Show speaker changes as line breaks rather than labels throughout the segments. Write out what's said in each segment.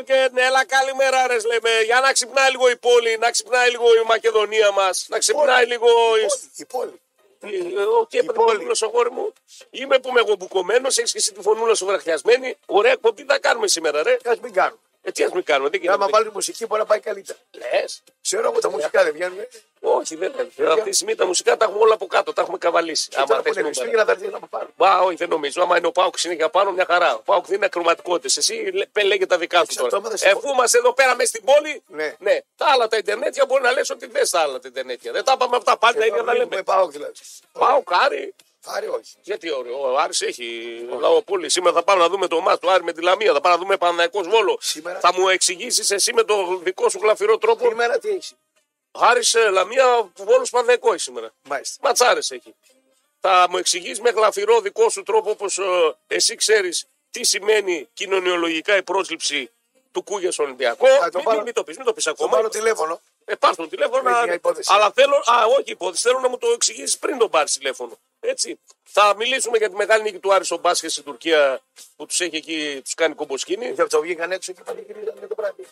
και ναι, αλλά καλημέρα ρε λέμε. Για να ξυπνάει λίγο η πόλη, να ξυπνάει λίγο η Μακεδονία μας, να ξυπνάει λίγο η.
Η πόλη.
Ότι έπρεπε να μιλήσω, αγόρι μου. Είμαι που είμαι εγώ μπουκωμένος, έχεις και εσύ τη φωνούλα σου βραχιασμένη. Ωραία εκπομπή θα κάνουμε σήμερα, ρε.
Α μην κάνουμε.
Ε, τι ας μην κάνουμε, δεν
Άμα
κοιτάμε.
βάλει μουσική μπορεί να πάει καλύτερα.
Λες.
Ξέρω εγώ τα μουσικά δεν βγαίνουν.
Όχι, δεν
Ε,
θα. Αυτή τη στιγμή τα μουσικά τα έχουμε όλα από κάτω, τα έχουμε καβαλήσει.
Άμα
θες
δεν είναι
νούμερα.
Χριστούγεννα θα έρθει να μου πάρουν.
Μπα, όχι, δεν νομίζω. Άμα είναι ο Πάουκ συνέχεια πάνω, μια χαρά. Ο Πάουκ δεν είναι ακροματικότητες. Εσύ λέ- πε, λέγε τα δικά σου τώρα.
Εξαρτώμενα σε
Εφού είμαστε εδώ πέρα μέσα στην πόλη,
Ναι.
τα άλλα τα Ιντερνέτια μπορεί να λες ότι δεν τα άλλα τα Ιντερνέτια. Δεν τα πάμε αυτά πάντα
Ε,
τα ίδια τα Ναι, λέμε.
Με πάω δηλαδή.
Πάουκ, Άρη,
Άρη όχι.
γιατί ο, ο Άρης έχει λαοπούλη. Σήμερα θα πάμε να δούμε το μάτς του Άρη με τη Λαμία. Θα πάμε να δούμε Παναναϊκός Βόλο.
Σήμερα-
Θα μου εξηγήσεις εσύ με το δικό σου γλαφυρό τρόπο.
Σήμερα τι έχει.
Άρης ε, Λαμία, Βόλος Παναναϊκό σήμερα.
Μάλιστα.
Ματσάρε έχει. Θα μου εξηγείς με γλαφυρό δικό σου τρόπο όπως εσύ ξέρεις τι σημαίνει κοινωνιολογικά η πρόσληψη του Κούγια στον Ολυμπιακό.
Θα το
Μην,
πάρω-
μην- μην το πεις, μην το πεις
Το
ακόμα.
πάρω τηλέφωνο.
Ε, πάρ' το τηλέφωνο.
Με
να-
μια υπόθεση.
Αλλά θέλω. Α, όχι υπόθεση. Θέλω να μου το εξηγήσεις πριν τον πάρεις τηλέφωνο. Έτσι. Θα μιλήσουμε για τη μεγάλη νίκη του Άρη στο μπάσκετ στην Τουρκία που τους έχει εκεί, τους κάνει κομποσκίνη.
Γι' αυτό βγήκαν έξω και πανηγυρίζανε το βράδυ.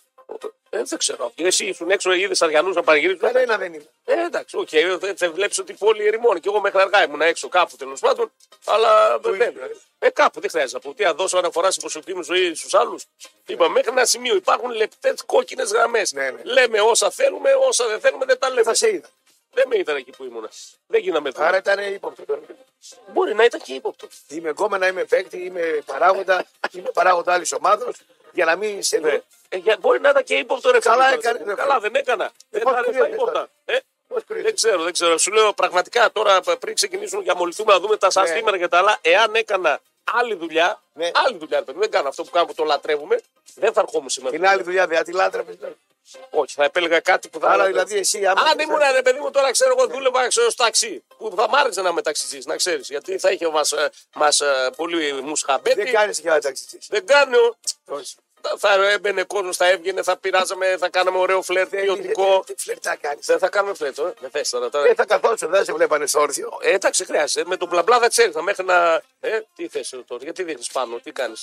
Ε, δεν ξέρω. Εσύ ήσουν έξω, είδες Αριανούς να παρηγυρίζουν.
Κανένα δεν είναι.
Ε, εντάξει, οκ, δεν θα βλέπεις ότι η πόλη ερημώνει. Και εγώ μέχρι αργά ήμουν έξω κάπου τέλος πάντων. Αλλά δεν.
ήσουν, ε?
Ε, κάπου δεν χρειάζεται να πω. Τι να δώσω αναφορά στην προσωπική μου ζωή στους άλλους. Είπα μέχρι ένα σημείο υπάρχουν λεπτές κόκκινες γραμμές.
Ναι, ναι.
Λέμε όσα θέλουμε, όσα δεν θέλουμε δεν τα λέμε.
Θα σε είδα.
Δεν με ήταν εκεί που ήμουνα. Δεν γίναμε
Άρα
τώρα.
ήταν ύποπτο.
Μπορεί να ήταν και ύποπτο.
Είμαι κόμμενα, είμαι παίκτη, είμαι παράγοντα, είμαι παράγοντα άλλης ομάδα για να μην σε
Ναι.
δω.
Ε, για- μπορεί να ήταν και ύποπτο ρε
Καλά
φίλε,
έκανε,
τώρα.
ρε, Ε,
Καλά δεν έκανα. Δεν
πώς
θα
κρίνεται
έλεγα ύποπτα.
τώρα.
Ε,
Πώς κρίνεται.
Δεν ξέρω, δεν ξέρω. Σου λέω πραγματικά τώρα πριν ξεκινήσουμε για μολυθούμε να δούμε τα σαν
Ναι.
σήμερα και τα άλλα. Εάν έκανα άλλη δουλειά,
Ναι.
άλλη δουλειά ρε παιδί, δεν κάνω αυτό που κάνω που το λατρεύουμε, δεν θα ερχόμουν σήμερα.
Την άλλη δουλειά δεν τη λάτρεπε.
Όχι, θα επέλεγα κάτι που θα.
Άρα
λατρεύω.
δηλαδή εσύ άμα.
Αν ήμουν ρε παιδί μου, τώρα ξέρω εγώ δούλευα ξέρω, στο ταξί. Που θα μ' άρεσε να είμαι ταξιτζής, να ξέρεις. Γιατί θα είχε μα μας, ε, πολύ
Δεν
μουσχαμπέτη.
κάνει για ταξιτζής.
Δεν κάνω.
Όχι.
Θα- Θα έμπαινε κόσμο, θα έβγαινε, θα πειράζαμε, θα κάναμε ωραίο φλερ ποιοτικό.
Τι φλερτά κάνεις.
Δεν θα κάνουμε φλερτ, ε. δεν θες τώρα. τώρα.
Δεν θα καθόσουν, δεν σε βλέπανε στο όρθιο.
Ε, εντάξει, χρειάζεται. Με τον μπλαμπλά δεν ξέρεις. Θα μέχρι να. Ε, τι θες εδώ τώρα, γιατί δείχνει πάνω, τι κάνεις.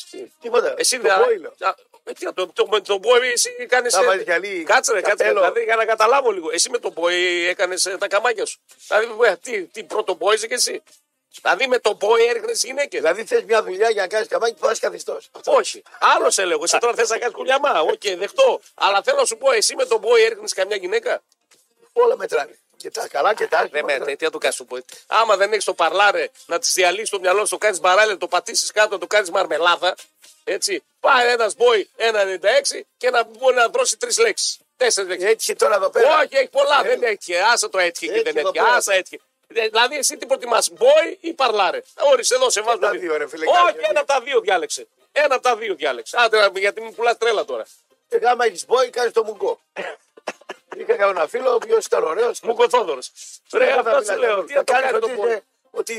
Τίποτα.
Εσύ
Το
δεν.
πόηλο.
Α, ε, τι, Το, το, με τον Μπόι εσύ κάνεις.
Θα βάλεις γυαλί,
Κάτσε, ρε, κάτσε.
καπέλο.
Δηλαδή, για να καταλάβω λίγο. Εσύ με τον Μπόι έκανε τα καμάκια σου. Δηλαδή, ε, τι, τι πρώτο Μπόι είσαι και εσύ. Δηλαδή, με τον Μπόι έρχνε γυναίκες.
Δηλαδή θες μια δουλειά για να κάνεις καμάκι που θα είσαι καθιστό.
Όχι. Άλλος σε λέγω. Εσύ τώρα θες να κάνεις κουλιαμά. Οκ, δεχτώ. Αλλά θέλω να σου πω, εσύ με τον Μπόι έρχνε καμιά γυναίκα.
Όλα μετράνε. Και τα καλά και τα
Ρε
άσχημα.
Ναι, με, τι να το κάνει σου πω. Άμα δεν έχεις το παρλάρε να τη διαλύσει το μυαλό σου, το κάνεις μπαράλε, το πατήσεις κάτω, να το κάνεις μαρμελάδα. Έτσι. Πάρε ένα μπόι 1,96 και να μπορεί να δώσει τρεις λέξεις. Τέσσερις λέξεις.
Έτυχε τώρα εδώ πέρα.
Όχι, έχει πολλά.
Ε.
Δεν έτυχε. Άσε το έτυχε και
Έτυχε
δεν
εδώ
έτυχε.
πέρα.
Άσα έτυχε. Ε, Δηλαδή, εσύ τι προτιμάς, μπόι ή παρλάρε. Όρισε εδώ, σε βάζω.
τα
λίγο.
δύο, ρε, φίλε,
Όχι,
κάνε.
ένα από τα δύο διάλεξε. Ένα από τα δύο διάλεξε. Άντε, να- γιατί μου πουλάς τρέλα τώρα.
Και Γάμα έχεις μπόι, κάνεις το μουγκό. Είχα κανένα ένα φίλο, ο οποίος ήταν ωραίος.
Μου κοθόδωρο. Ρε, αυτό σου λέω. Τι να το κάνει το μπόι.
ε, Ότι.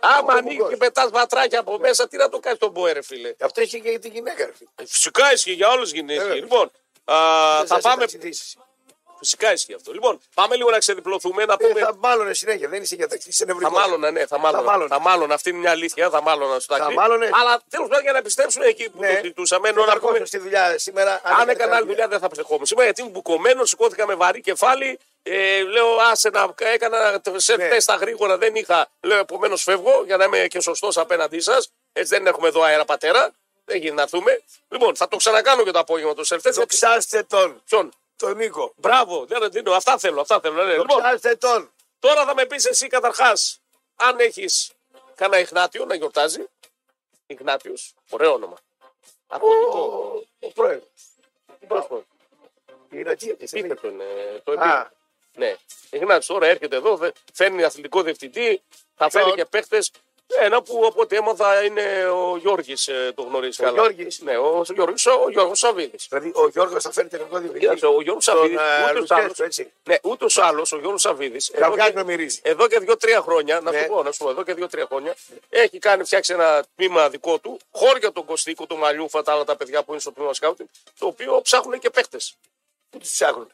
Άμα
ο
ανοίγει
μουγκός.
και πετάς βατράκια από μέσα, τι να το κάνεις τον Μπόε, ρε φίλε.
Αυτό είχε και την γυναίκα, ρε φίλε.
Ε, Φυσικά ισχύει για όλε τι γυναίκες.
Βέβαια.
Λοιπόν, α, θα
Δεν σας
πάμε.
ταξιδίσεις.
Φυσικά ισχύει αυτό. Λοιπόν, πάμε λίγο να ξεδιπλωθούμε, να
Ε,
πούμε.
Θα μάλλον συνέχεια, δεν είσαι για ταξίδι, είσαι
Θα
νευρικό.
μάλλον, ναι, θα μάλλον.
μάλλον.
Θα μάλλον, αυτή είναι μια αλήθεια. Θα μάλλον, στο ταξί.
μάλλωνε.
Αλλά τέλος πάντων για να επιστρέψουμε εκεί που
Ναι.
το ζητούσαμε. ενώ
Δεν
να
θα
πούμε,
ερχόσουν στη δουλειά σήμερα.
αν έκανα άλλη δουλειά δεν θα ψεχόμουν. Σήμερα γιατί ήμουν μπουκωμένος, σηκώθηκα με βαρύ κεφάλι. Ε, λέω, άσε να έκανα σε
Ναι.
τεστ τα γρήγορα, δεν είχα. Λέω, επομένως φεύγω για να είμαι και σωστός απέναντί σας. Έτσι δεν έχουμε εδώ αέρα πατέρα. Δεν γίνεται να έρθουμε. Λοιπόν, θα το ξανακάνω και το απόγευμα το σερφτέ.
Δοξάστε τον,
Ποιον.
τον Νίκο.
Μπράβο, δεν ρεντίνω. Αυτά θέλω, αυτά θέλω. ναι. Λοιπόν,
Δοξάστε τον.
τώρα θα με πεις εσύ καταρχάς, αν έχεις κανένα Ιγνάτιο να γιορτάζει. Ιγνάτιος, ωραίο όνομα. Αρχοντικό.
Ο- Ο πρόεδρο.
Πρόσφατο.
Είναι τι έπιασε,
Πείτε
λέει.
τον, ε, το επί-
Α,
Ναι. Ιγνάτιος τώρα έρχεται εδώ, δε- φέρνει αθλητικό διευθυντή, θα φέρει
Ποιον?
και παίχτε. Ένα που από ό,τι έμαθα είναι ο Γιώργης, το γνωρίζει
Ο
καλά.
Γιώργης.
Ναι, ο Γιώργη ο, Γιώργος Σαββίδης.
Δηλαδή ο Γιώργος θα φέρει τεχνικό
Κοίταξε,
διευθυντή.
ο Γιώργος
Τον,
Σαββίδης.
ε, Λουτσέσκο, έτσι.
Ναι, ούτως ή άλλω ο Γιώργος Σαββίδης.
Καυγάκι να μυρίζει.
Εδώ και δύο-τρία χρόνια, να
Ναι.
σου πω, να σου πω, εδώ και δύο-τρία χρόνια, έχει κάνει, φτιάξει ένα τμήμα δικό του, χώρια τον Κωστίκο, τον Μαλιούφα, τα άλλα τα παιδιά που είναι στο τμήμα σκάουτινγκ, το οποίο ψάχνουν και παίχτε.
Πού τους ψάχνουν.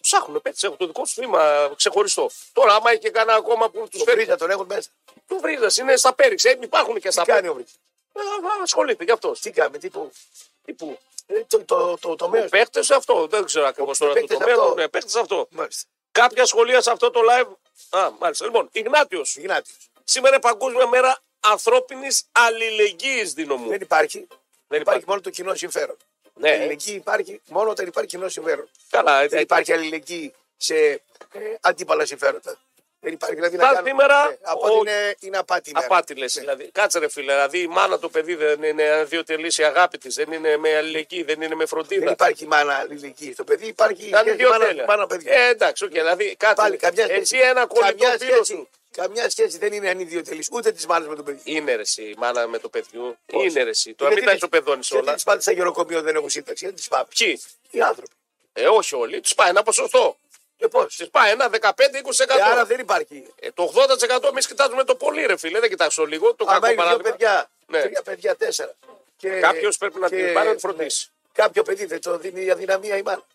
Ψάχνουν παίχτε, έχουν το δικό τους τμήμα ξεχωριστό. Τώρα, άμα έχει και κανένα ακόμα που τους
Του
φέρει.
Βρίζα τον έχουν μέσα.
Του βρίζα, είναι στα πέριξ, ε, υπάρχουν και στα
Τι
πέριξ.
κάνει ο Βρίζα.
Ασχολείται γι' αυτός.
Τι κάνει, τι που.
Τι που.
Ε, Το, το, το, το μέρος.
Παίχτε αυτό. Δεν ξέρω ακριβώς τώρα το
Παίχτες αυτό.
τομέα. Ναι, παίχτε αυτό.
Μάλιστα.
Κάποια σχολεία σε αυτό το live. Α, μάλιστα. Λοιπόν, Ιγνάτιος.
Ιγνάτιος.
Σήμερα είναι Παγκόσμια Μέρα Ανθρώπινης Αλληλεγγύης, δίνω μου.
Δεν υπάρχει.
Δεν
Υπάρχει
υπάρχει.
μόνο το κοινό συμφέρον.
Ναι.
Η αλληλεγγύη υπάρχει μόνο όταν υπάρχει κοινό συμφέρον.
Καλά, ε,
Δεν
έτσι.
υπάρχει αλληλεγγύη σε ε, αντίπαλα συμφέροντα. Δεν υπάρχει. Δηλαδή να
Πας
κάνω-
σήμερα,
Ναι, από ότι
ο-
είναι, είναι απάτη. η μέρα.
Απάτη λες,
Ναι.
δηλαδή. Κάτσε ρε φίλε, δηλαδή η μάνα το παιδί δεν είναι αδιοτελής η αγάπη της, δεν είναι με αλληλεγγύη, δεν είναι με φροντίδα.
Δεν υπάρχει μάνα αλληλεγγύη στο παιδί, υπάρχει
Κάνει
σχέση
δύο
μάνα,
τέλεια.
μάνα παιδί.
Ε, εντάξει, οκ, δηλαδή κάτσε.
Πάλι καμιά σχέση.
Εσύ ένα κολλητό
καμιά
φίλο
σχέση,
σου.
καμιά σχέση δεν είναι ανιδιοτελής ούτε της μάνας με το παιδί.
Είναι ρε εσύ, η μάνα με το παιδιού.
Πώς.
Είναι ρε εσύ. Τώρα μην τα
Ε, Γιατί-
ισοπεδώνεις όλα.
Γιατί τι πάντα στα γεροκομείο δεν έχουν σύνταξη, δεν τι πάμε.
Ποιοι.
Οι άνθρωποι.
Ε, όχι όλοι. Τους πάει ένα ποσοστό.
Και πώ.
Τη πάει ένα 15-20%.
Άρα δεν υπάρχει.
Ε, το 80% εμείς κοιτάζουμε το πολύ, ρε φίλε. Δεν κοιτάξω λίγο. Το
Άμα
κακό
είναι δύο
παράδειγμα.
παιδιά,
Ναι.
τρία παιδιά, τέσσερα. Και,
Κάποιος πρέπει να την πάρει να την
ναι.
φροντίσει.
Κάποιο παιδί δεν το δίνει η αδυναμία η μάνα.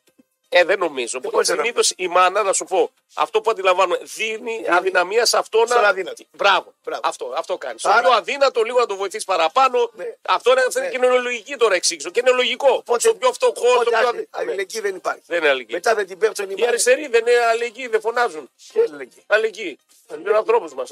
Ε, δεν νομίζω.
πώς δεν
Συνήθω η μάνα, να σου πω, αυτό που αντιλαμβάνουμε, δίνει αδυναμία σε αυτό
Στον
να.
αδύνατο.
Μπράβο.
Μπράβο.
Αυτό, αυτό κάνει. Στον
Άρα-
πιο αδύνατο, λίγο να το βοηθήσει παραπάνω.
Ναι.
Αυτό είναι, αυτή
Ναι.
είναι κοινωνιολογική τώρα εξήγηση. Και είναι λογικό. Στον πιο φτωχός, στον
Οπότε
πιο.
άσε,
αδύ- Ναι.
αλληλεγγύη δεν υπάρχει.
Δεν είναι αλληλεγγύη.
Μετά δεν την πέφτουν οι
Οι
μάνες.
αριστεροί δεν είναι αλληλεγγύη, δεν φωνάζουν.
Ποια αλληλεγγύη.
Αλληλεγγύη. Στου ανθρώπου μα.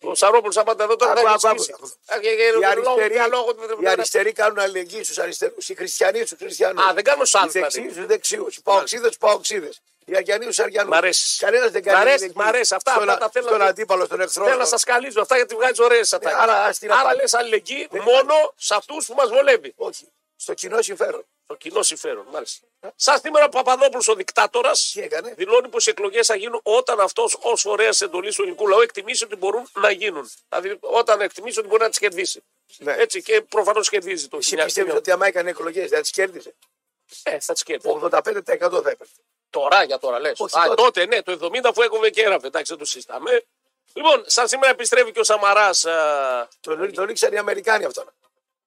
Ο Σαρόπουλο απάντα εδώ τώρα
Άκου,
θα
άκου, άκου.
εξηγήσει. Α, Ε, και- και-
Οι
λόγω-
αριστεροί,
λόγω-
οι αριστεροί κάνουν αλληλεγγύη στους αριστερούς. Οι χριστιανοί στους χριστιανούς.
Α, δεν κάνουν σ' άλλους,
Οι δεξιοί
δηλαδή.
στου δεξιού. Οι παοξίδε στου παοξίδε. Οι αριανοί στου αριανού.
Μ' αρέσει.
Κανένας δεν κάνει.
Μ' αρέσει,
αλληλεγγύη
μ' αρέσει. Αυτά-
στον,
αυτά τα θέλω
Στον
να-
αντίπαλο, στον εχθρό.
Θέλω να σας καλύψω αυτά γιατί βγάζεις ωραίες αυτά.
Ναι, άρα ας την Ναι.
άρα
απάντη.
λες αλληλεγγύη μόνο σε αυτούς που μας βολεύει.
Όχι. Στο κοινό συμφέρον.
Το κοινό συμφέρον, μάλιστα. Σαν σήμερα ο Παπαδόπουλος ο δικτάτορας
Τι έκανε.
δηλώνει πως οι εκλογές θα γίνουν όταν αυτός ως φορέας εντολής του ελληνικού λαού εκτιμήσει ότι μπορούν να γίνουν. Δηλαδή όταν εκτιμήσει ότι μπορεί να τις κερδίσει.
Ναι.
Έτσι και προφανώς κερδίζει το
Εσύ πιστεύεις
1900.
ότι άμα έκανε δηλαδή εκλογές δεν τις κέρδιζε.
Ε, θα τις κερδίσει.
85% θα έπαιρνε.
Τώρα για τώρα λες.
Όχι,
Α,
τότε.
τότε ναι, το 70 που έκοβε και έγραφε. Εντάξει, δεν το συζητάμε. Λοιπόν, σαν σήμερα επιστρέφει και ο Σαμαράς.
Τον, τον ήξεραν οι Αμερικάνοι αυτόν.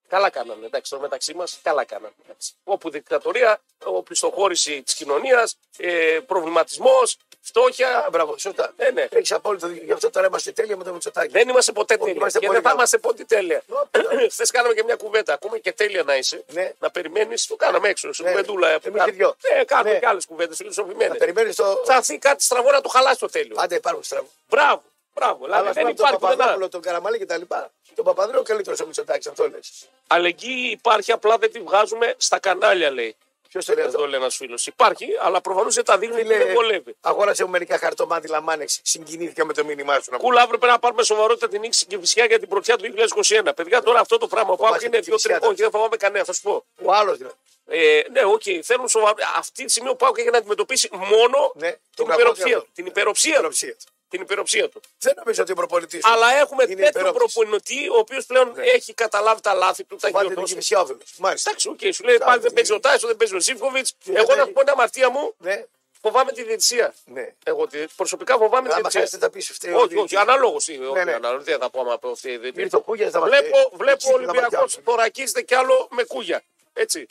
Καλά κάνανε, εντάξει, τώρα μεταξύ μας, καλά κάνανε. εντάξει. Όπου δικτατορία, οπισθοχώρηση της κοινωνίας, ε, προβληματισμός, φτώχεια.
Α, μπράβο, σωστά.
Ε, ναι.
Έχεις απόλυτο δίκιο. Γι' αυτό τώρα είμαστε τέλεια με το Μητσοτάκι.
Δεν είμαστε ποτέ τέλεια.
είμαστε
Και
πολύ
δεν θα
καλά.
είμαστε ποτέ τέλεια.
Όπα.
Χθες κάναμε και μια κουβέντα. Ακόμα και τέλεια να είσαι.
Ναι.
Να περιμένεις. Το κάναμε έξω. Σε
Ναι.
κουβεντούλα. που
Εμείς
κάναμε.
οι δυο.
Ναι, κάνουμε
Ναι.
και άλλες κουβέντες φιλοσοφημένες.
Περιμένεις το.
Θα έρθει κάτι στραβό να το χαλάσει το τέλειο.
Πάντα υπάρχουν στραβού.
Μπράβο. Μπράβο.
Αλλά
Δηλαδή
δεν
δεν
τον
υπάρχει πουθενά.
Παπαδόπουλο, τον Καραμαλή και τα λοιπά. Τον Παπαδρέο καλύτερος ο Μητσοτάκης, αυτό λες.
Αλληλεγγύη υπάρχει, απλά δεν τη βγάζουμε στα κανάλια, λέει.
Ποιος το λέει αυτό.
Εδώ λέει ένα φίλο. Υπάρχει, αλλά προφανώς δεν τα δείχνει και δεν βολεύει.
αγόρασε μου μερικά χαρτομάτιλα μάνεξ. Συγκινήθηκα με το μήνυμά σου. να πω.
Κούλα, αύριο πρέπει να πάρουμε σοβαρότητα την νίκη και φυσικά για την πρωτιά του 2021. Παιδιά, τώρα αυτό το πράγμα που άκουγε
Φοβάστε
είναι
την
δύο τρία.
Κυφυσιά,
Όχι, δεν φοβάμαι κανένα, θα σου πω.
Ο άλλος δηλαδή.
Ε, ναι, οκ, θέλουν σοβαρό. Αυτή τη στιγμή ο Πάουκ έχει να αντιμετωπίσει μόνο
Ναι,
την,
τον κακό
υπεροψία,
διάβολο.
του, την υπεροψία του.
Υποψία του.
Την υπεροψία του.
Δεν νομίζω ότι ο προπονητής.
Αλλά έχουμε
Είναι
τέτοιο
υπερόπτης.
προπονητή, ο οποίος πλέον έχει καταλάβει τα λάθη του, τα έχει
Φάτε την
διορθώσει.
κυφισιόβελο. Μάλιστα.
Εντάξει, οκ, σου λέει πάλι δεν παίζει ο Τάισο, δεν παίζει ο Ζήφκοβιτ. Εγώ να σου πω την αμαρτία μου,
Ναι,
φοβάμαι τη διετησία.
ναι.
Εγώ τη- προσωπικά φοβάμαι τη
Άμα χάσετε
διετησία.
τα πίσω φταίει.
Όχι, όχι, αναλόγω.
Ναι, ναι.
Δεν θα πω άμα αυτή η διετησία.
Ήρθε ο Κούγιας να μα
Βλέπω, βλέπω ο Ολυμπιακό θωρακίζεται κι άλλο με κούγια. Έτσι.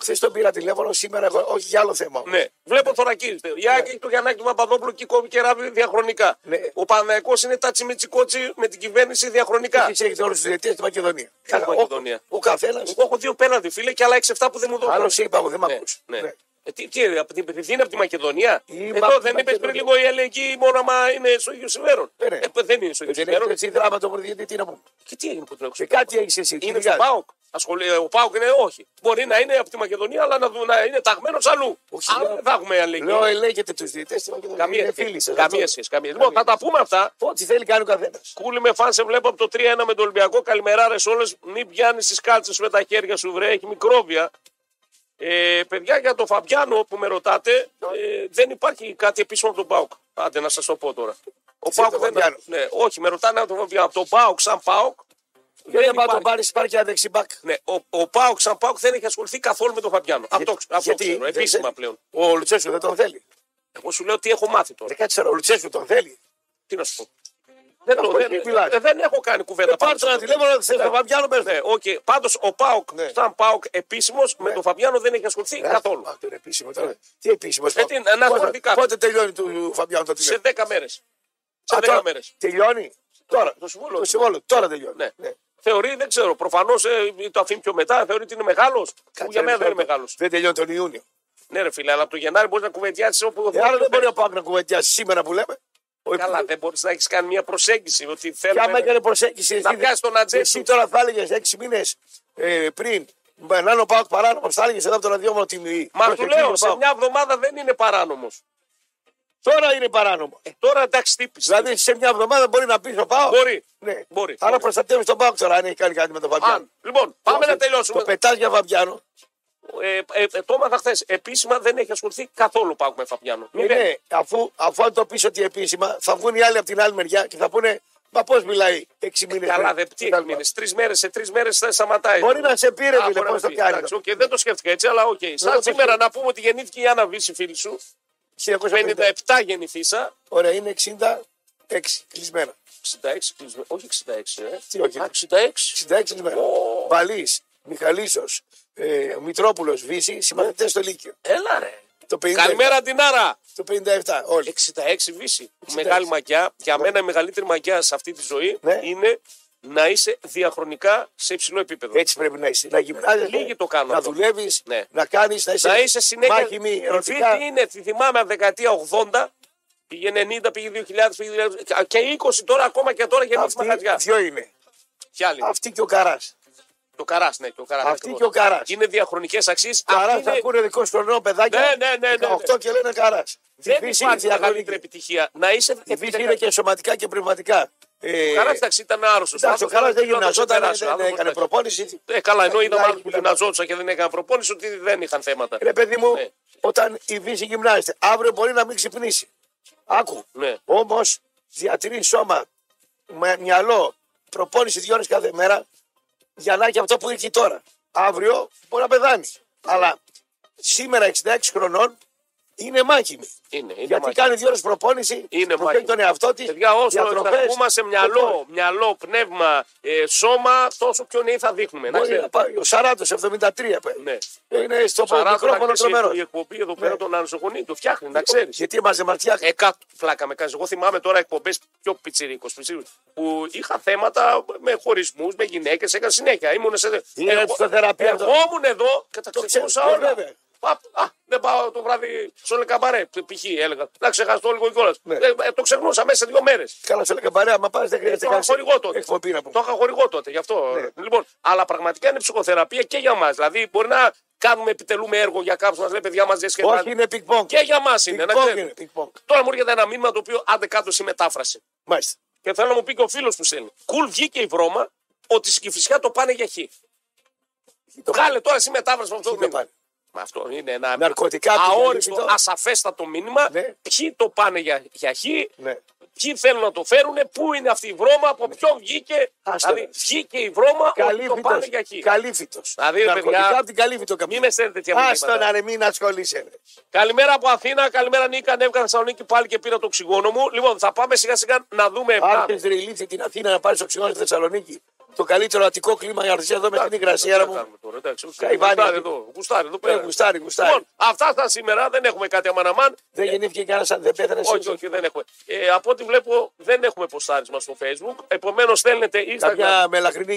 Χθε Ε, τον πήρα τηλέφωνο, σήμερα εγώ- όχι για άλλο θέμα.
Ναι. Βλέπω θωρακίζεται. Η Άκη του Γιαννάκη του Παπαδόπουλου και κόβει και ράβει διαχρονικά.
Ναι.
Ο Παναγιακό είναι τα τσιμιτσικότσι με την κυβέρνηση διαχρονικά.
Εσείς έχετε όλους τους διαιτητές στη Μακεδονία.
Στη Μακεδονία.
Ο καθένα.
Εγώ έχω δύο πέναντι φίλε και άλλα 6-7 που δεν μου δώσουν.
Άλλος είπα, εγώ δεν μ'
Ναι,
ακούς.
ναι.
Ναι.
Ε, τι, τι, από την επειδή είναι από τη Μακεδονία.
Είμαι από
Εδώ
τη
δεν είπες πριν
Μακεδονία.
λίγο η αλληλεγγύη μόνο άμα είναι στο ίδιο συμφέρον.
Ε, ναι.
Ε, δεν είναι στο ίδιο
Δεν έχετε
συμφέρον.
εσύ δράμα το πρωδιέτη, τι να πούμε.
Και τι έγινε που την
Και
έχω
κάτι έχει εσύ.
Είναι
κυνηγάς.
στον ΠΑΟΚ. Ασχολεί, ο ΠΑΟΚ είναι όχι. Μπορεί να είναι από τη Μακεδονία, αλλά να, δου- να είναι ταγμένος αλλού.
Όχι,
Άρα
λέω-
δεν θα έχουμε αλληλεγγύη.
Λέω, ελέγχετε τους διαιτητές στη Μακεδονία.
Καμία
Είναι
σχέση.
φίλοι σας,
Καμία
αυτό.
σχέση. Καμία. Λοιπόν, θα τα πούμε αυτά.
Ό,τι θέλει κάνει ο καθένας.
Κούλι με φαν, σε βλέπω από το 3-1 με τον Ολυμπιακό. Καλημεράρε όλες. Μην πιάνεις τις κάλτσες με τα χέρια σου, βρέ. Έχει μικρόβια. Ε, παιδιά, για τον Φαμπιάνο που με ρωτάτε,
Ναι.
ε, δεν υπάρχει κάτι επίσημο από τον Πάουκ. Άντε να σας το πω τώρα. Ο Πάουκ
Ξέρετε τον
δεν.
Φαμπιάνο.
Ναι, όχι, με ρωτάνε από τον Φαμπιάνο. Από τον Πάουκ, σαν Πάουκ.
Δεν
υπάρχει.
είναι τον πάρει, υπάρχει ένα δεξιμπάκ.
Ναι, ο, ο Πάουκ σαν Πάουκ δεν έχει ασχοληθεί καθόλου με τον Φαμπιάνο. Αυτό, αυτό
γιατί
ξέρω,
δεν
επίσημα
θέλει.
πλέον.
Ο Λουτσέσου δεν τον θέλει.
Εγώ σου λέω τι έχω μάθει τώρα.
Δεν κάτσε ο Λουτσέσου τον θέλει.
Τι να σου πω. Δεν, το-
πολύ
δεν,
μιλάς.
ε, δεν έχω κάνει κουβέντα
Πάρ
πάνω
το ένα
σε αυτό.
τηλέφωνο να σε
Ναι.
Φαμπιάνο πε.
Ναι, οκ. Πάντως ο Πάουκ,
Ναι. Ε,
σαν Πάουκ επίσημος, με τον Φαμπιάνο δεν έχει ασχοληθεί καθόλου. Ε,
Αυτό είναι επίσημο τώρα. Τι επίσημος.
τι, να- να χορτεί κάποιος.
Πότε τελειώνει του Φαμπιάνο
Σε
το τηλέφωνο.
10 μέρες. Σε
ναι. Α,
10
τώρα
μέρες.
Τελειώνει. Τώρα.
Το συμβόλαιο.
Το συμβόλαιο. Τώρα τελειώνει.
Ναι.
Ναι.
Θεωρεί, δεν ξέρω, προφανώς το αφήνει πιο μετά, θεωρεί ότι είναι μεγάλος. Που για μένα δεν είναι μεγάλος.
Δεν τελειώνει τον Ιούνιο.
Ναι, ρε φίλε, αλλά από το Γενάρη μπορείς να κουβεντιάσεις όπου
Ε, Άρα δεν μπορεί ο Πάοκ να κουβεντιάσεις σήμερα που λέμε. Ο
Καλά, δεν μπορείς να έχεις κάνει μια προσέγγιση ότι
Και άμα
θέλουμε.
έκανε προσέγγιση.
Να
εσύ-
πιάσει τον ατζέντη.
Εσύ τώρα θα έλεγες έξι μήνες πριν. Να είναι ο Πάοκ παράνομος, θα έλεγες εδώ από το ραδιόφωνο ότι.
Μα του
προσεκτική ο
λέω, σε
ΠΑΟΚ.
μια εβδομάδα δεν είναι παράνομος.
Τώρα είναι παράνομο.
Τώρα εντάξει, τύπησε.
Ε. Δηλαδή σε μια εβδομάδα μπορεί να πεις ο Πάοκ.
Μπορεί.
Ναι.
Μπορεί.
Άρα
Μπορεί.
προστατεύει τον Πάοκ τώρα αν έχει κάνει κάτι με τον Βαμπιάνο.
Αν. Λοιπόν, πάμε
Το-
να τελειώσουμε.
Το πετάς για Βαμπιάνο.
Ε, ε, ε, το έμαθα χθες. Επίσημα δεν έχει ασχοληθεί καθόλου πάω με Φαπιάνο.
Ναι, ναι, αφού, αφού αν το πεις ότι επίσημα θα βγουν οι άλλοι από την άλλη μεριά και θα πούνε Μα πώς μιλάει έξι μήνε.
Ε, Καλά, δεν τι έχει μήνες. Τρεις μέρες, σε τρεις μέρες θα σταματάει.
Ε, Μπορεί να σε πήρε,
Α,
φίλε,
μπορεί να
πώς το
πει.
κάνει.
Εντάξει, οκ, δεν το σκέφτηκα έτσι, αλλά οκ. Σαν σήμερα
το σκέφτηκα.
να πούμε ότι γεννήθηκε η Άννα Βύση, φίλη σου.
1950.
57 γεννηθήσα.
Ωραία, είναι 66 κλεισμένα.
66 κλεισμένο. Όχι 66, ε.
Τι, όχι.
Α, 66.
66 κλεισμένα.
Ω.
Βαλής, Μιχαλίσος, ε, Μητρόπουλος, Βύση, συμμαθητές στο Λύκειο.
Έλα ρε.
Το 57.
Καλημέρα την Άρα.
Το 57, όλοι.
66 Βύση. Μεγάλη μαγιά. Για μένα η μεγαλύτερη μαγιά σε αυτή τη ζωή
Ναι.
είναι να είσαι διαχρονικά σε υψηλό επίπεδο.
Έτσι πρέπει να είσαι. Να γυμνάζεσαι.
Λίγοι το κάνουν
Να
αυτό.
δουλεύεις,
Ναι.
να κάνεις, να είσαι.
Να είσαι συνέχεια.
Μάχημη,
Η
ερωτικά.
Βίτη είναι, τη θυμάμαι από δεκαετία 80, πήγε 90, πήγε 2000, πήγε 2000, και 20 τώρα ακόμα και τώρα γεννήθη
Αυτοί
μαγαζιά.
δυο είναι.
Ναι. Κι άλλοι.
Αυτή και ο Καράς.
Το καράς, ναι, και ο καρά.
Αυτή και ο Καράς.
Είναι διαχρονικές αξίες.
Καράς θα ακούνε δικό σου χρονό παιδάκια.
Ναι, ναι, ναι, ναι, ναι.
18 και λένε Καράς.
Δεν υπάρχει μεγαλύτερη επιτυχία. Να είσαι
Η Βύση είναι και σωματικά και πνευματικά. Ε,
Ο Καρά εντάξει ήταν άρρωστος.
Εντάξει, ο Καρά δεν γυμναζόταν, δεν- δεν έκανε προπόνηση.
Ε, καλά, ενώ είδαμε
Λάει,
άλλους που
λάει.
γυμναζόντουσαν και δεν έκαναν προπόνηση ότι δεν είχαν θέματα.
Ρε παιδί μου,
Ναι.
όταν η Βύση γυμνάζεται, αύριο μπορεί να μην ξυπνήσει. Άκου.
Ναι.
Όμως διατηρεί σώμα, με μυαλό, προπόνηση δύο ώρες κάθε μέρα για να έχει αυτό που έχει τώρα. Αύριο μπορεί να πεθάνει. Αλλά σήμερα 66 χρονών είναι μάχημη.
Είναι, είναι
Γιατί
μάχη.
κάνεις δύο ώρες προπόνηση,
Είναι
προφέρει
μάχη.
τον εαυτό τη.
Παιδιά, όσο εξαρτούμαστε μυαλό, μυαλό, πνεύμα, ε, σώμα, τόσο πιο νέοι θα δείχνουμε. Να ξέρετε.
Ο Σαράτος, 73. παιδί.
Ναι.
Είναι στο
Σαράντα
μικρόφωνο Ναι. Ε,
να
τρομερό.
ξέρεις, η εκπομπή εδώ πέρα των αναζωογονεί το φτιάχνει, να ξέρεις.
Γιατί μα δεν μας φτιάχνει.
Εκάτω φλάκα με κάνεις. Εγώ θυμάμαι τώρα εκπομπές πιο πιτσιρίκος που είχα θέματα με χωρισμούς, με γυναίκες, έκανα συνέχεια. Ήμουν σε.
Είναι ψυχοθεραπεία
εγώ
αυτό.
ήμουν εδώ και τα
Το
ξεχνούσα
ξέρω,
όλα.
ναι, βέβαια.
Παπ, α, δεν πάω το βράδυ στο λεκαμπαρέ. Π.χ. έλεγα. Να ξεχαστώ λίγο κιόλας.
Ναι.
Ε, το ξεχνούσα μέσα σε δύο μέρες.
Καλά, σε λέγα παρέα, μα πας δεν χρειάζεται
Το είχα χορηγό τότε.
εκπομπή να πούμε.
Το είχα χορηγό τότε, γι' αυτό.
Ναι.
Λοιπόν, αλλά πραγματικά είναι ψυχοθεραπεία και για μας. Δηλαδή, μπορεί να κάνουμε, επιτελούμε έργο για κάποιους μας λέει παιδιά μας δεν σκέφτεται.
Όχι, είναι πικ-πονγκ.
Και για μας είναι. να
Πικ-πονγκ
ξέρετε.
είναι. Πικ-πονγκ.
Τώρα μου έρχεται ένα μήνυμα το οποίο άντε κάτω στη μετάφραση.
Μάλιστα.
Και θέλω να μου πει και ο φίλος που στέλνει. Κουλ βγήκε η βρώμα ότι στη φυσικά το πάνε για χ.
Το
Βγάλε τώρα στη μετάφραση με αυτό το
πάνε. Το
μήνυμα.
πάνε.
Μα αυτό είναι ένα
Ναρκωτικά,
αόριστο,
πηγαίνει,
ασαφέστατο μήνυμα.
Ναι.
Ποιοι το πάνε για, για χ,
Ναι.
ποιοι θέλουν να το φέρουν, πού είναι αυτή η βρώμα, από ποιον βγήκε.
Άστο,
δηλαδή,
ρε.
βγήκε η βρώμα ότι το πάνε για χ.
Καλύφητο. Καλύφητο.
Δηλαδή, ρε, παιδιά,
από την καλύφητο καμπή.
Μην με στέλνετε τέτοια
Άστο
μηνύματα.
να ρε, μην ασχολείσαι. ρε.
Καλημέρα από Αθήνα, καλημέρα Νίκα. Ανέβηκα Θεσσαλονίκη πάλι και πήρα το οξυγόνο μου. Λοιπόν, θα πάμε σιγά σιγά να δούμε.
Άρχισε ρε ηλίθιε την Αθήνα να πάρεις οξυγόνο στη Θεσσαλονίκη. Το καλύτερο αττικό κλίμα για να έρθεις εδώ με την υγρασία μου. Καϊβάνια.
Γουστάρι εδώ, γουστάρι εδώ
Ε,
πέρα.
Γουστάρι, γουστάρι.
Λοιπόν, αυτά στα σήμερα δεν έχουμε κάτι αμαναμάν.
Δεν γεννήθηκε κανένα αν δεν πέθανε.
Όχι, όχι, δεν έχουμε. Ε, από ό,τι βλέπω, δεν έχουμε ποστάρισμα στο Facebook. Επομένως, στέλνετε Instagram.
Κάποια μελαχρινή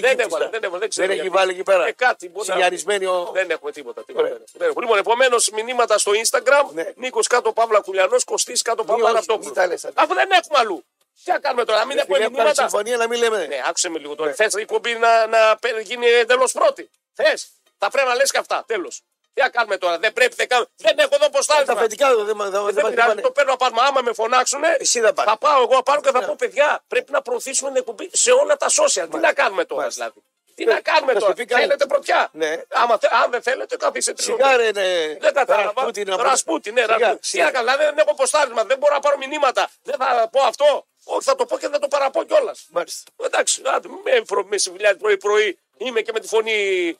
Δεν
γύφτιστα.
έβαλε, δεν έβαλε, δεν ξέρω
έχει
γιατί.
βάλει εκεί πέρα.
Ε, κάτι μπορεί να-
Σιγιαρισμένη ο-
Δεν έχουμε τίποτα. τίποτα.
Ωραία.
Δεν έχουμε. Λοιπόν, επομένως, μηνύματα στο Instagram.
Ναι.
Νίκος κάτω Παύλα Κουλιανός, Κωστής κάτω Παύλα
όχι,
Ραπτόπουλο.
μην τα λες αυτά.
Αφού δεν έχουμε αλλού. Τι να κάνουμε τώρα, να μην
Φίλε,
έχουμε
έχουμε κάνει
μηνύματα.
συμφωνία να μην λέμε.
Ναι, άκουσε με λίγο τώρα. Ναι. Θες η εκπομπή να, να πε- γίνει εντελώς πρώτη. Θες. Θα πρέπει να λες και αυτά. Τέλος. Τι να κάνουμε τώρα. Δεν πρέπει να κάνουμε. Δεν έχω εδώ
Τα
ποστάρισμα.
αφεντικά δεν μα- δεν
Ε, Δεν πειράζει,
μας είπανε.
το παίρνω απάνω. Άμα με φωνάξουν,
Εσύ Ναι. θα πάρεις.
θα πάω εγώ απάνω και θα πω παιδιά. Πρέπει να προωθήσουμε την εκπομπή σε όλα τα social. Τι να κάνουμε τώρα
Μάλιστα.
δηλαδή. Τι να κάνουμε
θα σου
τώρα.
πει κανένα.
Θέλετε πρωτιά.
Ναι.
Άμα θε- Αν δεν θέλετε, καθίσετε.
Σιγά ρε, ναι.
Δεν κατάλαβα.
Ρασπούτιν, να πούμε.
Ρασπούτιν, ναι,
Σιγά,
Ρασπούτιν. Τι
σιγά.
να κάνω, δηλαδή δεν έχω ποστάρισμα, δεν μπορώ να πάρω μηνύματα. Δεν θα πω αυτό. Όχι, θα το πω και θα το παραπώ κιόλας.
Μάλιστα.
Εντάξει, άντε, με, φρο- με συμβουλιάζει πρωί-πρωί. Είμαι και με τη φωνή,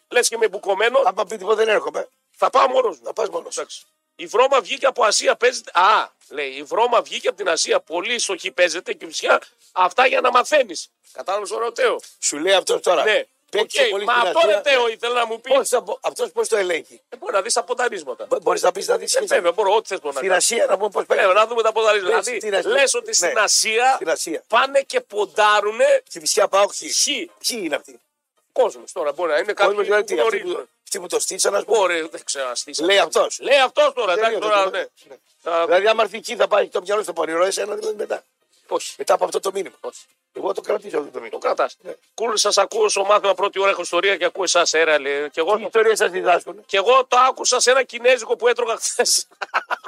λες και είμαι μπουκωμένο.
Άμα πει τίποτα δεν έρχομαι.
Θα πάω μόνος μου.
Θα πας μόνος.
Εντάξει. Η βρώμα βγήκε από Ασία, παίζεται. Α, λέει, η βρώμα βγήκε από την Ασία. Πολύ στοχή παίζεται και φυσικά αυτά για να μαθαίνεις. Κατάλαβες ωραίο τέο.
Σου λέει αυτό τώρα.
Ναι, Οκ,
Παίξε πολύ
μα
στην
αυτό
Ασία.
ρε τέο ήθελα να μου πει.
Πώς θα μπο- αυτός πώς το ελέγχει.
Ε, Μπορεί να δεις τα πονταρίσματα.
Μπορείς να πεις να δεις.
Ε, Βέβαια, μπορώ, ό,τι θες να
Στην
κάνω.
Ασία να πούμε πώς
Ε,
παίρνει.
να δούμε τα πονταρίσματα.
Πες,
Δηλαδή,
στην Ασία.
λες ότι στην
Ναι.
Ασία
Στην Ασία.
πάνε και ποντάρουνε
Στη φυσιά πάω χ.
χ.
Ποιοι είναι αυτοί.
Κόσμος τώρα μπορεί να είναι
Κόσμο
κάποιοι
δηλαδή
που
τι, αυτοί
γνωρίζουν.
που, αυτοί που το στήσαν, ας πούμε.
Μπορεί, δεν ξέρω, να στήσει.
Λέει αυτός.
Λέει αυτός τώρα, εντάξει
Τελείω,
τώρα,
δεν το-
ναι.
ναι.
Τα-
Δηλαδή, άμα έρθει εκεί, θα πάει το μυαλό στο πονηρό, εσένα δηλαδή μετά.
Όχι,
Μετά από αυτό το μήνυμα. Εγώ το κρατήσω αυτό το
το
μήνυμα.
κρατάς.
Ναι.
Κούλ, σας ακούω στο μάθημα πρώτη ώρα έχω ιστορία και ακούω εσάς αέρα. Λέει. Και, εγώ,
Οι ιστορίε σας διδάσκουν.
και εγώ το άκουσα σε ένα κινέζικο που έτρωγα χθες.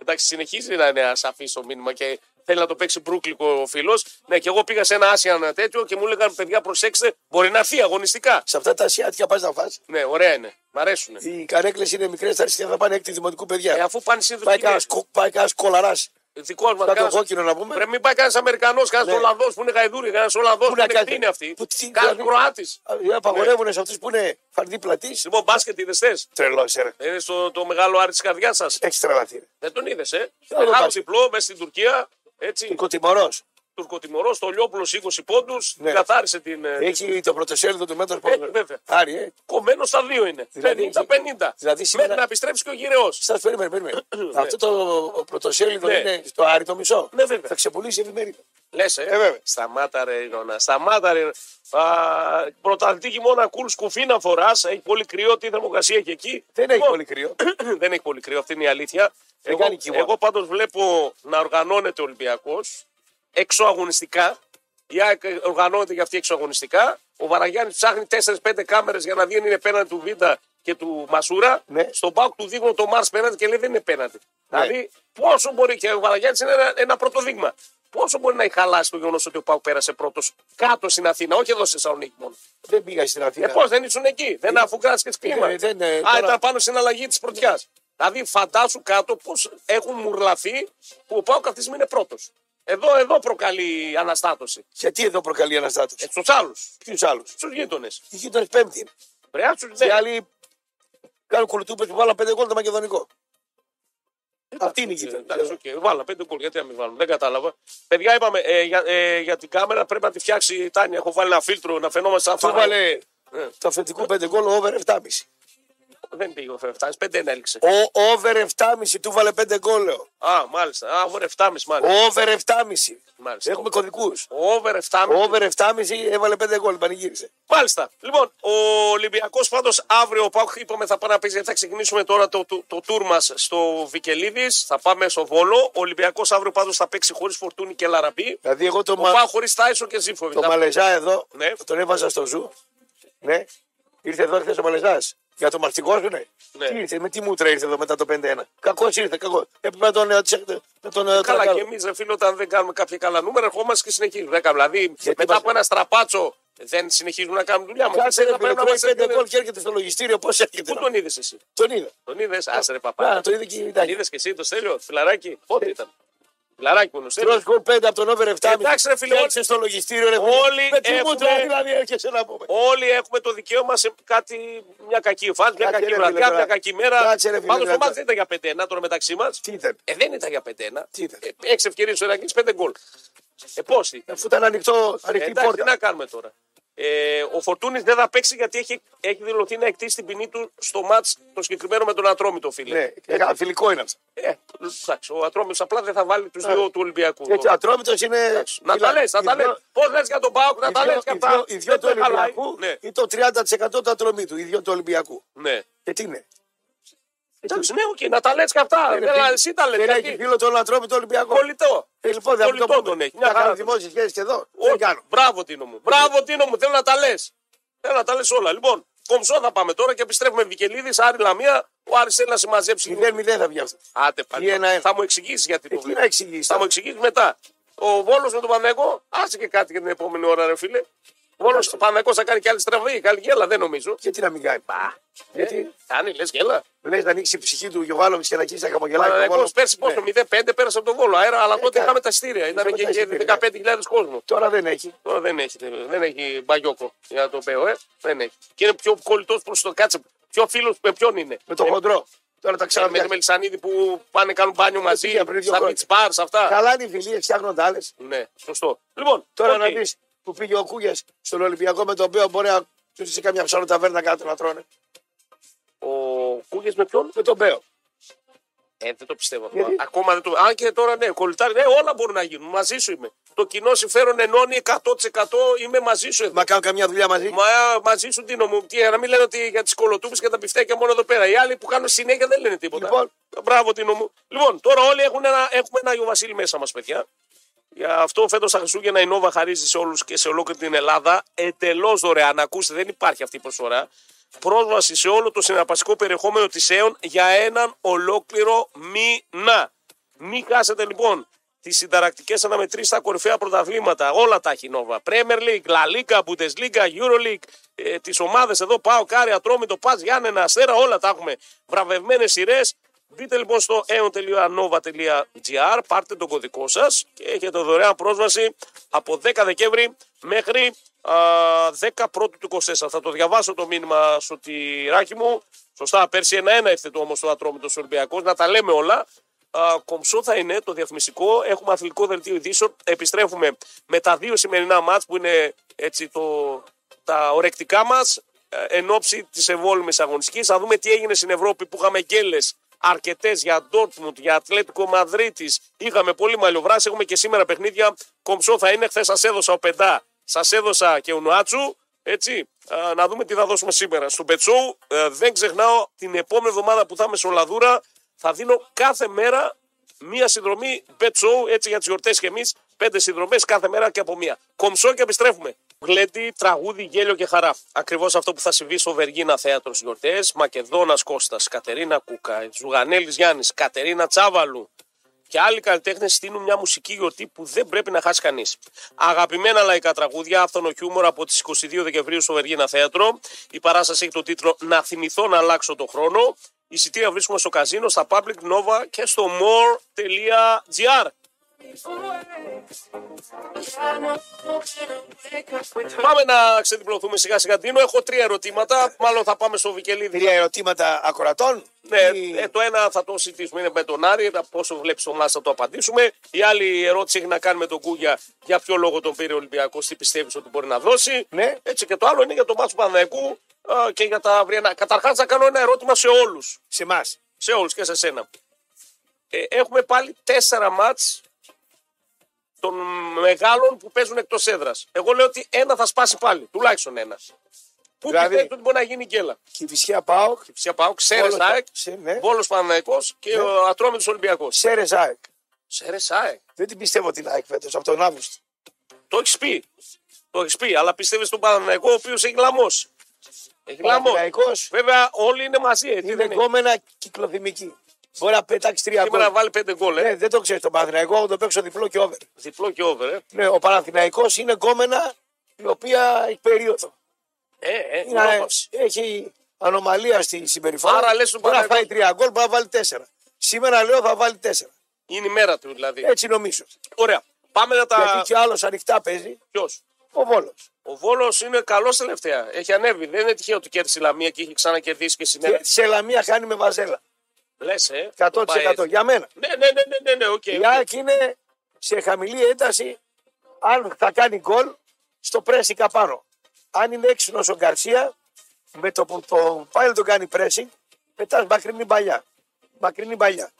Εντάξει, συνεχίζει να είναι ασαφή το μήνυμα και θέλει να το παίξει μπρούκλικο ο φίλος. Ναι, και εγώ πήγα σε ένα Άσιαν τέτοιο και μου λέγανε παιδιά, προσέξτε, μπορεί να έρθει αγωνιστικά.
Σε αυτά τα ασιάτικα πας να φας,
Ναι, ωραία είναι. Μ' αρέσουν.
Οι καρέκλες είναι μικρές, τα αριστερά θα πάνε έκτη δημοτικού
Ε,
παιδιά.
αφού πάνε συνήθω
Πάει κανένα κολαράς.
δικό μας.
Κάτι κόκκινο να πούμε.
Πρέπει να μην πάει κανένα Αμερικανό, κανένα
Ναι.
Ολλανδός που είναι γαϊδούρι, κανένα Ολλανδός
Πού
που
να
είναι
κάθεται.
κτίνη αυτή.
Που τι
Κανένα
κάνει.
Κροάτη.
Ε, Απαγορεύουν σε αυτούς που είναι φαρδίπλατή.
Λοιπόν, μπάσκετ είδες θες.
Τρελό, ρε.
Είναι στο το μεγάλο άρι της καρδιάς σας.
Έχεις τρελαθεί. ρε.
Δεν τον είδες, ε.
Άλλο
Μεγάλο
μπάσκετ.
διπλό μέσα στην Τουρκία. Έτσι,
Κοτιμωρό.
τουρκοτιμωρός, το Λιόπουλος 20 πόντους.
Ναι.
Καθάρισε την. ε,
Έχει το πρωτοσέλιδο του μέτρου
Ε, βέβαια.
Άρη, ε.
Κομμένος στα δύο είναι. 50-50.
Δηλαδή, δηλαδή σήμερα-
Μέχρι να επιστρέψει και ο γυρεός.
Σας περίμενε, περίμενε. Αυτό το πρωτοσέλιδο
Ε, Ναι.
είναι στο Άρη το μισό.
Ναι, βέβαια.
Θα ξεπουλήσει η εφημερίδα.
Λες,
Ε, βέβαια.
Σταμάτα, ρε Ινώνα. Σταμάτα, ρε. Α, πρωταθλητή χειμώνα κουλ σκουφί να φοράς. Έχει πολύ κρύο, τι θερμοκρασία έχει εκεί.
Δεν έχει
Λοιπόν,
πολύ κρύο.
δεν έχει πολύ κρύο, αυτή είναι η αλήθεια.
Δεν
Εγώ,
κάνει κύμα.
εγώ πάντως βλέπω να οργανώνεται ο Ολυμπιακός εξωαγωνιστικά. Η ΑΕΚ οργανώνεται για αυτή εξωαγωνιστικά. Ο Βαραγιάννης ψάχνει 4-5 κάμερες για να δει αν είναι πέναντι του Βίντα και του Μασούρα.
Ναι.
Στον πάκο του δείχνουν το Μάρ πέναντι και λέει δεν είναι πέναντι.
Ναι.
Δηλαδή πόσο μπορεί. Και ο Βαραγιάννης είναι ένα, ένα πρώτο δείγμα. Πόσο μπορεί να έχει χαλάσει το γεγονός ότι ο Πάουκ πέρασε πρώτος κάτω στην Αθήνα, όχι εδώ στη Θεσσαλονίκη μόνο.
Δεν πήγα στην
Ε,
Αθήνα.
πώς δεν ήσουν εκεί, δεν αφού κράτησες κλίμα.
Ε, δεν, ε,
Α,
τώρα-
ήταν πάνω στην αλλαγή της πρωτιάς. Δηλαδή, φαντάσου κάτω πώς έχουν μουρλαθεί που ο Πάοκ αυτή τη στιγμή είναι πρώτος. Εδώ, εδώ προκαλεί αναστάτωση.
Γιατί εδώ προκαλεί αναστάτωση.
Ε, Στους άλλους,
Ποιους άλλους.
στους γείτονες.
Οι γείτονες πέμπτη. είναι.
Πρέπει να τους-
Οι
ναι.
άλλοι κάνουν κουλτούπες που βάλαν πέντε γκολ το μακεδονικό. Αυτή είναι η
Ε,
γείτονη.
Εντάξει, οκ, βάλα πέντε γκολ. Γιατί να μην βάλουμε, δεν κατάλαβα. Παιδιά, είπαμε ε, για, ε, για την κάμερα πρέπει να τη φτιάξει η Τάνια. Έχω βάλει ένα φίλτρο να φαινόμαστε σαν
Του
φαραώ.
βάλε
Ναι.
το αφεντικό πέντε γκολ over 7,5.
Δεν πήγε ο Φεφτάνη, πέντε έλξε.
Ο over 7,5 του βάλε πέντε γκολ, λέω.
Α, μάλιστα. Α, over 7,5
Ο
μάλιστα.
over 7,5.
Μάλιστα.
Έχουμε κωδικούς.
Ο over 7,5.
Ο over 7,5 έβαλε πέντε γκολ, πανηγύρισε.
Μάλιστα. Λοιπόν, ο Ολυμπιακός πάντως αύριο, ο Πάουκ είπαμε, θα πάει να παίζει. γιατί Θα ξεκινήσουμε τώρα το, το, το τουρ μας στο Βικελίδης. Θα πάμε στο Βόλο. Ο Ολυμπιακός αύριο πάντως θα παίξει χωρίς φορτούνη και λαραμπή.
Δηλαδή, εγώ το,
Ο
μα...
Πάουκ χωρίς Τάισον και Ζήφοβιτ.
το Μαλεζά εδώ
Ναι.
τον έβαζα στο ζου. Ναι. Ήρθε εδώ, ήρθε ο Μαλεζάς. Για το μαρτικό σου, ναι.
Ναι.
Τι ήρθε, με τι μούτρα ήρθε εδώ μετά το 5-1. Κακό ήρθε, κακός. Έπρεπε να τον. ε, Να τον να τον
Καλά, και
κάνω.
εμείς, ρε φίλε, όταν δεν κάνουμε κάποια καλά νούμερα, ερχόμαστε και συνεχίζουμε. Δεν κάνουμε. Δηλαδή,
Γιατί
μετά
μας-
από ένα στραπάτσο δεν συνεχίζουμε να κάνουμε δουλειά μας.
Κάτσε ρε παιδί, τρώει πέντε γκολ και έρχεται στο λογιστήριο. Πώς έρχεται.
Πού
να-
τον είδες εσύ.
Τον είδα.
Τον είδες, άσε ρε
Α,
παπά.
το είδε και η
Τον
Ιταλία.
είδες και εσύ το στέλιο, φιλαράκι. Πότε
Ε.
ήταν. Φιλαράκι που νοσέλιο.
Τρως γκολ πέντε από τον over 7.
Εντάξει, ρε φίλε, όλοι-
Κάτσε στο λογιστήριο, ρε
Όλοι
Με τι μούτρα
έχουμε-
δηλαδή έρχεσαι να πούμε.
Όλοι έχουμε το δικαίωμα σε κάτι, μια κακή φάση, μια
Κάτσε,
κακή
ρε,
βραδιά,
φίλε,
μια
τώρα.
κακή μέρα.
Κάτσε, ρε, φίλε,
Πάντως το
τώρα.
μάτι δεν ήταν για 5-1 τώρα μεταξύ μας.
Τι ήταν.
Ε, δεν ήταν για 5-1.
Τι ήταν.
Ε, Έξι ευκαιρίες ο Ερακλή, πέντε γκολ. Ε, πώ ήταν.
Αφού ήταν ανοιχτό,
Ε, Εντάξει,
ανοιχτή
τι
πόρτα.
να κάνουμε τώρα. Ε, ο Φορτούνης δεν θα παίξει γιατί έχει, έχει δηλωθεί να εκτίσει την ποινή του στο μάτ το συγκεκριμένο με τον Ατρόμητο, φίλε.
Ναι, ε, φιλικό είναι αυτό.
Ε, εντάξει, ο Ατρόμητος απλά δεν θα βάλει
Ε,
του δύο του Ολυμπιακού.
Γιατί ο Ατρόμητος είναι.
Να τα
Μιλά-
λες, να τα
οι
λε.
δυο-
Πώς λες για τον Πάοκ, να
οι
τα
δυο-
λες και
οι
αυτά.
δυο- Οι δυο
Δεν
του
τα χαλάει.
Ολυμπιακού
Ναι,
ή το 30% του Ατρομήτου. Οι δυο του Ολυμπιακού.
ναι.
Και τι είναι.
Εντάξει, ναι, οκ, να τα λες και αυτά.
Ναι, Δεν
Δεν-
έχει-
Εσύ τα λες.
Δεν έχει φίλο τον Ατρόμητο Ολυμπιακό.
Κολλητό.
Ε, Λοιπόν, δεν
κολλητό τον έχει. Μια
Να
χαρά
κάνω
τον
δημόσιες σχέσεις και εδώ. Δεν
Όχι.
κάνω.
Μπράβο, Τίνο μου. Μπράβο, Τίνο μου. Θέλω να τα λες. Θέλω να τα λες όλα. Λοιπόν, κομψό θα πάμε τώρα και επιστρέφουμε Βικελίδης, Άρη Λαμία. Ο Άρης θέλει να σε μαζέψει.
0-0 θα βγει αυτός.
Άτε
Ή
πάλι.
ένα-ένα.
Θα μου εξηγήσεις γιατί
Ε,
το
Τι να
βλέπει.
εξηγήσει.
Θα μου εξηγήσεις μετά. Ο Βόλος με τον Παναγό, άσε και κάτι για την επόμενη ώρα, ρε φίλε. Βόλο Παναγό θα κάνει και άλλη στραβή, καλή γέλα, δεν νομίζω.
Γιατί να μην κάνει.
Γιατί
Γιατί
κάνει, λες γέλα.
λες να ανοίξει η ψυχή του Γιωβάλοβιτ και να αρχίσει να χαμογελάει.
Παναγό
Γιωβάλοβιτς.
πέρσι
Ναι. Ε,
πόσο 0-5 πέρασε από τον Βόλο. Αέρα, αλλά τότε
κα-
είχαμε τα στήρια. Ήταν
είχαμε
και
τα
και
εισιτήρια,
15.000 κόσμο.
Τώρα δεν έχει.
Τώρα δεν έχει, δεν έχει μπαγιόκο για να το πω, ε. Δεν έχει. Και είναι πιο κολλητός προς το κάτσε. Πιο φίλος με ποιον είναι. Ε,
Με τον χοντρό. Τώρα τα
με
ξαναβγαίνει.
τον Μελισανίδη που πάνε κάνουν μπάνιο μαζί.
πήγα πριν δύο
Στα
χρόνια.
beach bars, αυτά.
Καλά είναι οι φιλίες, φτιάχνονται άλλες.
Ναι, σωστό. Λοιπόν,
Τώρα
οκ.
να δεις που πήγε ο Κούγια στον Ολυμπιακό με τον οποίο μπορεί να του σε καμιά ψάρο ταβέρνα κάτω να τρώνε.
Ο Κούγες με ποιον.
Με τον Μπέο.
Ε, δεν το πιστεύω.
Γιατί?
Ακόμα δεν το. Αν και τώρα ναι, κολλητάρι, ναι, όλα μπορούν να γίνουν. Μαζί σου είμαι. Το κοινό συμφέρον ενώνει 100% είμαι μαζί σου εδώ.
Μα κάνω καμιά δουλειά μαζί.
Μα μαζί σου δίνω μου. Τι, να μην λένε ότι για τις κολοτούπε και τα πιφτέκια μόνο εδώ πέρα. Οι άλλοι που κάνουν συνέχεια δεν λένε τίποτα.
Λοιπόν.
Μπράβο, Τίνο μου. Λοιπόν, τώρα όλοι έχουν ένα, έχουμε ένα Άγιο Βασίλη μέσα μας, παιδιά. Για αυτό φέτος τα Χριστούγεννα η Νόβα χαρίζει σε όλους και σε ολόκληρη την Ελλάδα εντελώς δωρεάν. Ακούστε, δεν υπάρχει αυτή η προσφορά. Πρόσβαση σε όλο το συναρπαστικό περιεχόμενο της ΕΟΝ για έναν ολόκληρο μήνα. Μην χάσετε λοιπόν τις συνταρακτικές αναμετρήσεις στα κορυφαία πρωταθλήματα. Όλα τα έχει η Νόβα. Premier League, La Liga, Bundesliga, Euroleague. Ε, τις ομάδες εδώ, Πάο, Κάρι, Ατρόμητο, Πα, Γιάννενα, Αστέρα, όλα τα έχουμε. Βραβευμένες σειρές. Μπείτε λοιπόν στο aeon.nova.gr, πάρτε τον κωδικό σας και έχετε δωρεάν πρόσβαση από 10 Δεκέμβρη μέχρι α, 10 Πρώτου του 24. Θα το διαβάσω το μήνυμα στο τυράκι μου. Σωστά, πέρσι 1-1 ήρθε το όμως το Ατρόμητος Ολυμπιακός. Να τα λέμε όλα. Α, κομψό θα είναι το διαφημιστικό. Έχουμε αθλητικό δελτίο ειδήσεων. Επιστρέφουμε με τα δύο σημερινά μάτ που είναι έτσι, το, τα ορεκτικά μας εν ώψη της ευόλυμης αγωνιστικής. Θα δούμε τι έγινε στην Ευρώπη που είχαμε γκέλες αρκετές για Ντόρτμουντ, για Ατλέτικο Μαδρίτης. Είχαμε πολύ μαλλιοβράση. Έχουμε και σήμερα παιχνίδια. Κομψό θα είναι. Χθες σας έδωσα ο Πεντά, σας έδωσα και ο Νουάτσου. Έτσι, α, να δούμε τι θα δώσουμε σήμερα. Στον Πετσόου ε, δεν ξεχνάω την επόμενη εβδομάδα που θα είμαι Σολαδούρα θα δίνω κάθε μέρα μία συνδρομή Bet Show έτσι για τις γιορτές και εμείς. Πέντε συνδρομές κάθε μέρα και από μία. Κομψό και επιστρέφουμε. Γλέντι, τραγούδι, γέλιο και χαρά. Ακριβώς αυτό που θα συμβεί στο Βεργίνα Θέατρος στι γιορτές. Μακεδόνας Κώστας, Κατερίνα Κούκα, Ζουγανέλης Γιάννης, Κατερίνα Τσάβαλου, και άλλοι καλλιτέχνες στείλουν μια μουσική γιορτή που δεν πρέπει να χάσει κανείς. Αγαπημένα λαϊκά τραγούδια, αυτόν ο χιούμορ από τις 22 Δεκεμβρίου στο Βεργίνα Θέατρο. Η παράσταση έχει τον τίτλο Να θυμηθώ να αλλάξω τον χρόνο. Εισιτήρια βρίσκουμε στο καζίνο, στα Public Nova και στο more.gr. Πάμε να ξεδιπλωθούμε σιγά σιγά. Τίνο, έχω τρία ερωτήματα. Μάλλον θα πάμε στο Βικελίδη.
Τρία ερωτήματα ακροατών.
Ναι,
Ή-
ε, το ένα θα το συζητήσουμε, είναι με τον Άρη, τα πόσο βλέπεις το μάτς θα το απαντήσουμε. Η άλλη ερώτηση έχει να κάνει με τον Κούγια, για ποιο λόγο τον πήρε ο Ολυμπιακός, τι πιστεύεις ότι μπορεί να δώσει.
Ναι.
Έτσι και το άλλο είναι για το μάτς του Παναδιακού και για τα αυριανά. Καταρχάς, θα κάνω ένα ερώτημα σε όλους.
σε εμάς.
Σε όλους και σε σένα. Ε, έχουμε πάλι τέσσερα μάτς των μεγάλων που παίζουν εκτός έδρας. Εγώ λέω ότι ένα θα σπάσει πάλι, τουλάχιστον ένας. Πού
Δηλαδή-
πιστεύει ότι μπορεί να γίνει γκέλα.
Κυφυσιά Πάοκ,
Φυσικά πάω, ξέρει
Βόλος,
ΑΕΚ,
σε- ναι.
Βόλος Παναναϊκό και ο Ατρόμητος Ολυμπιακός.
Σέρες ΑΕΚ.
Ξέρει ΑΕΚ.
Δεν την πιστεύω την ΑΕΚ φέτος από τον Αύγουστο.
Το έχεις πει. Το έχεις πει, αλλά πιστεύεις στον Παναναϊκό ο οποίος έχει λαμώσει. Έχει λαμώσει.
Παναθηναϊκός.
Βέβαια, όλοι είναι μαζί. Έτσι,
Είναι
δεν είναι.
λεγόμενα κυκλοδημική. Μπορεί να πετάξει τρία
Σήμερα
γκολ.
βάλει πέντε γκολ. ε.
Ναι, δεν το ξέρει τον Παναθηναϊκό, εγώ το παίξω διπλό και over.
Διπλό και over. Ε.
Ναι, ο Παναθηναϊκός είναι γκόμενα η οποία έχει περίοδο.
Ε, ε,
Είναι,
νόμος.
έχει ανομαλία στη συμπεριφορά.
Άρα, λες, ο
μπορεί να
Παναθηναϊκός-
φάει τρία γκολ, μπορεί να βάλει τέσσερα. Σήμερα λέω θα βάλει τέσσερα.
Είναι η μέρα του δηλαδή.
Έτσι νομίζω.
Ωραία. Πάμε να τα.
Γιατί και άλλος ανοιχτά παίζει,
Ποιος?
ο Βόλος.
Ο Βόλος είναι καλός τελευταία. Έχει ανέβει. Δεν είναι τυχαίο ότι κέρδισε η Λαμία και έχει ξανακερδίσει και
Και
συνέβη.
σε λαμία χάνει με βαζέλα.
Λες, ε. Ναι. το πάει
100%
έτσι.
για μένα.
Ναι, ναι, ναι, ναι, ναι, ναι, οκ.
Η ΑΕΚ είναι σε χαμηλή ένταση αν θα κάνει γκολ στο πρέσικα πάνω. Αν είναι έξυπνος ο Γκαρσία, με το που το πάει να τον κάνει πρέσι, μετά μακρινή παλιά. Μακρινή παλιά.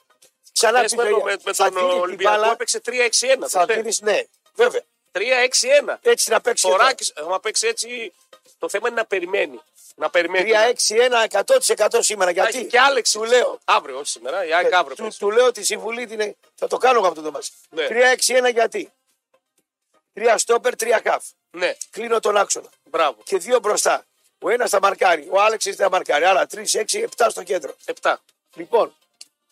Ξανά
Χθες
την
με, το-
παλιά.
με, με
Θα
τον
δίνεις την
Ολυμπιακό
μπάλα,
έπαιξε 3-6-1.
Θα
τότε.
δίνεις, Ε, ναι, βέβαια.
3-6-1.
Έτσι να παίξει.
Το
εδώ.
Ράκης, άμα παίξει έτσι, το θέμα είναι να περιμένει. Να περιμένει.
3-6-1 100% σήμερα.
Θα έχει
Γιατί
και Άλεξ.
του λέω, Ε,
Αύριο, όχι σήμερα. Η ΑΕΚ αύριο.
του,
παίζει.
του λέω τη συμβουλή την. ε- Θα το κάνω εγώ αυτό το μάτι.
Ναι.
3-6-1 γιατί. 3 στόπερ, 3 καφ.
Ναι,
Κλείνω τον άξονα.
μπράβο.
και δύο μπροστά. Ο ένας θα μαρκάρει, ο Άλεξ θα μαρκάρει. Άρα 3, 6, 7 στο κέντρο.
7.
Λοιπόν,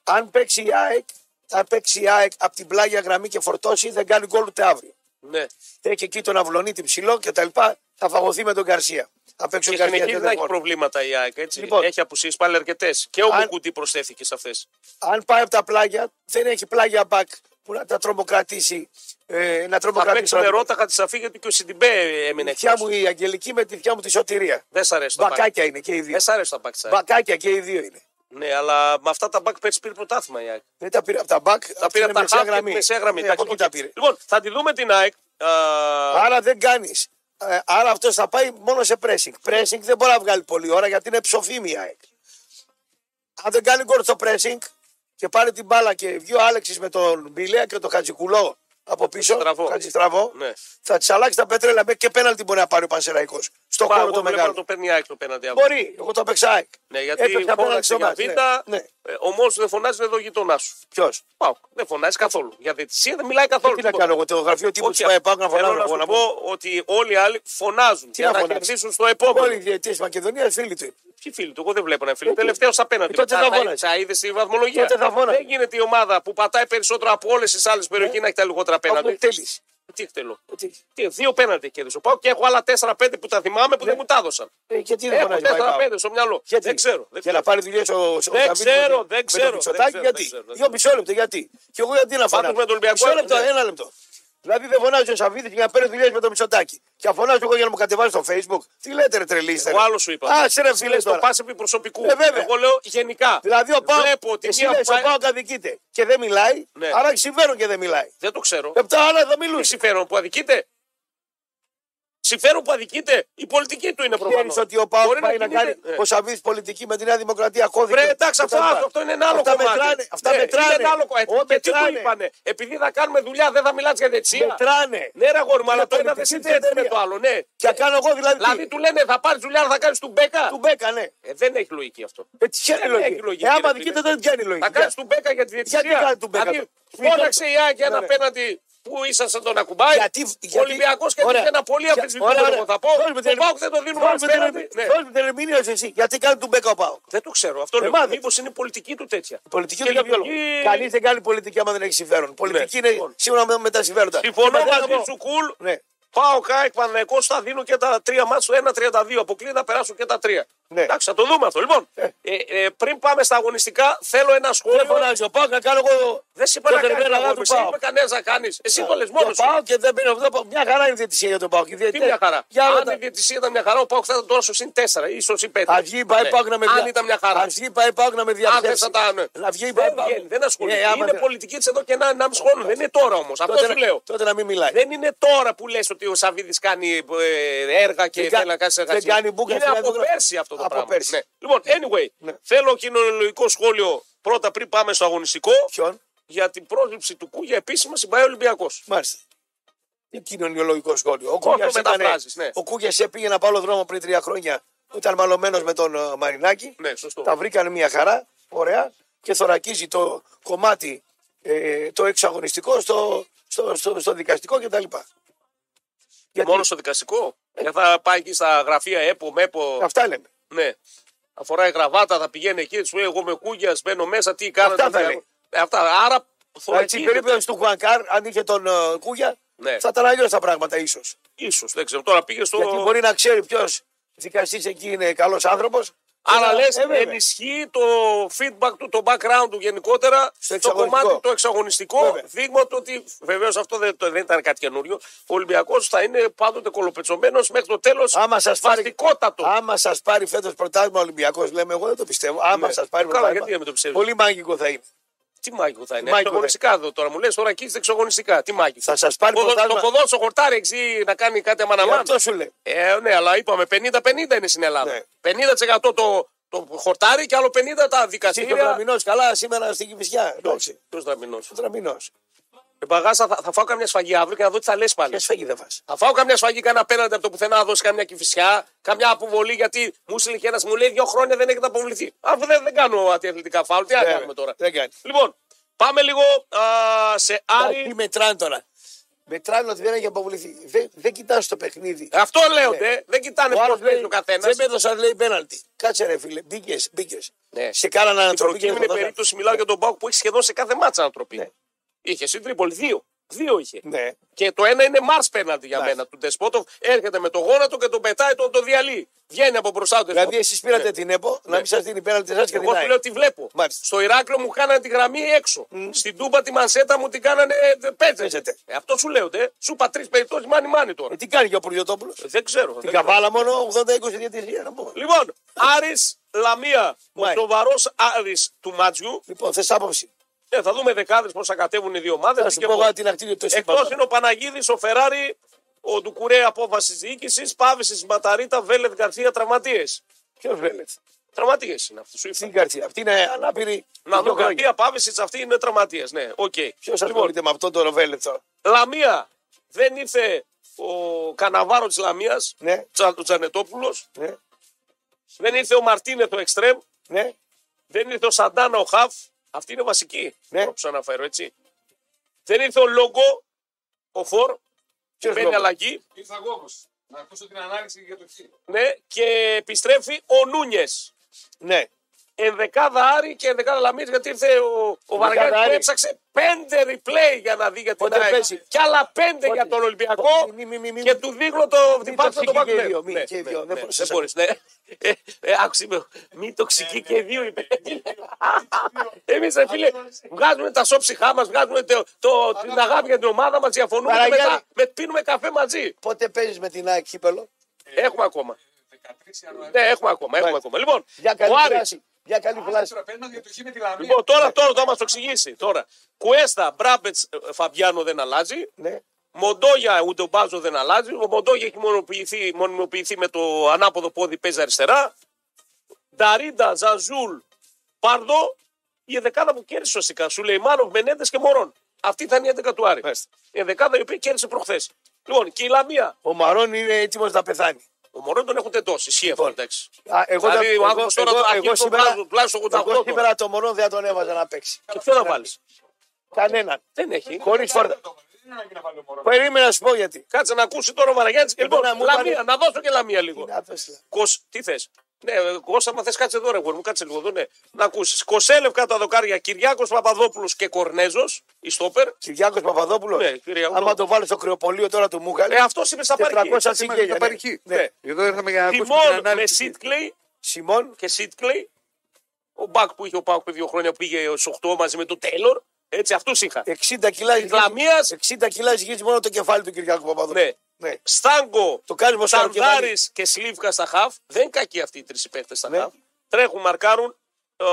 αν παίξει η ΑΕΚ, αν παίξει η ΑΕΚ από την πλάγια γραμμή και φορτώσει, δεν κάνει γκολ ούτε αύριο.
Ναι.
Έχει εκεί τον αυλονίτη ψηλό και τα λοιπά, θα φαγωθεί με τον Καρσία. Θα παίξει ο
Και
Καρσία
συνεχίζει να
δεν
έχει
γκολ.
προβλήματα η ΑΕΚ. Έτσι.
Λοιπόν.
έχει απουσίες πάλι αρκετές. Και ο
Αν-
Μουκουτή προσθέθηκε σε αυτές.
Αν πάει από τα πλάγια, δεν έχει πλάγια μπακ που να τα τρομοκρατήσει. Ε, να
Θα
τρομοκρατήσει.
παίξει με ρότα, θα τη αφήσει γιατί και ο Σιντιμπέ έμεινε
Η θεία
εκτός.
μου η Αγγελική με τη θεία μου τη σωτηρία.
Δεν σ' αρέσει το μπακ.
Μπακάκια είναι και οι δύο.
Δεν σ' αρέσει τα μπακ. της ΑΕΚ.
Μπακάκια και οι δύο είναι.
Ναι, αλλά με αυτά τα μπακ πέρσι πήρε πρωτάθλημα η ΑΕΚ.
Δεν τα πήρε από τα μπακ.
Τα πήρε από τα
μεσαία
χάρτη και τη μεσαία γραμμή.
Ναι,
Εντάξει,
από εκεί
οκ.
τα πήρε.
Λοιπόν, θα τη δούμε την ΑΕΚ. Α,
Άρα δεν κάνεις. άρα αυτός θα πάει μόνο σε pressing. Pressing δεν μπορεί να βγάλει πολλή ώρα γιατί είναι ψοφίμια. ΑΕΚ. Αν δεν κάνει γκολ στο pressing και πάρει την μπάλα και βγει ο Άλεξης με τον Μπιλέα και τον Χατζικουλό από πίσω.
Στραβό.
Θα τη στραβώ.
Ναι.
Θα τη αλλάξεις τα πετρέλα μέχρι και πέναλτι μπορεί να πάρει ο Πανσεραϊκός. Στο
Πα,
χώρο
εγώ
το
βλέπω να
μεγάλο.
το παίρνει η ΑΕΚ το πέναντι αύριο.
Μπορεί, εγώ το έπαιξα. ΑΕΚ.
Ναι, γιατί
Έπαιξα απέναντι
φώναξε
στο
για
μάτς,
Β.
Ναι. ναι.
ε, Ο Μόλς δεν φωνάζει εδώ γειτονά σου.
Ποιος.
Πάω. Δεν φωνάζει καθόλου. Για διαιτησία δεν μιλάει καθόλου.
Τι να κάνω εγώ, το γραφείο τύπου
Όχι,
τη ΠΑΕ πάω να
θέλω να
φωνάζω. εγώ
σου
να
πω
μου-
ότι όλοι οι άλλοι φωνάζουν για
να
να
φωνάξει.
κερδίσουν στο επόμενο.
Όλοι οι διαιτητές τη Μακεδονία Ε, φίλοι του.
Ποιοι φίλοι του, εγώ δεν βλέπω να φίλοι. Τελευταίος απέναντι.
Ε, τότε θα
Μετά
φώναζε.
Θα είδε στη βαθμολογία.
Τότε θα φώναζε. Ε.
Δεν γίνεται η ομάδα που πατάει περισσότερο από όλες τις άλλες περιοχές να έχει τα λιγότερα
Αφού
απέναντι.
εκτέλει.
Τι εκτελώ. Τι, δύο πέναντι κέρδισε ο Πάο και έχω άλλα 4-5 που τα θυμάμαι που δεν μου τα έδωσαν.
Ε, Γιατί δεν
Έχω
φωνάζει. Μάη, πάω.
4-5 στο μυαλό.
Γιατί?
Δεν ξέρω. δεν
Για να
ξέρω.
πάρει δουλειές ο ο
Δεν ξέρω,
Σαββίδης με-
δεν
με τον
ξέρω,
Μητσοτάκη,
δεν
γιατί.
ξέρω, δεν ξέρω.
Δύο μισό λεπτό, γιατί. Και εγώ γιατί να φωνάζω.
με τον Ολυμπιακό,
Μισό λεπτό,
ναι.
ένα λεπτό. Δηλαδή δεν φωνάζει ο Σαββίδης για να παίρνει δουλειές με τον Μητσοτάκη. Και αφωνάζω εγώ για να μου κατεβάζει στο Facebook. Τι λέτε, ρε τρελή.
Εγώ άλλο σου είπα.
Α, σε ρε
Εσύ
φίλε
λες το
τώρα.
πας επί προσωπικού.
Ε, βέβαια.
Εγώ λέω γενικά.
Δηλαδή ο Πάο.
Βλέπω ότι
Εσύ
μία
λες, ο
πάει-
Πάο καθηγείται και δεν μιλάει.
Ναι.
Άρα έχει συμφέρον και δεν μιλάει.
Δεν το ξέρω.
Επτά άλλα θα
Τι
μιλούσε.
συμφέρον που αδικείται. Συμφέρον που αδικείται. Η πολιτική του είναι προφανώς.
Ξέρει ότι ο Πάο πάει να κάνει
Ε.
ο Σαββίδη πολιτική με τη Νέα Δημοκρατία κώδικα.
Βρε, εντάξει, αυτό,
Αυτά-
αυτό είναι ένα άλλο
αυτά
κομμάτι.
μετράνε, Αυτά
Ναι, Είναι
μετράνε.
ένα άλλο κομμάτι.
Ό,
και τι του
μετράνε.
είπανε. Επειδή θα κάνουμε δουλειά, δεν θα μιλάς για δεξιά.
Μετράνε.
Ναι, ρε γόρμα, αλλά το ένα δεν
πολιτική
συνδέεται με
εταιρεία.
το άλλο. Ναι.
Και κάνω εγώ δηλαδή.
Δηλαδή
τι,
του λένε θα πάρεις δουλειά, θα κάνεις του μπέκα.
Του Μπέκα, ναι.
Ε, δεν έχει λογική αυτό.
Ε, τι
Δεν
χαίρε
έχει λογική,
λογική. Ε,
ρε
άμα
φίλε.
δικείται δεν πιάνει λογική.
Θα κάνεις του μπέκα για τη διαιτησία.
Γιατί κάνει του Μπέκα
Δηλαδή,
το-
φώναξε η Άκη
Ναι,
ένα
ναι.
απέναντι που ήσασταν τον ακουμπάει.
Γιατί-
Ο
γιατί-
Ολυμπιακός και
Ωραία.
ένα πολύ
Για-
αμφισβητούμενο
ωραία,
εγώ
ωραία.
θα πω.
Δώσ' μου
Το
την-
Πάουκ δεν το δίνουμε
δώσ' μου την-
απέναντι. Ναι.
δώσ' μου την ερμηνεία σου εσύ. Γιατί κάνει του Μπέκα ο Πάο.
Δεν το ξέρω. Αυτό λέω.
μάθετε.
Μήπως είναι πολιτική του τέτοια.
Ε, Πολιτική
Και
δεν
για ποιο
κάνει.
λόγο.
Κανεί δεν κάνει πολιτική άμα δεν έχει συμφέρον. Πολιτική είναι
Λοιπόν.
σύμφωνα με- με τα συμφέροντα.
Συμφωνώ
Και μετά
μαζί
να πω-
σου, κουλ.
Ναι,
Πάω κάεκ Παναγενικό, θα δίνω και τα τρία μάτια στο 1-32. Αποκλείεται να περάσουν και τα τρία.
Ναι.
Εντάξει, θα το δούμε αυτό. Λοιπόν,
Ναι.
ε, ε, πριν πάμε στα αγωνιστικά, θέλω ένα
Δεν
σχόλιο.
φωνάζει ο Πάο να κάνω εγώ.
Δεν σε είπα να
το
κάνει
τερμένα
αγάπη.
του
Σε
Πάο.
είπε κανένας να κάνεις. Εσύ το λες
Το
μόνο.
Πάο και δεν πήρε αυτό. Μια χαρά είναι η διαιτησία για τον Πάο.
Τι μια χαρά.
Για όλα
Αν η
τα-
διαιτησία ήταν μια χαρά, ο Πάοκ θα ήταν τώρα στο συν 4 ή στο συν 5.
Αν βγει η Πάη Πάοκ να με
Ναι. Αν
δια-
ήταν μια χαρά.
Αν βγει η Πάη Πάοκ να με
Αν δεν
διαψεύσει.
θα τα. ναι.
Να βγει η Πάη
Δεν
Πάοκ.
βγαίνει, δεν ασχολείται.
Ε, άμα
Είναι
δεν-
πολιτική της εδώ και ένα 1,5 χρόνο. Δεν είναι τώρα όμως. Αυτό
τότε
σου
να-
λέω.
Τότε να μην μιλάει.
Δεν είναι τώρα που λες ότι ο Σαββίδης κάνει ε, έργα και
Δεν
θέλει
κα-
να κάνει
δεν
εργασία.
κάνει μπουκα
Είναι
στην
από
Ελλάδα.
πέρσι αυτό το
Από
πράγμα.
πέρσι.
Ναι. Λοιπόν, anyway,
Ναι.
θέλω κοινωνικό σχόλιο πρώτα πριν πάμε στο αγωνιστικό
Ποιον.
για την πρόσληψη του Κούγια επίσημα στην Παέ Ολυμπιακός.
Μάλιστα. Τι κοινωνιολογικό σχόλιο. Ο
το
Κούγια
μεταφράζεις, ναι.
ο Κούγιας έπηγε να άλλο δρόμο πριν τρία χρόνια που ήταν μαλωμένος με τον ε, Μαρινάκη.
Ναι, σωστό.
Τα βρήκαν μια χαρά. Ωραία. Και θωρακίζει το κομμάτι ε, το εξαγωνιστικό στο, στο, στο, στο δικαστικό κτλ. Γιατί
Μόνο στο δικαστικό. Και θα πάει εκεί στα γραφεία ΕΠΟ, ΜΕΠΟ.
αυτά λέμε.
Ναι. Θα φοράει γραβάτα, θα πηγαίνει εκεί, σου λέει εγώ με Κούγιας, μπαίνω μέσα, τι κάνω. Ε,
Αυτά θα λέει.
Αυτά. Άρα.
Έτσι, η
θωρακίζεται.
περίπτωση του Χουανκάρ, αν είχε τον ε, Κούγια,
Ναι.
θα ήταν αλλιώς τα πράγματα ίσως.
Ίσως, δεν ξέρω. Τώρα πήγε στο.
Γιατί μπορεί να ξέρει ποιος δικαστής εκεί είναι καλός άνθρωπος.
Άρα λε,
Ε, βέβαια.
ενισχύει το feedback του, το background του γενικότερα στο,
εξαγωνιστικό.
κομμάτι το εξαγωνιστικό.
Βέβαια.
Δείγμα του ότι βεβαίως αυτό δεν, το- δεν ήταν κάτι καινούριο. Ο Ολυμπιακός θα είναι πάντοτε κολοπετσωμένος μέχρι το τέλος.
Άμα σας πάρει-
Βαστικότατο.
Άμα σας πάρει φέτος πρωτάθλημα Ολυμπιακός, λέμε, εγώ δεν το πιστεύω. Άμα
Ναι.
σας σα πάρει
Καλά, γιατί
πρωτάθλημα.
δεν το πιστεύεις.
πολύ μάγικο θα είναι.
Τι μάγικο θα είναι.
Μάγικο
Εξαγωνιστικά εδώ τώρα μου λες τώρα εκεί είστε εξαγωνιστικά. Τι μάγικο.
Θα σας πάρει
Ποδο-
πρωτάθλημα.
Το ποδόσφαιρο χορτάρι εξή να κάνει κάτι
Γι'
αμαναμάν.
αυτό σου λέω.
Ε, ναι, αλλά είπαμε 50-50 είναι στην Ελλάδα.
Ναι.
50% το, το χορτάρι και άλλο 50% τα
Εσύ ο
δικαστήρια.
Τραμινός, καλά σήμερα στην Κυφυσιά. Εντάξει.
Ποιος δραμινός.
Ο Τραμινός.
Ε, Μπαγάσα, θα, θα φάω καμιά σφαγή αύριο και να δω τι θα λες πάλι.
Ποια σφαγή δεν φας.
Θα φάω καμιά σφαγή, κανένα απέναντι από το πουθενά, να δώσει καμιά κυφισιά, καμιά αποβολή, γιατί μου στείλε και ένας μου λέει δύο χρόνια δεν έχετε αποβληθεί. Αφού δεν, δεν κάνω αντιαθλητικά φάουλ, τι να
Βέβαια.
κάνουμε τώρα.
Ναι, Δεν κάνει.
Λοιπόν, πάμε λίγο α, σε
Τι
Άρη.
μετράνε τώρα. Μετράνε ότι δεν έχει αποβληθεί. Δεν, δεν κοιτάς το παιχνίδι.
Αυτό λέονται, δεν κοιτάνε
Ναι. Ο
πώς
άλλος λέει,
παίζει ο καθένας.
Δεν με έδωσαν λέει πέναλτι. Κάτσε ρε φίλε, μπήκες, μπήκες.
Ναι.
Σε κάνανε
Στην
ανατροπή και δεν
προκείμενη
το δώσαν.
περίπτωση μιλάω για τον Πάουκ που έχει σχεδόν σε κάθε μάτσα ανατροπή.
Ναι.
Είχε στην Τρίπολη δύο. Δύο είχε.
Ναι.
Και το ένα είναι Μάρ πέναντι για
Μάλιστα.
μένα. Του Ντεσπότοφ έρχεται με το γόνατο και τον πετάει, τον, τον διαλύει. Βγαίνει από μπροστά του.
Δηλαδή εσείς πήρατε την ΕΠΟ να μην σας δίνει πέναλτι εσάς και την
Ναι. Εγώ σου
ΑΕΚ.
λέω τι βλέπω.
Μάλιστα.
Στο Ηράκλειο μου κάνανε τη γραμμή έξω. Στην Τούμπα τη μανσέτα μου την κάνανε ε, πέτζεται.
Πέτζεται.
Ε, αυτό σου λέω, δε. Σου είπα τρεις περιπτώσεις μάνι μάνι τώρα.
Ε, Τι κάνει και ο Πουργιοτόπουλο.
Ε, δεν ξέρω. δεν
Την
ξέρω.
καβάλα μόνο 80-20 διατηρία να πω.
Λοιπόν, Άρης Λαμία. Ο
Μάλιστα.
σοβαρός Άρης του Μάτζιου.
Λοιπόν, θες άποψη.
Ε, θα δούμε δεκάδες πώς θα κατέβουν οι δύο ομάδες.
Θα σου πω εγώ την ακτήρια του
Εκτό
σύμπαντο.
είναι ο Παναγίδης, ο Φεράρι, ο Ντουκουρέ απόφαση διοίκησης, Πάβησης Ματαρίτα, Βέλεθ Γκαρσία, τραυματίες.
Ποιος βλέπετε.
Τραυματίες είναι αυτοί, σου είπα.
Στην καρδιά. Αυτή είναι ανάπηρη
Να δω
χρόνια.
Γκαρδία, Πάβησιτ, αυτοί είναι τραυματίες. Ναι, οκ.
Ποιος ασχολείται με αυτόν τον Ροβέλε τώρα.
Λαμία. Δεν ήρθε ο Καναβάρο της Λαμίας,
Ναι,
ο Τζανετόπουλος.
ναι,
Δεν ήρθε ο Μαρτίνε το Εξτρέμ.
ναι.
Δεν ήρθε ο Σαντάνα ο Χαφ. Αυτή είναι βασική.
Ναι.
που του αναφέρω έτσι. Δεν ήρθε ο Λόγκο, ο Φορ. Και
Ποιος
μπαίνει
Λόγκο?
αλλαγή.
Ήρθα εγώ όμως, να ακούσω την ανάλυση για το χ.
Ναι, και επιστρέφει ο Νούνιες.
ναι.
Ενδεκάδα Άρη και ενδεκάδα Λαμία γιατί ήρθε ο, ο Βαργάτη
Άρη.
που έψαξε πέντε replay για να δει για την
Πότε
ΑΕΚ.
παίζει.
Και άλλα πέντε
Πότε.
για τον Ολυμπιακό.
Μη- μη- μη- μη-
και του δείχνω το
το
χτυπάκι
ψυχή
το
και
πάκο.
οι δύο, μη- και οι δύο, δεν μπορείς.
Ναι,
ναι.
Δεν ναι. μπορείς. ε, Άκουσε με. Μη τοξική και δύο είπε. Εμεί ρε φίλε, βγάζουμε τα σώψυχά μα, βγάζουμε το- το- την αγάπη για την ομάδα μα, διαφωνούμε και
Παραγιάννη.
μετά με- πίνουμε καφέ μαζί.
Πότε παίζει με την ΑΕΚ κύπελο.
Έχουμε ακόμα.
13 Ιανουαρίου.
Ναι, έχουμε ακόμα. Έχουμε ακόμα. Λοιπόν,
Για καλή
ο Άρης,
φράση. Για καλή φράση.
Άστρα, παίρνω για το χ με τη Λαμία.
Λοιπόν, τώρα, τώρα θα μας το εξηγήσει. Τώρα. Κουέστα, Μπράμπετ, Φαμπιάνο δεν αλλάζει.
Ναι.
Μοντόγια ούτε ο Μπάζο δεν αλλάζει. Ο Μοντόγια έχει μονοποιηθεί, μονιμοποιηθεί με το ανάποδο πόδι, παίζει αριστερά. Νταρίντα, Ζαζούλ, Πάρδο. Η δεκάδα που κέρδισε ουσιαστικά. Σουλεϊμάνοφ, Μενέντες και Μωρόν. Αυτή ήταν η 11 του Άρη.
Μάλιστα.
Η δεκάδα η οποία κέρδισε προχθές. Λοιπόν, και η Λαμία.
Ο Μαρόν είναι έτοιμος να πεθάνει.
Ο Μωρόν τον έχουν τεντώσει. Ισχύει
Λοιπόν.
αυτό. εντάξει.
Α, εγώ,
Δηλαδή,
δεν-
ο άνθρωπος τώρα το αρχίζει το βγάζουν, τουλάχιστον 88
εγώ
τώρα.
σήμερα το Μωρόν δεν θα τον έβαζα να παίξει.
Και ποιο θα βάλεις.
Κανέναν.
Δεν έχει.
Χωρίς φόρτα.
Δεν είναι ανάγκη να βάλει ο Μωρός.
Περίμενα να σου πω γιατί.
Κάτσε να ακούσει τώρα ο Βαραγιάννης και λοιπόν,
να μου
λαμία,
πάρει-
να δώσω και λαμία λίγο.
Να δώσεις.
Κοσ... Τι θες. Ναι, ε, Κώστα, μα θες κάτσε εδώ, ρε γόρι μου, κάτσε λίγο εδώ, ναι. Να ακούσεις. Κοσέλευκα τα δοκάρια Κυριάκος Παπαδόπουλος και Κορνέζος, η στόπερ.
Κυριάκος Παπαδόπουλος.
Ναι, Κυριάκος.
Άμα το βάλεις στο κρυοπολείο τώρα του Μούγαλη.
Ε, αυτός είπε στα πάρκια.
400
Είμαστε
συγγένεια,
τα
ναι.
παρική.
Ναι.
Ναι. Εδώ ήρθαμε για να ακούσουμε την
Τιμών με
ανάλυση.
Σίτκλεϊ
Σιμών.
και Σίτκλεϊ. Ο Μπακ που είχε ο Πάκ πριν δύο χρόνια που πήγε στου 8 μαζί με τον Τέιλορ. Έτσι, αυτούς είχα.
Ε,
60 κιλά
Της Λαμίας.
60 κιλά ζυγίζει μόνο το κεφάλι του Κυριάκου Παπαδόπουλου.
Ναι.
ναι.
Στάνγκο,
Το κάνει μόνο σαν
Σαρδάρη και Σλίβκα στα χαφ. Δεν είναι κακοί αυτοί οι τρεις παίχτε στα
Ναι.
χαφ. Τρέχουν, μαρκάρουν.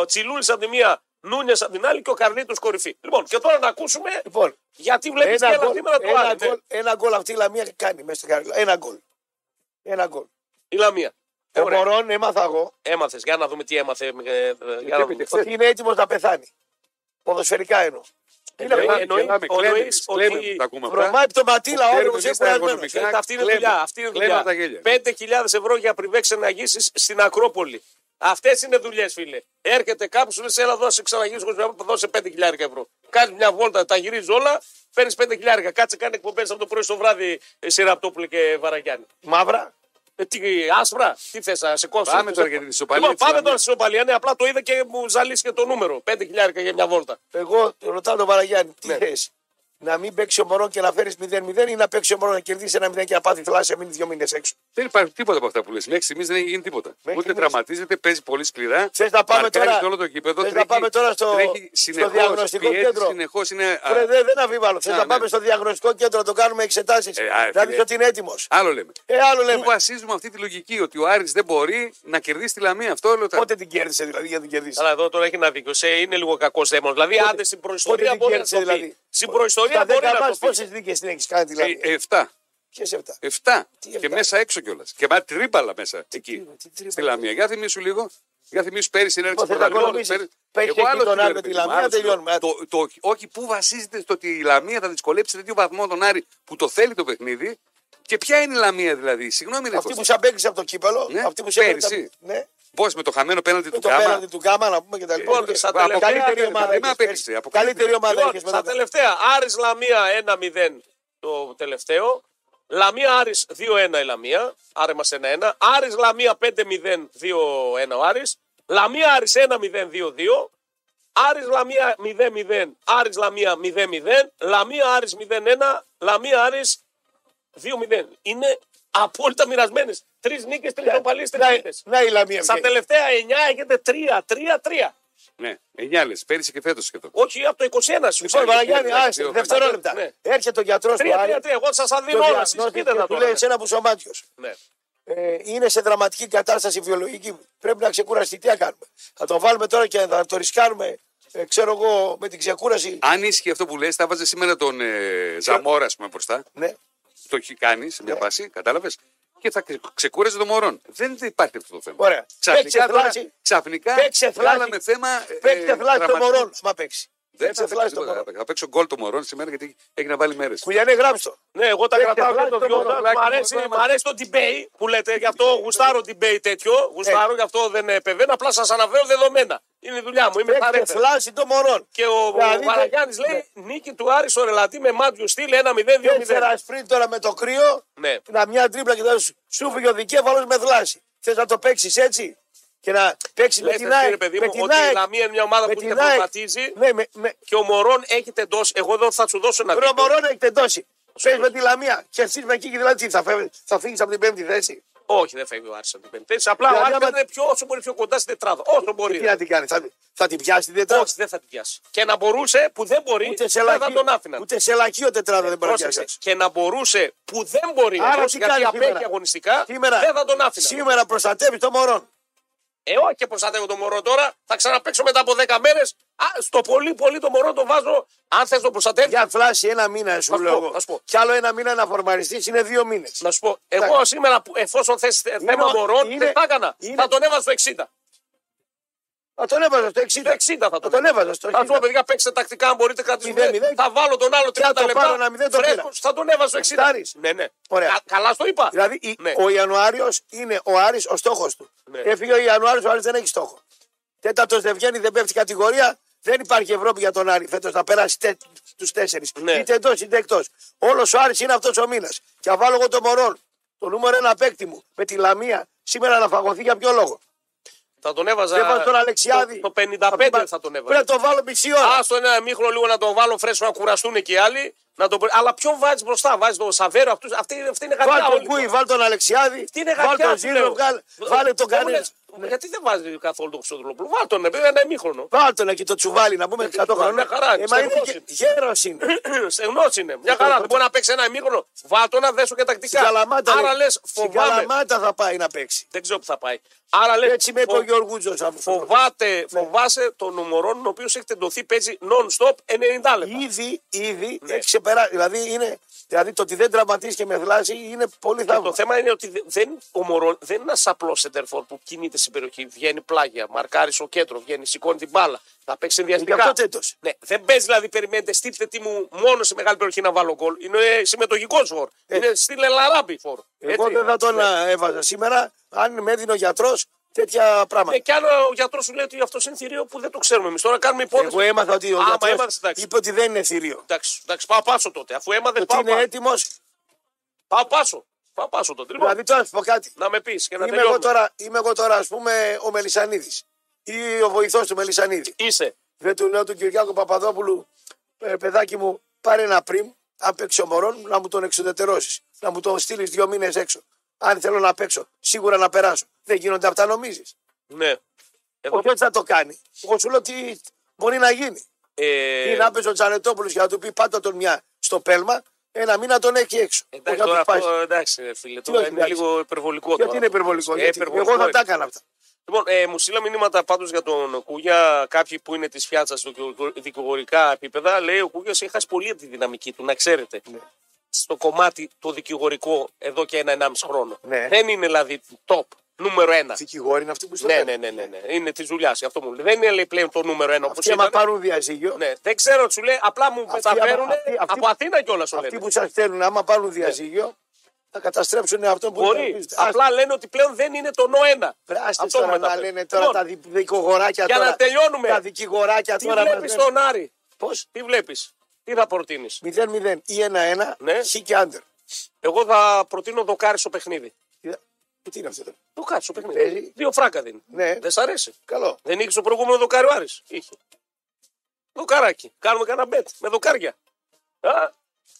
Τσιλούλης από τη μία, Νούνιας από την άλλη και ο Καρλίτο κορυφή. Λοιπόν, και τώρα να ακούσουμε
Λοιπόν,
γιατί βλέπεις και
ένα
ένα
γκολ,
σήμερα το
ένα,
άλλο. ναι,
γκολ, ένα γκολ αυτή η Λαμία κάνει μέσα στην καρδιά. Ένα γκολ. Ένα γκολ. Ε,
Η Λαμία.
Ο
Ωραία.
Μωρόν έμαθα εγώ
Έμαθες. Για να δούμε τι έμαθε. ε, ε, για να δούμε.
ότι είναι έτοιμος να πεθάνει. Ποδοσφαιρικά εννοώ.
Ε, Εννοεί-
Γελάμε,
εννοεί-
γελάμε,
ο Νοής
κλαίμε, κλαίμε
ότι
που τα ακούμε αυτά.
Βρωμάει το ματήλα, ο
Ξέρουμε
άνθρωπο
εμείς
είναι
τα
κουρασμένο.
οικονομικά.
Ε, Αυτή είναι
κλαίμε.
δουλειά. Αυτή είναι
Κλαίμε
δουλειά.
από τα γέλια.
5.000 ευρώ για πριβέ ξεναγήσει στην Ακρόπολη. Αυτές είναι δουλειές, φίλε. Έρχεται κάπου, σου λέει: Έλα, δώσε ξεναγήσει χωρίς να δώσε 5.000 ευρώ. Κάνει μια βόλτα, τα γυρίζει όλα, παίρνεις 5.000. Κάτσε, κάνει εκπομπές από το πρωί στο βράδυ, Σιραπτόπουλε και Βαραγιάννη.
Μαύρα.
Ε, τι, άσπρα, τι θες, να σε κόψω.
Πάμε
θες
τώρα
να-
για την ισοπαλία
Λοιπόν,
της
πάμε
Λαμίας.
τώρα στην ισοπαλία. Ναι, απλά το είδα και μου ζαλίσει και το νούμερο. 5.000 για μια βόλτα.
Εγώ ρωτάω τον Παραγιάννη,
Ναι.
τι θες. Να μην παίξει ο Μωρόν και να φέρεις 0-0 ή να παίξει ο Μωρόν να κερδίσει ένα 0 και να πάθει θλάσσια μείνει δύο μήνες έξω.
Δεν υπάρχει τίποτα από αυτά που λες. Μέχρι στιγμής δεν έχει γίνει τίποτα.
Μέχρι
Ούτε
στιγμής.
τραυματίζεται, παίζει πολύ σκληρά.
Θες να πάμε
μαρκάρει
τώρα-
σε όλο το γήπεδο.
θες να πάμε τώρα στο-
τρέχει
στο
συνεχώς,
διαγνωστικό
πιέζει
κέντρο.
Συνεχώς είναι. α,
Ρε, δεν, δεν αμφιβάλλω. Θες
Α,
να
ναι.
πάμε στο διαγνωστικό κέντρο να το κάνουμε εξετάσεις.
Ε, α,
να δει
φίλε.
ότι είναι έτοιμος.
Άλλο λέμε.
Ε, άλλο λέμε.
Πού βασίζουμε αυτή τη λογική ότι ο Άρης δεν μπορεί να κερδίσει τη λαμία. Αυτό λέω. τα-
Πότε την κέρδισε δηλαδή για να την κερδίσει.
Αλλά εδώ τώρα έχει ένα δίκιο. Σε είναι λίγο κακός δαίμονας. Δηλαδή, άντε στην προϊστορία
την
μπορεί να
κέρδισε,
το πει.
δηλαδή.
Στην προϊστορία
Στα
μπορεί
10
να το
μας
πεις.
πόσες νίκες την έχεις κάνει
Ε,
δηλαδή.
ε, Εφτά.
Ποιε 7.
Εφτά.
Τι
Και
εφτά?
μέσα έξω κιόλας. Και μα τρίμπαλα μέσα εκεί.
τι τρίμπαλα.
Στη λαμία. Για θυμίσου λίγο. Για θυμίσου πέρυσι είναι
Λοιπόν,
ένα
θα τα οικονομήσεις. Παίχτε εκεί τον Άρη με τη Λαμία, τελειώνουμε.
Το, το, όχι, πού βασίζεται στο ότι η Λαμία θα δυσκολέψει σε τέτοιο βαθμό τον Άρη που το θέλει το παιχνίδι. Και ποια είναι η Λαμία δηλαδή. Συγγνώμη, ρε
Αυτή που
Κώστα.
σε απέκλεισε από το κύπελο.
Ναι,
Αυτή που σε απέκλεισε
πέρυσι.
από- Ναι,
Πώς με το χαμένο πέναντι
με
του
το
Κάμα.
πέναντι του Γκάμα να πούμε και τα λοιπά.
Λοιπόν,
Και-
στα
Αποκλείεται,
τελευταία.
Καλύτερη
ρε,
ομάδα.
δεν
έχεις
με απέκλεισε,
πέρυσι.
αποκλείεται.
Καλύτερη ομάδα
Λοιπόν,
έχεις
στα
μετά.
τελευταία. Άρης Λαμία 1-0 το τελευταίο. Λαμία Άρης 2-1 η Λαμία. Άρα είμαστε 1-1. Άρης Λαμία 5-0 2-1 ο Άρης. Λαμία Άρης 1-0 2-2. Άρης Λαμία 0-0. Άρης Λαμία 0-0. Λαμία Άρης 0-1. Λαμία Άρης 2-0. Είναι απόλυτα μοιρασμένες. Τρεις νίκες, τρεις οπαλίε, τρει
Να-
νίκε.
Να η Λαμία.
Στα
βγαίνει.
τελευταία 9 έχετε 3-3-3.
Ναι, εννιά λες, Πέρυσι και φέτος σχεδόν.
Όχι από το 21 σου.
Λοιπόν, Βαραγιάννη,
Δύο,
άσε,
δύο,
δευτερόλεπτα.
ναι.
Έρχεται ο γιατρός του Άρη.
3-3-3. Εγώ σα τα
το
δίνω όλα. Εσείς
διαγνώστηκε
πείτε
και
τα
Του
τώρα.
λέει εσένα που είσαι ο Μάτιος.
Ναι.
ε, είναι σε δραματική κατάσταση βιολογική. Πρέπει να ξεκουραστεί. Τι να κάνουμε. Θα τον βάλουμε τώρα και θα το ρισκάρουμε, ε, ξέρω εγώ, με την ξεκούραση.
Αν ίσχυε αυτό που λες, θα βάζε σήμερα τον ε, Ζαμόρα, ας πούμε, μπροστά.
Ναι.
Το έχει κάνει σε μια πάση, κατάλαβες. και θα ξε- ξεκούραζε το μωρόν. Δεν δεν υπάρχει αυτό το θέμα.
Ωραία. Παίξε
Ξαφνικά, τώρα,
θλάση.
ξαφνικά
Παίξε θλάση.
βγάλαμε θέμα. ε,
Παίξτε
ε,
φλάκι το
τραυματισμού.
μωρό. Μα παίξει.
Δεν
Παίξτε
θα
φλάκι
φλάσει
το μωρό.
Θα παίξω γκολ το μωρόν σήμερα γιατί έχει να βάλει μέρες.
Κουλιανέ γράψω.
Ναι, εγώ τα
Παίξτε
κρατάω και
φλάκι
το
το
δυο.
μωρό.
Μ' αρέσει,
Φλάκι.
μ' αρέσει το debate που λέτε, γι' αυτό γουστάρω debate τέτοιο. Γουστάρω, γι' αυτό δεν επεμβαίνω. Απλά σας αναφέρω δεδομένα. Είναι η δουλειά μου, είμαι
Παίξτε
παρέτα.
φλάκι το μωρό.
Και ο,
Δηλαδή,
ο Παραγιάννης
ναι.
λέει νίκη του Άρη στο ρελατή με μάτιο στυλ 1-0-2-0.
Τέσσερα σπριν τώρα με το κρύο.
Ναι.
Να μια τρίπλα και θα σου, σου φύγει ο δικέφαλος με θλάση. Θες να το παίξεις έτσι. Και να παίξεις με
Λέτε,
την
κύριε
ΑΕΚ.
παιδί
με
μου,
την
ότι η
ΑΕΚ,
Λαμία είναι μια ομάδα
με
που
την ΑΕΚ.
τεχνοκρατίζει
Ναι, με, με,
και ο Μωρόν έχει τεντώσει. Εγώ εδώ θα σου δώσω ένα
Ρε
δίκιο.
μωρό να εκτεντώσει. Πες με τη Λαμία και εσύ με εκεί και δηλαδή τι, θα, φεύγεις, θα φύγεις από την πέμπτη θέση.
Όχι, δεν φεύγει ο Άρης από την πέμπτη θέση. Απλά ο
Δηλαδή,
Άρης
άμα-
θα είναι πιο, όσο μπορεί πιο κοντά στην τετράδα. Όσο μπορεί.
Τι να την κάνεις, θα, θα την πιάσει την τετράδα.
Όχι, δεν θα την πιάσει. Και να μπορούσε που δεν μπορεί,
ούτε σε
δεν θα
λακείο,
τον άφηναν.
ούτε σε λακείο τετράδα δεν μπορεί να
Πρόσεξε.
πιάσει.
Και να μπορούσε που δεν μπορεί,
Άρα
όμως,
τι
γιατί
κάνεις
απέχει
σήμερα.
αγωνιστικά,
Σήμερα,
δεν θα τον άφηναν.
σήμερα προστατεύεις το μωρό.
Ε, όχι και προστατεύω το μωρό τώρα. Θα ξαναπέξω μετά από 10 μέρε. Στο πολύ, πολύ το μωρό το βάζω. Αν θες το προστατεύεις.
Για φλάση ένα μήνα
Θα
σου
σου
λέω.
πω,
εγώ.
θα σου πω.
Κι άλλο ένα μήνα να φορμαριστείς είναι δύο μήνες.
Να σου πω, εγώ σήμερα, που- εφόσον θες θέμα μωρών,
Ναι, είναι-
δεν θα έκανα.
είναι-
Θα τον έβαζα στο 60.
Θα τον έβαζα στο 60.
Το 60 θα
Θα
τον
τον έβαζα στο
Θα σου πω,
60.
παιδιά, παίξτε τακτικά. Αν μπορείτε, κρατήστε.
Μηδέν, μηδέν.
Θα βάλω τον άλλο 30
Και αν το
λεπτά.
πάρω ένα μηδέν, το πήρα.
φρέσκος, θα τον έβαζα στο 60.
Γουστάρεις.
Ναι, ναι.
Ωραία.
Κα- καλά στο είπα.
Δηλαδή η-
Ναι.
ο Ιανουάριος είναι ο Άρης ο στόχος του.
Ναι.
Έφυγε ο Ιανουάριο, ο Άρης δεν έχει στόχο. Τέταρτος δεν βγαίνει, δεν πέφτει κατηγορία. Δεν υπάρχει Ευρώπη για τον Άρη φέτος να περάσει τε, τους τέσσερις.
Ναι.
Είτε εντός είτε εκτός. Όλος ο Άρης είναι αυτός ο μήνας. Και αν βάλω εγώ το Μωρόν, το νούμερο ένα παίκτη μου, με τη Λαμία, σήμερα να φαγωθεί για ποιο λόγο.
Θα τον έβαζα.
δεν βάζω τον Αλεξιάδη.
Το, το 55 θα τον έβαζα.
Πρέπει να το βάλω μισή ώρα.
Α τον ένα μήχρονο λίγο να τον βάλω φρέσκο να κουραστούν και οι άλλοι. Να τον... πρι- Αλλά ποιον βάζεις μπροστά, βάζεις τον Σαβέρο, αυτούς, αυτή, είναι- αυτή είναι γατιά.
Βάλ τον
όλοι.
Κούι, βάλ τον Αλεξιάδη,
Αυτή λοιπόν. είναι
βάλ
γατιά.
τον
σου λέω.
Ζήλο, βγάλ- βάλε
Δεν μου
τον Κανέλη.
λες, Γιατί δεν βάζει καθόλου τον Χρυσοδουλόπουλο. Βάλ τον, επειδή ένα μήχρονο.
Βάλ τον εκεί το τσουβάλι να πούμε 100
Μια
χρόνια.
χαρά,
Ε, μα είναι
ξεχώρισε.
γε- γέρος είναι.
σε γνώση είναι. Μια χαρά. Δεν μπορεί να παίξει ένα ημίχρονο. Βάτο να δέσω και τακτικά.
Ε, Στην Καλαμάτα,
Άρα
λέει.
λες,
Στην
φοβάμαι.
Καλαμάτα θα πάει να παίξει.
Δεν ξέρω που θα πάει. Άρα λες,
Έτσι με είπε ο Ναι. Γιώργουτζο.
φοβάται, φοβάσαι τον ομορών ο οποίος έχει τεντωθεί παίζει non-stop 90 λεπτά.
Ήδη, ήδη
Ναι.
έχει ξεπεράσει. Δηλαδή, είναι, δηλαδή το ότι δεν τραυματίστηκε με θλάση είναι πολύ
Και Το
θαύμα.
θέμα είναι ότι δε- δεν, ο Μωρόν δεν είναι ένας απλός σεντερφόρ που κινείται στην περιοχή. Βγαίνει πλάγια, μαρκάρεις στο κέντρο, βγαίνει, σηκώνει την μπάλα. Θα παίξει ενδιαστικά.
Γι' αυτό τέτος.
Ναι, δεν παίζει δηλαδή, περιμένετε, στείλτε τι μου μόνο σε μεγάλη περιοχή να βάλω γκολ. Είναι συμμετοχικό φορ. Είναι στείλε λαράμπι φορ.
Ε.
Ναι.
Εγώ δεν θα τον α, έβαζα σήμερα αν με έδινε ο γιατρός τέτοια
Ναι,
πράγματα.
και αν ο γιατρός σου λέει ότι αυτός είναι θηρίο που δεν το ξέρουμε εμείς. Τώρα κάνουμε υπόθεση.
Εγώ έμαθα ότι ο
Άμα
γιατρός
έμαθες, εντάξει.
είπε ότι δεν είναι θηρίο.
Εντάξει, εντάξει, πάω πάσο τότε. Αφού έμαθες,
Ότι
πάω,
είναι
πάω,
έτοιμος.
πάω πάσο. Πάω πάσο τότε. Λοιπόν,
Δηλαδή, τώρα να σου πω κάτι.
να με πεις και να
Είμαι εγώ,
τελειώσουμε.
τώρα, είμαι εγώ τώρα, ας πούμε, ο Μελισανίδης ή ο βοηθός του Μελισανίδη.
Είσαι.
Δεν του λέω του Κυριάκου Παπαδόπουλου, «Ε, παιδάκι μου, πάρε ένα πριμ, αν παίξει ο Μωρόν, να μου τον εξουδετερώσεις, να μου τον στείλεις δύο μήνες έξω. Αν θέλω να παίξω, σίγουρα να περάσω. Δεν γίνονται αυτά, νομίζεις.
Ναι. Εδώ,
Όχι ότι θα το κάνει. Εγώ σου λέω τι μπορεί να γίνει.
ε,
Ή να παίζει ο Τζανετόπουλος και να του πει πάτα τον μια στο πέλμα, ένα μήνα τον έχει έξω. Όχι
εντάξει,
να
τώρα
του πάει.
αυτό, εντάξει, ρε φίλε, τώρα
όχι,
είναι
εντάξει.
λίγο υπερβολικό
Γιατί
τώρα.
είναι υπερβολικό.
Ε,
γιατί.
υπερβολικό
Εγώ θα
είναι.
τα έκανα αυτά.
Λοιπόν, ε, μου στείλα μηνύματα πάντως για τον Κούγια. Κάποιοι που είναι της φιάτσα στο δικηγορικά επίπεδα λέει ο Κούγια έχει χάσει πολύ από τη δυναμική του, να ξέρετε.
Ναι.
Στο κομμάτι το δικηγορικό εδώ και ένα-ενάμιση χρόνο.
Ναι.
Δεν είναι δηλαδή top νούμερο ένα.
Δικηγόροι είναι αυτοί που στο
Ναι,
λένε.
ναι, ναι, ναι, ναι. Είναι της δουλειάς. Αυτό μου λέει. Δεν είναι λέει, πλέον το νούμερο ένα όπως
Αυτοί άμα
ήταν.
πάρουν διαζύγιο,
Ναι. Δεν ξέρω, σου λέει. Απλά μου
Αυτοί,
τα
άμα-
φέρουν
αυτοί- αυτοί-
από Αθήνα κιόλας σου
αυτοί
λένε.
που σας θέλουν, άμα πάρουν διαζύγιο, θα καταστρέψουν αυτό που
Ναι. Μπορεί.
υπερασπίζονται.
Απλά λένε ότι πλέον δεν είναι το νο1.
Ας, άστε τώρα να λένε τώρα τα δι- δικηγοράκια
Λοιπόν, για
τώρα.
να τελειώνουμε.
Τα δικηγοράκια
Τι
τώρα.
βλέπει τον Άρη.
Πώς.
Τι βλέπεις. Τι θα προτείνεις.
0-0 ή 1-1,
Ναι.
χ και άντερ.
Εγώ θα προτείνω δοκάρι στο παιχνίδι.
Κοίτα, Τι είναι αυτό τώρα.
Δοκάρι στο παιχνίδι.
Παίζει.
Δύο φράκα δίνει.
Ναι,
Δεν σ' αρέσει.
καλό.
Δεν είχε το προηγούμενο δοκάρι ο Άρης. Είχε. Δοκάρακι. Κάνουμε κανένα μπετ με δοκάρια. Α,
Θα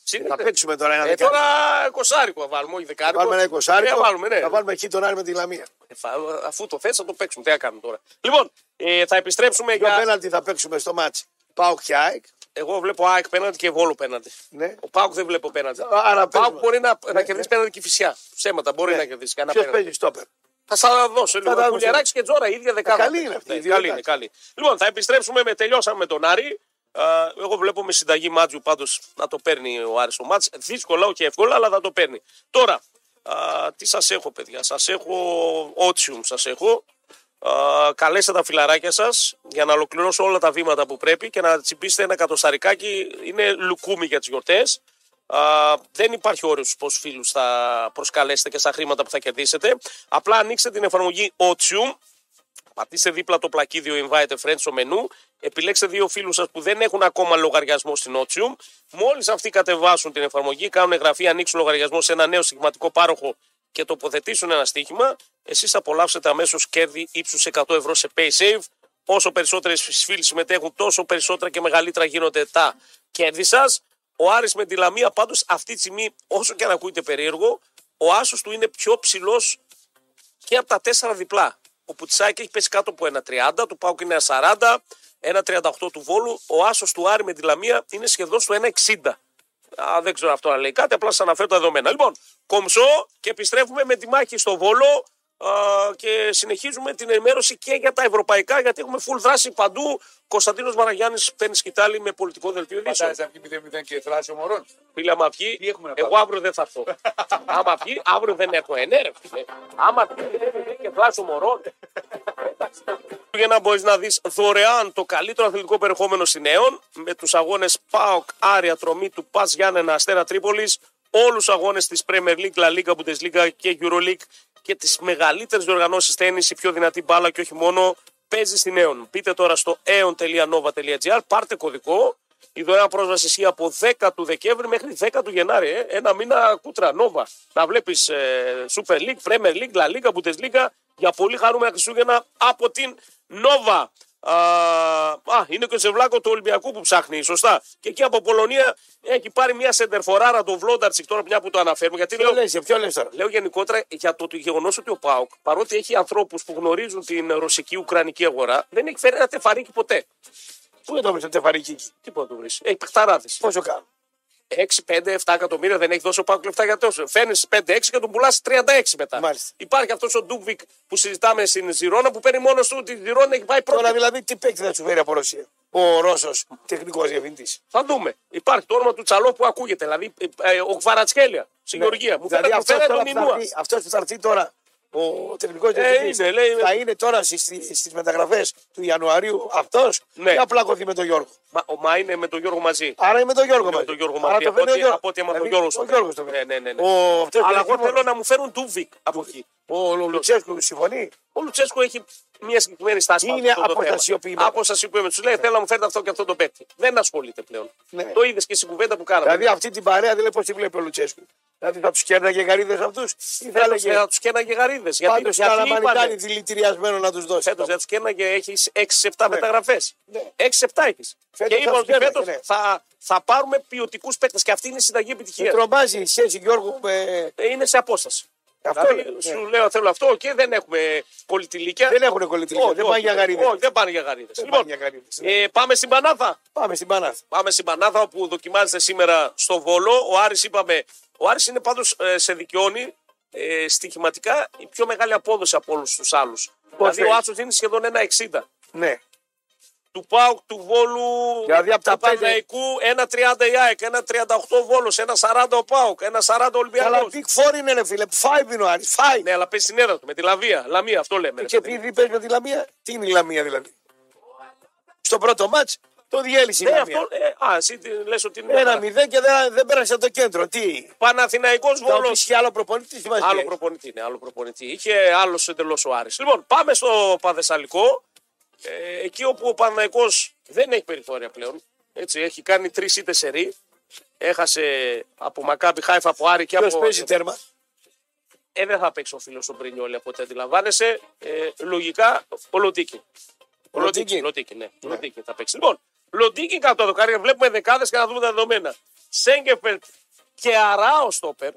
σύνδεται.
παίξουμε τώρα ένα
Ε,
δεκάρι.
τώρα κοσάρικο θα βάλουμε, όχι
Θα
δεκάρικο.
βάλουμε ένα εικοσάρικο.
Ε, βάλουμε, ναι.
Θα βάλουμε εκεί τον Άρη με τη Λαμία.
Ε, θα- αφού το θες θα το παίξουμε. Τι να κάνουμε τώρα. Λοιπόν, ε, θα επιστρέψουμε
Ποιο
για...
πέναλτι θα παίξουμε στο μάτσι. Πάω και ΑΕΚ.
Εγώ βλέπω ΑΕΚ πέναντι και Βόλο πέναντι.
Ναι.
Ο Πάουκ δεν βλέπω πέναντι.
Άρα
Πάουκ
παίζουμε.
μπορεί να, να κερδίσει πέναντι και η φυσιά. Ψέματα μπορεί να κερδίσει κανένα
Ποιος
πέναντι.
ναι. παίζει στόπερ.
Θα σας δώσω λίγο.
τα δώσω.
Κουλιαράκης και Τζόρα, η ίδια δεκάδα.
Ε, καλή είναι αυτή η
Ναι,
ιδιότητα.
καλή είναι, καλή. Λοιπόν, θα επιστρέψουμε με τελειώσαμε με τον Άρη. Ε, Εγώ βλέπω με συνταγή Μάτζιου πάντως να το παίρνει ο Άρης ο Μάτς. Δύσκολα, όχι εύκολα, αλλά θα το παίρνει. Τώρα, Α, τι σας έχω παιδιά, σας έχω ότσιουμ, σας έχω. Α, καλέστε τα φιλαράκια σας για να ολοκληρώσω όλα τα βήματα που πρέπει και να τσιμπήσετε ένα κατοσταρικάκι, είναι λουκούμι για τις γιορτές. Α, δεν υπάρχει όριο στου πόσου φίλους θα προσκαλέσετε και στα χρήματα που θα κερδίσετε. Απλά ανοίξτε την εφαρμογή Otium Πατήστε δίπλα το πλακίδιο Invite a Friend στο μενού. Επιλέξτε δύο φίλους σας που δεν έχουν ακόμα λογαριασμό στην Otium. Μόλις αυτοί κατεβάσουν την εφαρμογή, κάνουν εγγραφή, ανοίξουν λογαριασμό σε ένα νέο στιγματικό πάροχο και τοποθετήσουν ένα στοίχημα, εσείς απολαύσετε αμέσως κέρδη ύψους 100 ευρώ σε PaySave. Όσο περισσότερε φίλοι συμμετέχουν, τόσο περισσότερα και μεγαλύτερα γίνονται τα κέρδη σας. Ο Άρης με τη Λαμία πάντως αυτή τη στιγμή, όσο και αν ακούγεται περίεργο, ο άσος του είναι πιο ψηλός και από τα τέσσερα διπλά. Ο Πουτσάκη έχει πέσει κάτω από 1,30, του Πάουκ είναι 1,40, 1,38 του Βόλου. Ο άσος του Άρη με τη Λαμία είναι σχεδόν στο 1,60. Α, δεν ξέρω αυτό να λέει κάτι, απλά σας αναφέρω τα δεδομένα. Λοιπόν, κομψό και επιστρέφουμε με τη μάχη στο Βόλο α, και συνεχίζουμε την ενημέρωση και για τα ευρωπαϊκά, γιατί έχουμε full δράση παντού. Κωνσταντίνος Μαραγιάννης παίρνει σκητάλη με πολιτικό δελτίο ειδήσεων.
Φαντάζεσαι να βγει 0-0 και θράσει ο Μωρόν.
Φίλε, άμα βγει,
Τι έχουμε να
εγώ
πάρουμε.
αύριο δεν θα έρθω. άμα βγει, αύριο δεν Ε, έχω ενέργεια. Άμα βγει δεν και φλάσω μωρό. Εντάξει. Για να μπορείς να δεις δωρεάν το καλύτερο αθλητικό περιεχόμενο στην ΕΟΝ με τους αγώνες ΠΑΟΚ, Άρια, Τρομή του Πας Γιάννενα, Αστέρα Τρίπολης, όλους τους αγώνες της Premier League, La Liga, Bundesliga και Euroleague και τις μεγαλύτερες διοργανώσεις τέννη, η πιο δυνατή μπάλα και όχι μόνο παίζει στην ΕΟΝ. Μπείτε τώρα στο aeon.nova.gr, πάρτε κωδικό η δωρεάν πρόσβαση ισχύει από 10 του Δεκέμβρη μέχρι 10 του Γενάρη. ε. Ένα μήνα κούτρα νόβα. Να βλέπεις Super League, Premier League, La Liga, Bundesliga για πολύ χαρούμενα Χριστούγεννα από την Νόβα. Α, α, είναι και ο Ζευλάκο του Ολυμπιακού που ψάχνει, σωστά. Και εκεί από Πολωνία έχει πάρει μια σεντερφοράρα τον Βλόνταρτσικ τώρα μια που το αναφέρουμε. Γιατί
Ποιο
λέω,
λες, για ποιο λες τώρα.
Λέω γενικότερα για το γεγονός ότι ο Πάοκ, παρότι έχει ανθρώπους που γνωρίζουν την ρωσική-ουκρανική αγορά, δεν έχει φέρει ένα τεφαρίκι ποτέ.
Πού δεν το βρεις το τεφαρίκι εκεί.
Τίποτα του βρει. Έχει παιχταράδε.
Πόσο κάνω.
6, 5, 7 εκατομμύρια δεν έχει δώσει ο Πάουκ λεφτά για τόσο. Φέρνει 5-6 και τον πουλάς 36 μετά.
Μάλιστα.
Υπάρχει αυτός ο Ντούμπικ που συζητάμε στην Ζηρώνα που παίρνει μόνος του τη Ζηρώνα έχει πάει πρώτη.
Τώρα δηλαδή τι παίκτη θα σου φέρει από Ρωσία. Ο Ρώσος τεχνικός διευθυντής.
Θα δούμε. Υπάρχει το όνομα του Τσαλό που ακούγεται. Δηλαδή ε, ε, ο Κβαρατσκέλια στη Γεωργία. Μου
δηλαδή
φαίνεται μου φαίνεται
αυτός
τον
τώρα που
Ινούα.
θα έρθει- αυτός που θα έρθει τώρα, ο τεχνικός διευθυντής,
Ε, είναι, λέει,
θα είναι τώρα στις, στις μεταγραφές του Ιανουαρίου αυτός
Ναι.
ή απλά κοθεί με τον Γιώργο.
Μα, ο- μα είναι με τον Γιώργο μαζί.
Άρα είναι με τον Γιώργο.
Είναι με
μαζί.
τον Γιώργο
Άρα
μαζί.
το
Από
φέρνει ο
ό,τι-
Γιώργος.
Από ό,τι άμα τον
Δηλαδή,
Γιώργος
Ο Γιώργος το
Ναι,
φέρνει.
ναι, ναι. ναι.
Ο- αυτός
Αλλά
που
εγώ
έχει
θέλω
μόνο-
να μου φέρουν Ντούβικ από εκεί.
Ο Λουτσέσκου συμφωνεί.
Ο Λουτσέσκο έχει μια συγκεκριμένη στάση. πάνω
Είναι
σε αυτό το θέμα.
αποστασιοποιημένο.
Αποστασιοποιημένο. Τους λέει: Θέλω να μου φέρετε αυτό και αυτό το παίκτη. Δεν ασχολείται πλέον.
Ναι.
Το είδες και στην κουβέντα που κάναμε.
Δηλαδή αυτή την παρέα δεν λέει πώς τη βλέπει ο Λουτσέσκου. Δηλαδή θα τους κέρναγε γαρίδες αυτούς ή θα
Φέτος
έλεγε
θα τους καίναγε γαρίδες. Γιατί,
πάντως
γιατί
καλαμανιτάνη
είπανε,
δηλητηριασμένο να τους δώσει.
φέτος, ε, για του καίναγε έχει 6-7 μεταγραφές.
Ναι.
6-7 έχει. Και
Φέτος θα
είπαν
τους
ότι
καίναγε,
φέτος
ναι.
θα, θα πάρουμε ποιοτικούς παίκτες. Και αυτή είναι η συνταγή
Και
επιτυχία.
τρομάζει η Σέση Γιώργο. ε, με-
Είναι σε απόσταση.
Αυτό
δηλαδή,
είναι, ναι.
σου λέω: Θέλω αυτό και δεν έχουμε πολιτιλίκια.
Δεν έχουν κολλητήρια.
Όχι,
Δεν
όχι,
πάνε για
Όχι,
γαρίδε.
δεν πάνε για γαρίδες.
Δεν
Λοιπόν,
πάνε για γαρίδες. ναι.
ε, πάμε στην Πανάδα.
Πάμε στην Πανάθ.
Πάμε στην Πανάδα όπου δοκιμάζεται σήμερα στο Βόλο. Ο Άρης είπαμε, ο Άρης είναι πάντως ε, σε δικαιώνει ε, στοιχηματικά η πιο μεγάλη απόδοση από όλους τους άλλους. δηλαδή
θέλει.
ο Άσος δίνει σχεδόν 1,60.
Ναι.
Του ΠΑΟΚ, του Βόλου,
Δηλαδή, απ' τα
του
πέντε-
Παναϊκού, 1,30 η ΑΕΚ, 1,38 ο Βόλος, 1,40 ο ΠΑΟΚ, 1,40 ο
Αλλά
Ολυμπιακός.
Big Four είναι ρε φίλε. Five είναι ο Άρης. Five.
Ναι, αλλά παίζει στην έδρα του, με τη Λαβία, Λαμία, αυτό λέμε. Δηλαδή, ρε.
Και επειδή παίζει με τη Λαμία, τι είναι η Λαμία δηλαδή. Στο πρώτο μάτς το διέλυσε η
Ναι,
Λαμία.
αυτό, Ναι, ε, α, εσύ τι λες ότι είναι...
Ένα μηδέν και δεν, δεν πέρασε από το κέντρο. Τι.
Παναθηναϊκός
Θα
Βόλος,
οφείσει άλλο προπονητή. τι μας λέει.
Άλλο προπονητή είναι, άλλο προπονητή. Είχε άλλος εντελώς ο Άρης. Λοιπόν, πάμε στο Παδεσσαλικό. Ε, εκεί όπου ο Παναϊκό δεν έχει περιθώρια πλέον. Έτσι, έχει κάνει τρεις ή τεσσερί. Έχασε από Μακάμπι Χάιφα από Άρη και
Ποιος
από.
παίζει τέρμα.
Ε, δεν θα παίξει ο φίλος ο Μπρινιόλη από ό,τι αντιλαμβάνεσαι. Ε, λογικά ο Λοντίκι. Ο
Λοντίκι.
Λοντίκι, ναι. Λοντίκι θα παίξει. Λοιπόν, Λοντίκι κάτω από το καρύδι. Βλέπουμε δεκάδες και να δούμε τα δεδομένα. Σέγκεφελτ και Αράο Στόπερ.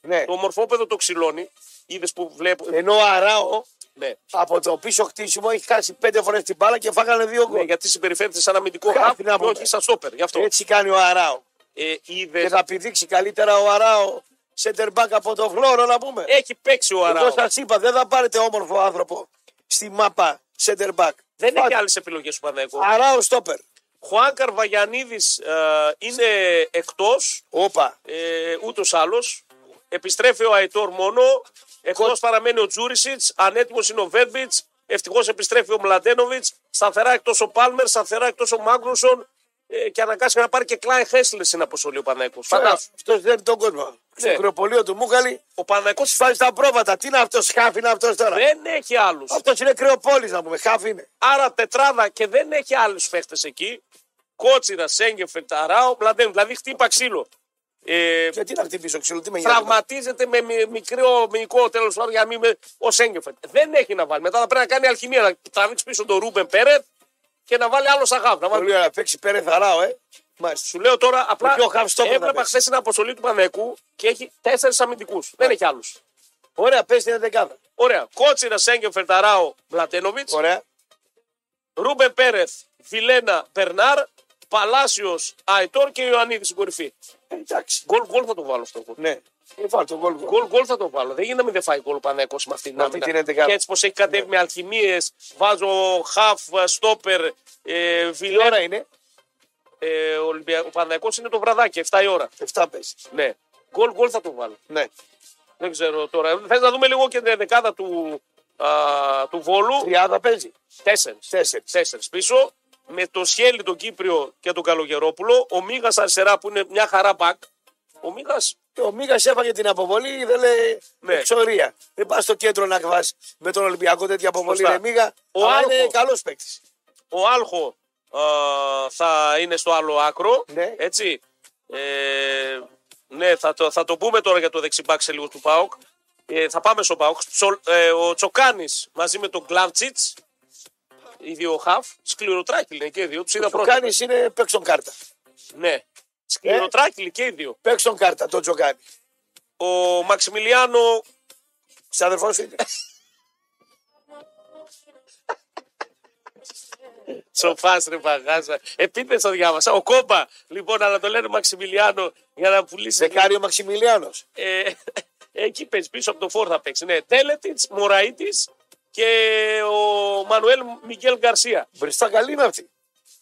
Ναι.
Το μορφόπεδο το ξυλώνει. Είδες που βλέπω.
Ενώ ο Αράο
Ναι.
από το πίσω χτίσιμο έχει χάσει πέντε φορές την μπάλα και φάγανε
Ναι,
δύο γκολ.
γιατί συμπεριφέρεται σαν αμυντικό
Κάτι
χαφ
να
και
πούμε.
όχι σαν στόπερ. Γι' αυτό.
Έτσι κάνει ο Αράο.
Ε,
Και
είδες-
θα πηδήξει καλύτερα ο Αράο center back από το φλόρο να πούμε.
Έχει παίξει Ε, ο Αράο.
Εγώ σας είπα, δεν θα πάρετε όμορφο άνθρωπο στη μάπα center back.
Δεν έχει
Πάτε.
άλλες επιλογές του Παναγικού.
Αράο στόπερ.
Χουάν ε, Καρβαγιανίδη είναι εκτός
Όπα.
ε, ούτως άλλως. Επιστρέφει ο Αϊτόρ μόνο. Εκτό παραμένει ο Τζούρισιτ. Ανέτοιμος είναι ο Βέρμπιτ. Ευτυχώς επιστρέφει ο Μλαντένοβιτ. Σταθερά εκτός ο Πάλμερ. Σταθερά εκτός ο Μάγνουσον. Ε, και αναγκάστηκε να πάρει και Κλάι Χέσλες στην αποστολή ο Παναγικός. Φαντάσου.
Αυτός δεν τον κόσμο. Στο κροπολίο του Μούγαλη
Ο Παναγικός
σφάζει τα πρόβατα. Τι είναι αυτός, χάφι είναι αυτός τώρα.
δεν έχει άλλους.
Αυτός είναι κρεοπόλης να πούμε. Χάφι είναι.
Άρα τετράδα και δεν έχει άλλους παίχτες εκεί. Κότσιρα, Σέγγεφελτ, Αράο, Μπλαντέν. Δηλαδή χτύπα ξύλο. Ε,
Και τι να χτυπήσω ξύλο, τι με νοιάζει.
τραυματίζεται με μι- μικρό μηνικό τέλος πάντων για να μην με ο Σέγγεφελτ. Δεν έχει να βάλει. Μετά θα πρέπει να κάνει αλχημία να τραβήξει πίσω τον Ρούμπεν Πέρετ και να βάλει άλλο σαγάβ. Να βάλει...
Πολύ ωραία, παίξει πέρα θαράω, ε. Μάλιστα.
Σου λέω τώρα απλά.
Με ποιο χαφ στόπερ θα
Έβλεπα
παίξει.
χθες την αποστολή του Πανεκού και έχει τέσσερις αμυντικούς. Δεν έχει άλλους.
Ωραία, πες την δεκάδα.
Ωραία. Κότσιρα, Σέγγεφελτ, Αράο, Μπλαντένοβιτ.
Ωραία.
Ρούμπεν Πέρεθ, Βιλένα Περνάρ, Παλάσιος, Αϊτόρ και Ιωαννίδης στην κορυφή.
Ε, Εντάξει.
Γκολ, γκολ θα το βάλω αυτό. γκολ.
Ναι. Ε, βάλ τον γκολ.
Γκολ, γκολ θα το βάλω. Δεν γίνεται να μην δεν φάει γκολ ο Πανέκος με αυτήν την
Με αυτή
άμυνα.
την Ναι. εντεκάδα.
Και έτσι πως έχει κατέβει με αλχημίες, βάζω χαφ, στόπερ, ε,
Τι ώρα
Βιλένα.
είναι,
Ε, ο Ολυμπια... ο Πανέκος είναι το βραδάκι, 7 η ώρα.
7 παίζει.
Ναι. Γκολ, γκολ θα το βάλω.
Ναι.
Δεν ξέρω τώρα. Θες να δούμε λίγο και την δεκάδα του, α, του Βόλου.
30 παίζει.
Τέσσερις.
4.
Τέσσερις πίσω. Με το Σχέλι, τον Κύπριο και τον Καλογερόπουλο. Ο Μίγας αριστερά που είναι μια χαρά μπακ. Ο Μίγας.
Και ο Μίγας έφαγε την αποβολή, δεν λέει
Ναι.
εξορία. Δεν πας στο κέντρο να κβάσει με τον Ολυμπιακό τέτοια αποβολή.
Σωστά.
Ρε Μίγα,
Ο
αλλά
Άρχο.
είναι καλός παίκτης.
Ο Άλχο α, θα είναι στο άλλο άκρο.
Ναι.
Έτσι. Ε, ναι, θα το, θα το πούμε τώρα για το δεξιμπάκ σε λίγο του Πάοκ. Ε, θα πάμε στο Πάοκ. Τσο- ε, ο Τσοκάνης μαζί με τον Κλάμτσιτ. Οι δύο χαφ. Σκληροτράκυλοι είναι και οι δύο. Του είδα
Το
πρώτα.
κάνει είναι παίξον κάρτα.
Ναι. Σκληροτράκυλοι και οι δύο.
Παίξον κάρτα, τον Τζοκάνη.
Ο Μαξιμιλιάνο
Ξαδερφό σου είναι.
Σοφάς ρε παγάζα. Επίτηδε το διάβασα. Ο κόμπα, λοιπόν, αλλά το λένε Μαξιμιλιάνο για να πουλήσει.
Δεκάρι ο Μαξιμιλιάνος.
Ε, εκεί παίζει πίσω από το φόρ θα παίξει. Ναι, Τέλετιτ, Μωραήτης και ο Μανουέλ Μιγγέλ Γκαρσία.
Μπροστά καλή είναι αυτή.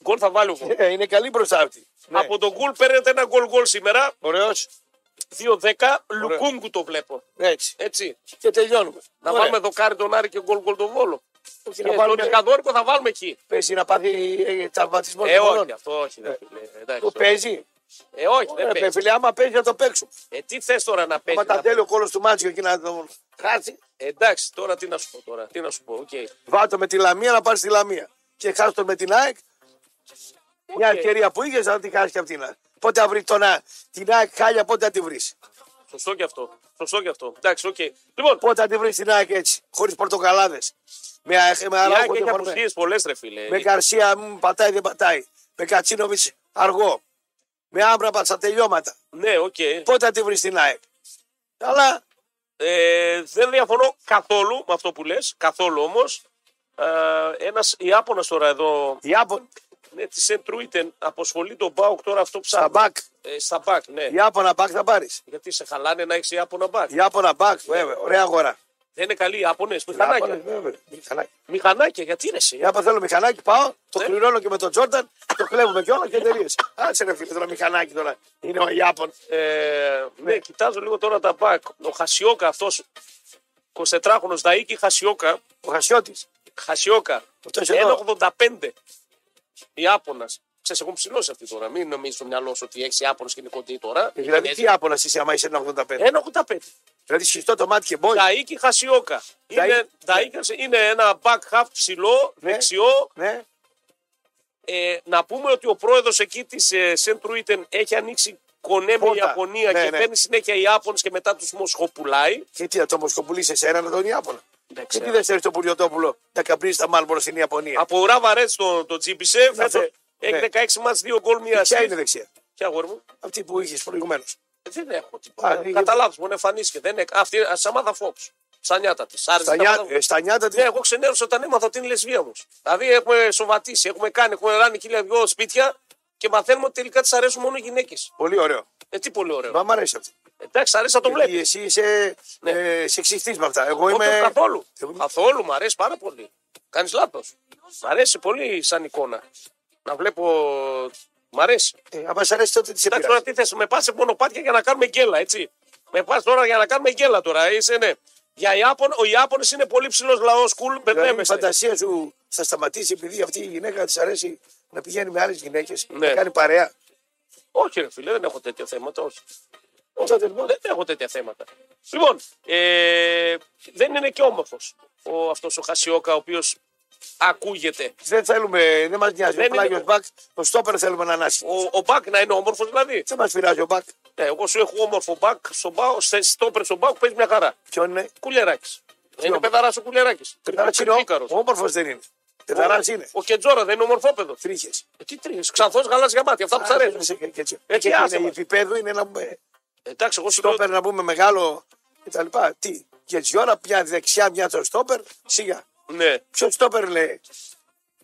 Γκολ θα βάλει ο Γκολ.
Ε, είναι καλή μπροστά αυτή. Ναι.
Από τον γκολ παίρνετε ένα γκολ γκολ σήμερα.
Ωραίος.
2-10. Λουκούγκου το βλέπω.
Έτσι.
Έτσι.
Και τελειώνουμε.
Να
Ωραία.
πάμε δοκάρι τον Άρη και γκολ γκολ τον Βόλο.
Όχι,
Και
να
τον
βάλουμε.
Δεκαδόρικο θα βάλουμε εκεί.
Παίζει να πάθει ε, τραυματισμός.
Ε,
των
όχι,
ποδών.
αυτό όχι. δεν φίλε,
Του
εντάξει.
παίζει.
Ε, όχι, δεν
Ρε,
παίζει.
παι, φίλε, άμα παίζεις να το παίξουμε.
Ε, τι θες τώρα να παίζει.
Άμα τα
να
τέλει ο κόλος του Μάτσιο εκεί να τον χάσει,
Εντάξει, τώρα τι να σου πω τώρα. Τι να σου πω, οκ.
βάτο με τη λαμία να πάρεις τη λαμία. Και χάσει τον με την ΑΕΚ. Μια ευκαιρία που είχες να τη χάσεις και από την ΑΕΚ. Πότε θα βρει τον ΑΕΚ. Την ΑΕΚ χάλια πότε θα τη βρεις.
Σωστό και αυτό. Σωστό και αυτό. Εντάξει, οκ. Λοιπόν,
Πότε θα τη βρεις την ΑΕΚ έτσι. Χωρίς πορτοκαλάδες. Με, αε- με
η
Αράουχο
Άκη
και
έχει
Φορμέ.
απουσίες πολλές ρε φίλε.
Με Γκαρσία μ, πατάει δεν πατάει. Με Κατσίνοβιτ αργό. Με Άμπραμπα στα τελειώματα.
Ναι, οκ.
Πότε θα τη βρεις την ΑΕΚ. Αλλά
Ε, δεν διαφωνώ καθόλου με αυτό που λες. Καθόλου όμως. Ε, ένας Ιάπωνας τώρα εδώ,
η Άπον,
ναι, της Σεντρούιτεν, αποσχολεί τον Μπάουκ τώρα αυτό ψάχνει.
στα μπακ,
Ε, στα μπακ, ναι.
η Άπονα μπακ θα πάρεις.
Γιατί σε χαλάνε να έχεις Ιάπωνα μπακ.
Η Άπονα μπακ, βέβαια, ωραία αγορά.
Δεν είναι καλοί οι Ιάπωνες.
Η Άπονα,
Μηχανάκια.
βέβαια, Μηχανάκι.
Μηχανάκια, γιατί είναι εσύ.
Για να θέλω μηχανάκι, πάω, το
Ναι.
κληρώνω και με τον Τζόρνταν, το κλέβουμε κιόλα και τελείωσε. Άτσε ρε φίλε, τώρα μηχανάκι τώρα. Είναι ο Ιάπων.
Ε, ναι, κοιτάζω λίγο τώρα τα μπακ. Ο Χασιόκα αυτός. 24χρονο Δαίκη Χασιόκα.
Ο Χασιώτης.
Χασιόκα.
Αυτός εδώ.
1,85. Ιάπωνα. Ξέρεις, έχουν ψηλώσει αυτή τώρα. Μην νομίζεις στο μυαλό σου ότι έχεις Ιάπωνα και είναι κοντή τώρα.
Δηλαδή, τι
Είναι-
Ιάπωνα είσαι άμα είσαι
Ε.
1,85.
1,85.
Δηλαδή, σχιστό το μάτι και μπόλι.
Δαίκη Χασιόκα. Είναι,
Νταΐκη,
Νταΐκας είναι ένα back half ψηλό,
Ναι.
δεξιό.
Ναι,
Ε, να πούμε ότι ο πρόεδρος εκεί της ε, Σεντρούιτεν έχει ανοίξει κονέ με
Πόρτα.
Ιαπωνία
Ναι,
και
ναι.
παίρνει συνέχεια Ιάπωνες και μετά τους μοσχοπουλάει.
και τι θα το μοσκοπουλήσει εσένα να τον Ιάπωνα.
Δεν
Και
ξέρω.
τι δεν ξέρει το Πουλιοτόπουλο να καπνίζει τα μάλμπορο στην Ιαπωνία.
Από Ράβα Ρέτ τον το τσίπησε. Φέτο
ναι.
έχει
Ναι.
16 μάτς, 2 γκολ, μία
Ποια
assist.
είναι η δεξιά.
Ποια αγόρι μου.
Αυτή που είχες προηγουμένως.
Ε, Δεν έχω
Α,
τίποτα.
δεν-
Καταλάβει, μου εμφανίστηκε. Δεν έχω. Αυτή η Σαμάδα Φόξ. Στα νιάτα της.
Στα, νιά, ε, στα νιάτα της.
Ναι, εγώ ξενέρωσα όταν έμαθα ότι είναι λεσβία μου. Δηλαδή έχουμε σοβατήσει, έχουμε κάνει, έχουμε ράνει χίλια δυο σπίτια και μαθαίνουμε ότι τελικά της αρέσουν μόνο οι γυναίκες.
Πολύ ωραίο.
Ε, τι πολύ ωραίο.
Μα μ' αρέσει αυτή.
Εντάξει, αρέσει να το
Γιατί
βλέπεις.
εσύ είσαι ε, σεξιστής με αυτά. Εγώ
Όχι
είμαι.
καθόλου.
Εγώ είμαι-
Καθόλου, μου αρέσει πάρα πολύ. Κάνεις λάθος. Μ' αρέσει πολύ σαν εικόνα. Να βλέπω. Μ' αρέσει.
Ε, άμα σ' αρέσει τότε τι σε
Εντάξει,
πειράζει.
τώρα τι θες, με πας σε μονοπάτια για να κάνουμε γκέλα, έτσι. Με πας τώρα για να κάνουμε γέλα τώρα. Είσαι, ναι. Για Ιάπων, ο Ιάπωνες είναι πολύ ψηλός λαός, κουλ,
Δηλαδή, η
μπερδεύεσαι.
φαντασία σου θα σταματήσει επειδή αυτή η γυναίκα της αρέσει να πηγαίνει με άλλες γυναίκες,
Ναι.
να κάνει παρέα.
Όχι, ρε φίλε, δεν έχω τέτοια θέματα. Όχι.
Τότε λοιπόν.
Δεν έχω τέτοια θέματα. Λοιπόν, ε, δεν είναι και όμορφος ο, αυτός ο Χασιόκα, ο οποίος ακούγεται.
Δεν θέλουμε, δεν μας νοιάζει.
Δεν
ο πλάγιος
είναι-
μπακ, το στόπερ θέλουμε να ανάσει.
Ο, ο Μπακ να είναι όμορφος, δηλαδή.
Δεν μας πειράζει ο μπακ.
Ναι, εγώ σου έχω όμορφο Μπακ, στον Μπακ, σε στόπερ στον Μπακ, παίζει μια χαρά.
Ποιο είναι.
Κουλεράκι. Είναι
όμως.
πεδαρά ο κουλεράκι.
Τεταράς είναι ο όμορφος δεν είναι. Τεταρά είναι.
Ο Κεντζόρα δεν είναι ομορφόπεδος.
Τρίχες.
Ε, Τι τρει, ξανθό γαλάζια μάτια, αυτά που σ' αρέσουν. Έτσι,
Έτσι
άσε
είναι.
μας.
Επιπέδου είναι ένα ε,
Εντάξει, εγώ σου λέω.
στόπερ να πούμε μεγάλο κτλ. Τι. Για τη ώρα πια δεξιά μια το στόπερ, σιγά.
Ναι.
Ποιο στόπερ λέει.
Α,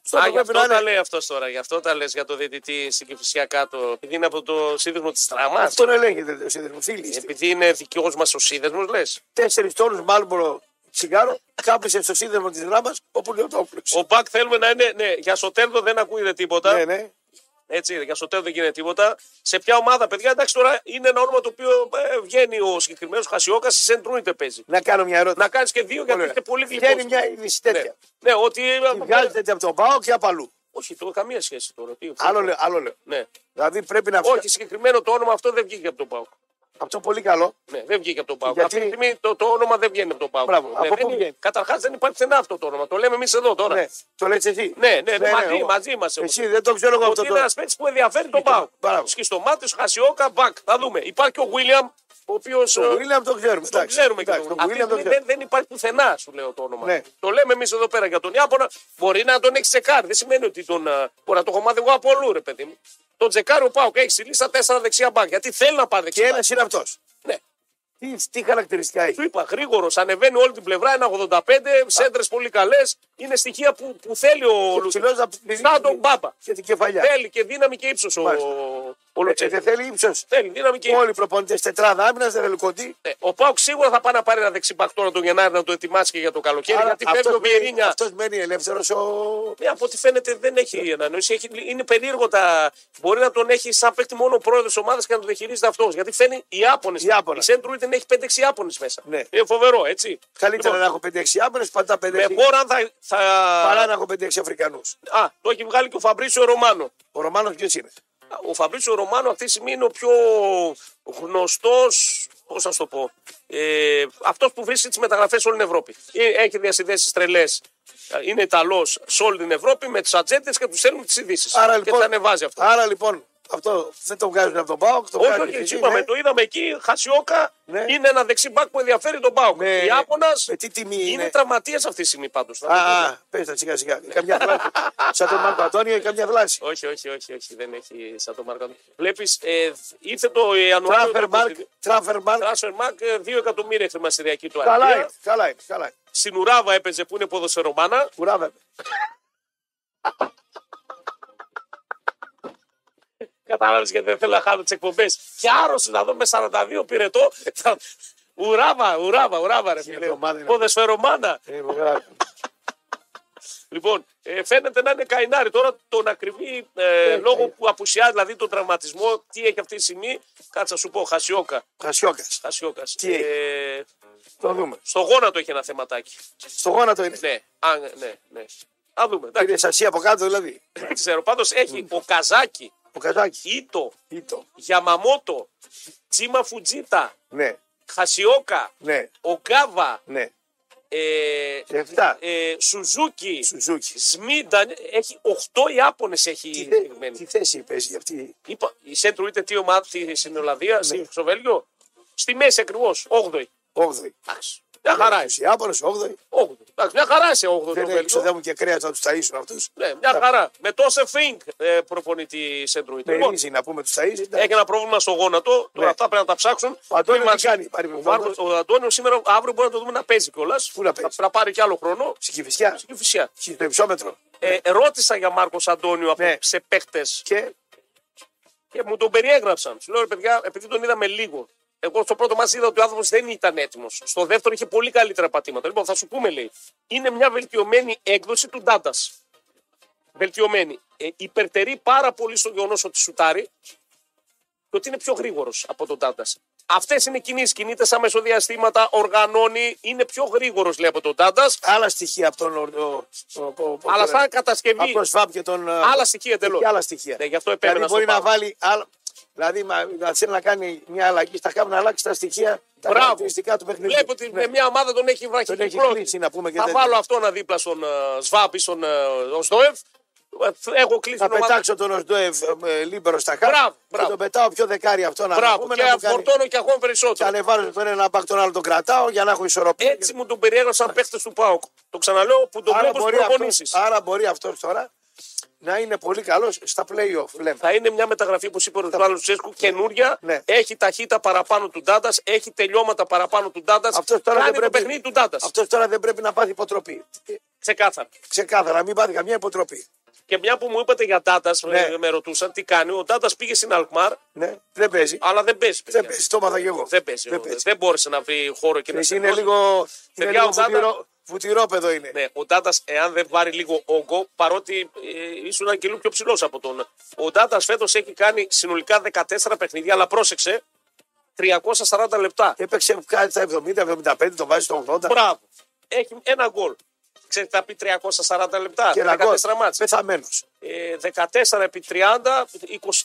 Στόπερ
γι' αυτό
πρέπει να
τα
είναι.
λέει αυτός τώρα. Γι' αυτό τα λες για το διαιτητή στην Κυφυσιά κάτω. Επειδή είναι από το σύνδεσμο της Τραμά.
Αυτόν ελέγχεται το σύνδεσμο. Φίλοι. είστε.
Επειδή είναι δικαιό μας ο σύνδεσμος, λες.
Τέσσερις τόνους μάλμπορο τσιγάρο, κάπησε στο σύνδεσμο της δράμας όπου λέει το όπλο.
Ο Μπακ θέλουμε να είναι. Ναι, για Σοτέρδο δεν ακούγεται τίποτα.
Ναι, ναι.
Έτσι, για Σοτέρδο δεν γίνεται τίποτα. Σε ποια ομάδα, παιδιά, εντάξει τώρα είναι ένα όνομα το οποίο ε, βγαίνει ο συγκεκριμένος Χασιόκας, σε Σεντρούιντε παίζει.
Να κάνω μια ερώτηση.
Να κάνεις και δύο γιατί είστε πολύ
Βγαίνει
γλυκό.
μια είδηση
Ναι.
τέτοια.
ναι, ότι.
Τη Βγάζετε από τον Πάο και απ' αλλού.
Όχι, το καμία σχέση τώρα. Τι-
Άλλο λέω, άλλο λέω.
Ναι.
Δηλαδή πρέπει να βγει.
Όχι, συγκεκριμένο το όνομα αυτό δεν βγήκε από τον Πάουκ.
Αυτό πολύ καλό.
Ναι, δεν βγήκε από τον Πάουκ.
Γιατί-
Αυτή τη στιγμή το, το όνομα δεν βγαίνει από τον Πάουκ.
Μπράβο. Από πού βγαίνει?
Καταρχάς δεν υπάρχει πουθενά αυτό το όνομα. Το λέμε εμείς εδώ τώρα.
Ναι, το λες εσύ.
Ναι, ναι,
Ναι,
μαζί,
ναι,
μαζί μα.
Εσύ δεν το ξέρω εγώ αυτό
Ότι είναι
το.
ένας παίκτης που ενδιαφέρει τον Πάουκ.
Λοιπόν, Μπράβο.
Σκιστομάτη, Χασιόκα, Μπακ. Θα δούμε. Υπάρχει και ο Βίλιαμ, ο ε, οποίο.
Το Βίλιαμ το ξέρουμε.
Το
εντάξει.
ξέρουμε και
Εντάξει,
το
το Βίλιαμ το
δεν,
ξέρουμε.
δεν υπάρχει πουθενά, σου λέω το όνομα.
Ναι.
Το λέμε εμείς εδώ πέρα για τον Ιάπωνα. Μπορεί να τον έχεις τσεκάρει. Δεν σημαίνει ότι τον. α, Μπορεί να το έχω μάθει εγώ από όλου, ρε παιδί μου. Τον τσεκάρει ο Πάουκ. Έχει στη λίστα τέσσερα δεξιά μπακ. Γιατί θέλει να πάρει
Και
δεξιά.
ένα
μπακ.
είναι αυτός.
Ναι.
Τι, τι χαρακτηριστικά έχει.
Του είπα γρήγορος, ανεβαίνει όλη την πλευρά, ένα 85, σέντρε πολύ καλές. Είναι στοιχεία που, που θέλει ο Λουτσέσκου.
Ψηλός να πει.
Σαν τον Μπάμπα.
Και την κεφαλιά.
Θέλει και δύναμη και ύψος ο,
Μάλιστα.
ο
Ε,
Λουτσέσκου.
Δεν θέλει ύψος.
Θέλει δύναμη και
Όλοι οι προπονητές τετράδα άμυνας δεν θέλουν κοντή.
Ναι, ο Πάουκ σίγουρα θα πάει να πάρει ένα δεξιμπακ τώρα τον Γενάρη να το ετοιμάσει και για το καλοκαίρι.
Άρα
γιατί φεύγει ο
αυτός μένει-
Βιερίνια.
αυτός μένει ελεύθερος ο.
Ναι, από ό,τι φαίνεται δεν έχει
Ε.
ανανόηση. Έχει, είναι περίεργο τα. Μπορεί να τον έχει σαν παίκτη μόνο ο πρόεδρος τη ομάδας και να τον διαχειρίζεται αυτός. Γιατί φαίνει οι Άπωνες.
Οι Άπωνες.
Η Σέντρου ήταν έχει 5-6 Άπωνες μέσα.
Ναι.
Είναι φοβερό, έτσι.
Καλύτερα να
Λοιπόν,
έχω 5-6 άμυνε πατά 5-6
με πόρα θα. θα...
παρά να έχω 5-6 Αφρικανούς.
Α, το έχει βγάλει και ο Φαμπρίσιο Ρωμάνο.
Ο Ρωμάνος ποιος είναι.
Ο Φαμπρίσιο Ρωμάνο αυτή τη στιγμή είναι ο πιο γνωστός. Πώς να σου το πω. Ε, Αυτός που βρίσκει τις μεταγραφές σε όλη την Ευρώπη. Ε, Έχει διασυνδέσεις τρελές. Είναι Ιταλός σε όλη την Ευρώπη με του ατζέντες και τους στέλνουν τις ειδήσεις.
Άρα
Και
λοιπόν-
τα ανεβάζει αυτό.
Άρα λοιπόν αυτό δεν το βγάζουν από τον Πάοκ. Το
Όχι,
βγάζουν
όχι,
και
έτσι
εκεί,
είπαμε,
ναι.
το είδαμε εκεί. Χασιόκα
Ναι.
είναι ένα δεξί μπακ που ενδιαφέρει τον Πάουκ. Ο
Με-
Ιάπωνα
με τι τιμή
είναι
είναι.
τραυματία αυτή τη στιγμή πάντως.
Α, πες τα σιγά σιγά. Καμιά θλάση. Σαν τον Μάρκο Αντώνιο ή καμιά θλάση.
Όχι, όχι, όχι, όχι, δεν έχει σαν το Μάρκο. Βλέπεις, ε, ήρθε το Ιανουάριο.
Τράφερ Μάρκ, Τράφερ Μάρκ.
Τράσφερ Μάρκ, 2 ε, εκατομμύρια χρηματιστηριακή του
Καλά
αργία.
είναι, καλά είναι, καλά είναι.
Στην Ουράβα έπαιζε που είναι ποδοσφαιρομάνα.
Κουράβε.
Κατάλαβες γιατί δεν θέλω να χάνω τις εκπομπές. Και άρρωστος να δω με 42 πυρετό. θα- ουράβα, ουράβα, ουράβα, ρε φίλε.
εβδομάδα είναι.
Ποδοσφαιρομάνα.
Ε, μεγάλο.
Λοιπόν, ε, φαίνεται να είναι καϊνάρι. Τώρα τον ακριβή
ναι.
ε, λόγο που απουσιάζει, δηλαδή τον τραυματισμό, τι έχει αυτή τη στιγμή. Κάτσε να σου πω, Χασιόκα.
Χασιόκας.
Χασιόκας.
Τι έχει?
Ε,
Το δούμε.
στο γόνατο έχει ένα θεματάκι.
Στο γόνατο είναι.
Ναι, α, ναι, ναι. Α δούμε. Εντάξει,
Είναι σασί από κάτω δηλαδή.
δεν ξέρω. Πάντως έχει ο Καζάκη,
Ο Καζάκη.
Ήτο,
Ήτο.
Γιαμαμότο, Τσίμα Φουτζίτα,
Ναι,
Χασιόκα,
ναι,
Ογκάβα,
ναι.
ε,
Και αυτά.
ε, Σουζούκι,
Σουζούκι.
Σμίντα. Έχει 8 Ιάπωνες έχει
Τι, θε-
συγκεκριμένοι.
τι θέση παίζει αυτή.
Είπα, η Σέντρου είτε τι ομάδα τη στην Ολλανδία,
Ναι.
στη- στο Βέλγιο. Στη μέση ακριβώς, 8η.
8η.
Εντάξει. Μια χαρά είσαι.
Οι Άπωνε 8η.
8η. Εντάξει, μια χαρά είσαι 8η
Ναι. Δεν
στο
έχει
Βέλγιο.
ξοδεύουν και κρέα να τους ταΐσουν αυτούς.
Ναι, μια χαρά. Με τόσο φινγκ ε, προπονητή Σέντρου είτε.
Με
Λοιπόν,
ρύζι να πούμε τους ταΐσουν.
έχει ένα πρόβλημα στο γόνατο. Τώρα
Ναι.
αυτά πρέπει να τα ψάξουν.
Ο Αντώνιο
Μην
τι
μας-
κάνει.
Ο, Μάρκος, ο Αντώνιο σήμερα, αύριο μπορεί να το δούμε να παίζει κιόλας.
Πού να παίζει?
Θα, θα πάρει κι άλλο χρόνο.
Σκυφισιά.
Και φυσικά.
Στο υψόμετρο.
Ε, ρώτησα για Μάρκος Αντώνιο από
Ναι.
σε παίχτε
Και
και μου τον περιέγραψαν. Σου λέω ρε παιδιά, επειδή τον είδαμε λίγο. Εγώ στο πρώτο μάτι είδα ότι ο άνθρωπος δεν ήταν έτοιμος. Στο δεύτερο είχε πολύ καλύτερα πατήματα. Λοιπόν, θα σου πούμε λέει. Είναι μια βελτιωμένη έκδοση του Ντάντας. Βελτιωμένη. Ε, υπερτερεί πάρα πολύ στο γεγονός ότι σουτάρει και ότι είναι πιο γρήγορος από τον Τάντα. Αυτές είναι κινήσεις. Κινείται σαν μεσοδιαστήματα, οργανώνει, είναι πιο γρήγορος λέει από τον Τάντα.
Άλλα στοιχεία από τον. ο- ο- ο- ο-
Αλλά
τον-
σαν κατασκευή.
από τον Σβάμπ και τον.
Άλλα στοιχεία εντελώ.
Και άλλα στοιχεία.
Ναι, γι' αυτό επέμενα στο
δηλαδή μπορεί να
Πάο.
βάλει. Άλλα... Δηλαδή μα- να θέλει να κάνει μια αλλαγή στα χάπη να αλλάξει τα στοιχεία. Τα
Μπράβο.
χαρακτηριστικά του παιχνιδιού.
Βλέπω ότι με μια ομάδα τον έχει βραχεί.
Ναι, Τον έχει κλείσει, να πούμε και
Θα
τέτοια.
βάλω αυτόν αδίπλα στον ε, Σβάπη, στον Σδοεύ. Έχω κλείσει
Θα
την ομάδα.
πετάξω τον Οσντοεβ Λίμπερο στα χάπη.
Μπράβο,
Και
μπράβο.
τον πετάω πιο δεκάρι αυτό να
Μπράβο.
πούμε,
Και
να μου κάνει-
φορτώνω και αγών
Και
περισσότερο.
ανεβάζω τον ένα μπακ τον άλλο τον κρατάω για να έχω ισορροπία.
Έτσι μου τον περιέγραψαν παίχτε του ΠΑΟΚ. Το ξαναλέω που τον
ναι, άρα,
βλέπω
μπορεί
στι προπονήσει.
αυτός, άρα μπορεί αυτός τώρα να είναι πολύ καλός στα playoff. Λέμε.
Θα είναι μια μεταγραφή, όπως είπε ο Ρουσβάλλο Τσέσκου, καινούργια.
Ναι.
Έχει ταχύτητα παραπάνω του Ντάντας, έχει τελειώματα παραπάνω του Ντάντας.
Αυτός τώρα
Κάνει
δεν
το
πρέπει-
παιχνίδι του Ντάντας.
Αυτός τώρα δεν πρέπει να πάθει υποτροπή. Ε,
Ξεκάθαρα.
Ξεκάθαρα, να μην πάθει καμία υποτροπή.
Και μια που μου είπατε για Ντάντας,
Ναι.
με ρωτούσαν τι κάνει. Ο Ντάντας πήγε στην Αλκμαρ,
Ναι, δεν παίζει.
αλλά δεν παίζει.
Δεν
παιδιά.
παίζει, το έμαθα και εγώ.
Δεν παίζει.
Δεν
ο- Δεν μπόρεσε να βρει χώρο και να
Εσύ είναι
στεκώσει.
λίγο, είναι
Παιδιά,
λίγο
ο Τσάντα-
βουτυρό- βουτυρόπεδο είναι.
Ναι, ο Ντάτας, εάν δεν πάρει λίγο όγκο, παρότι ε, ήσουν και λίγο πιο ψηλός από τον. Ο Ντάτας φέτος έχει κάνει συνολικά 14 παιχνίδια, αλλά πρόσεξε, 340 λεπτά.
Έπαιξε κάτι στα 70-75, το βάζει στο 80.
Μπράβο. Έχει ένα γκολ. Ξέρετε, θα πει 340 λεπτά.
Και ένα
14
γκολ.
μάτς.
Πεθαμένος.
Ε, 14 επί 30,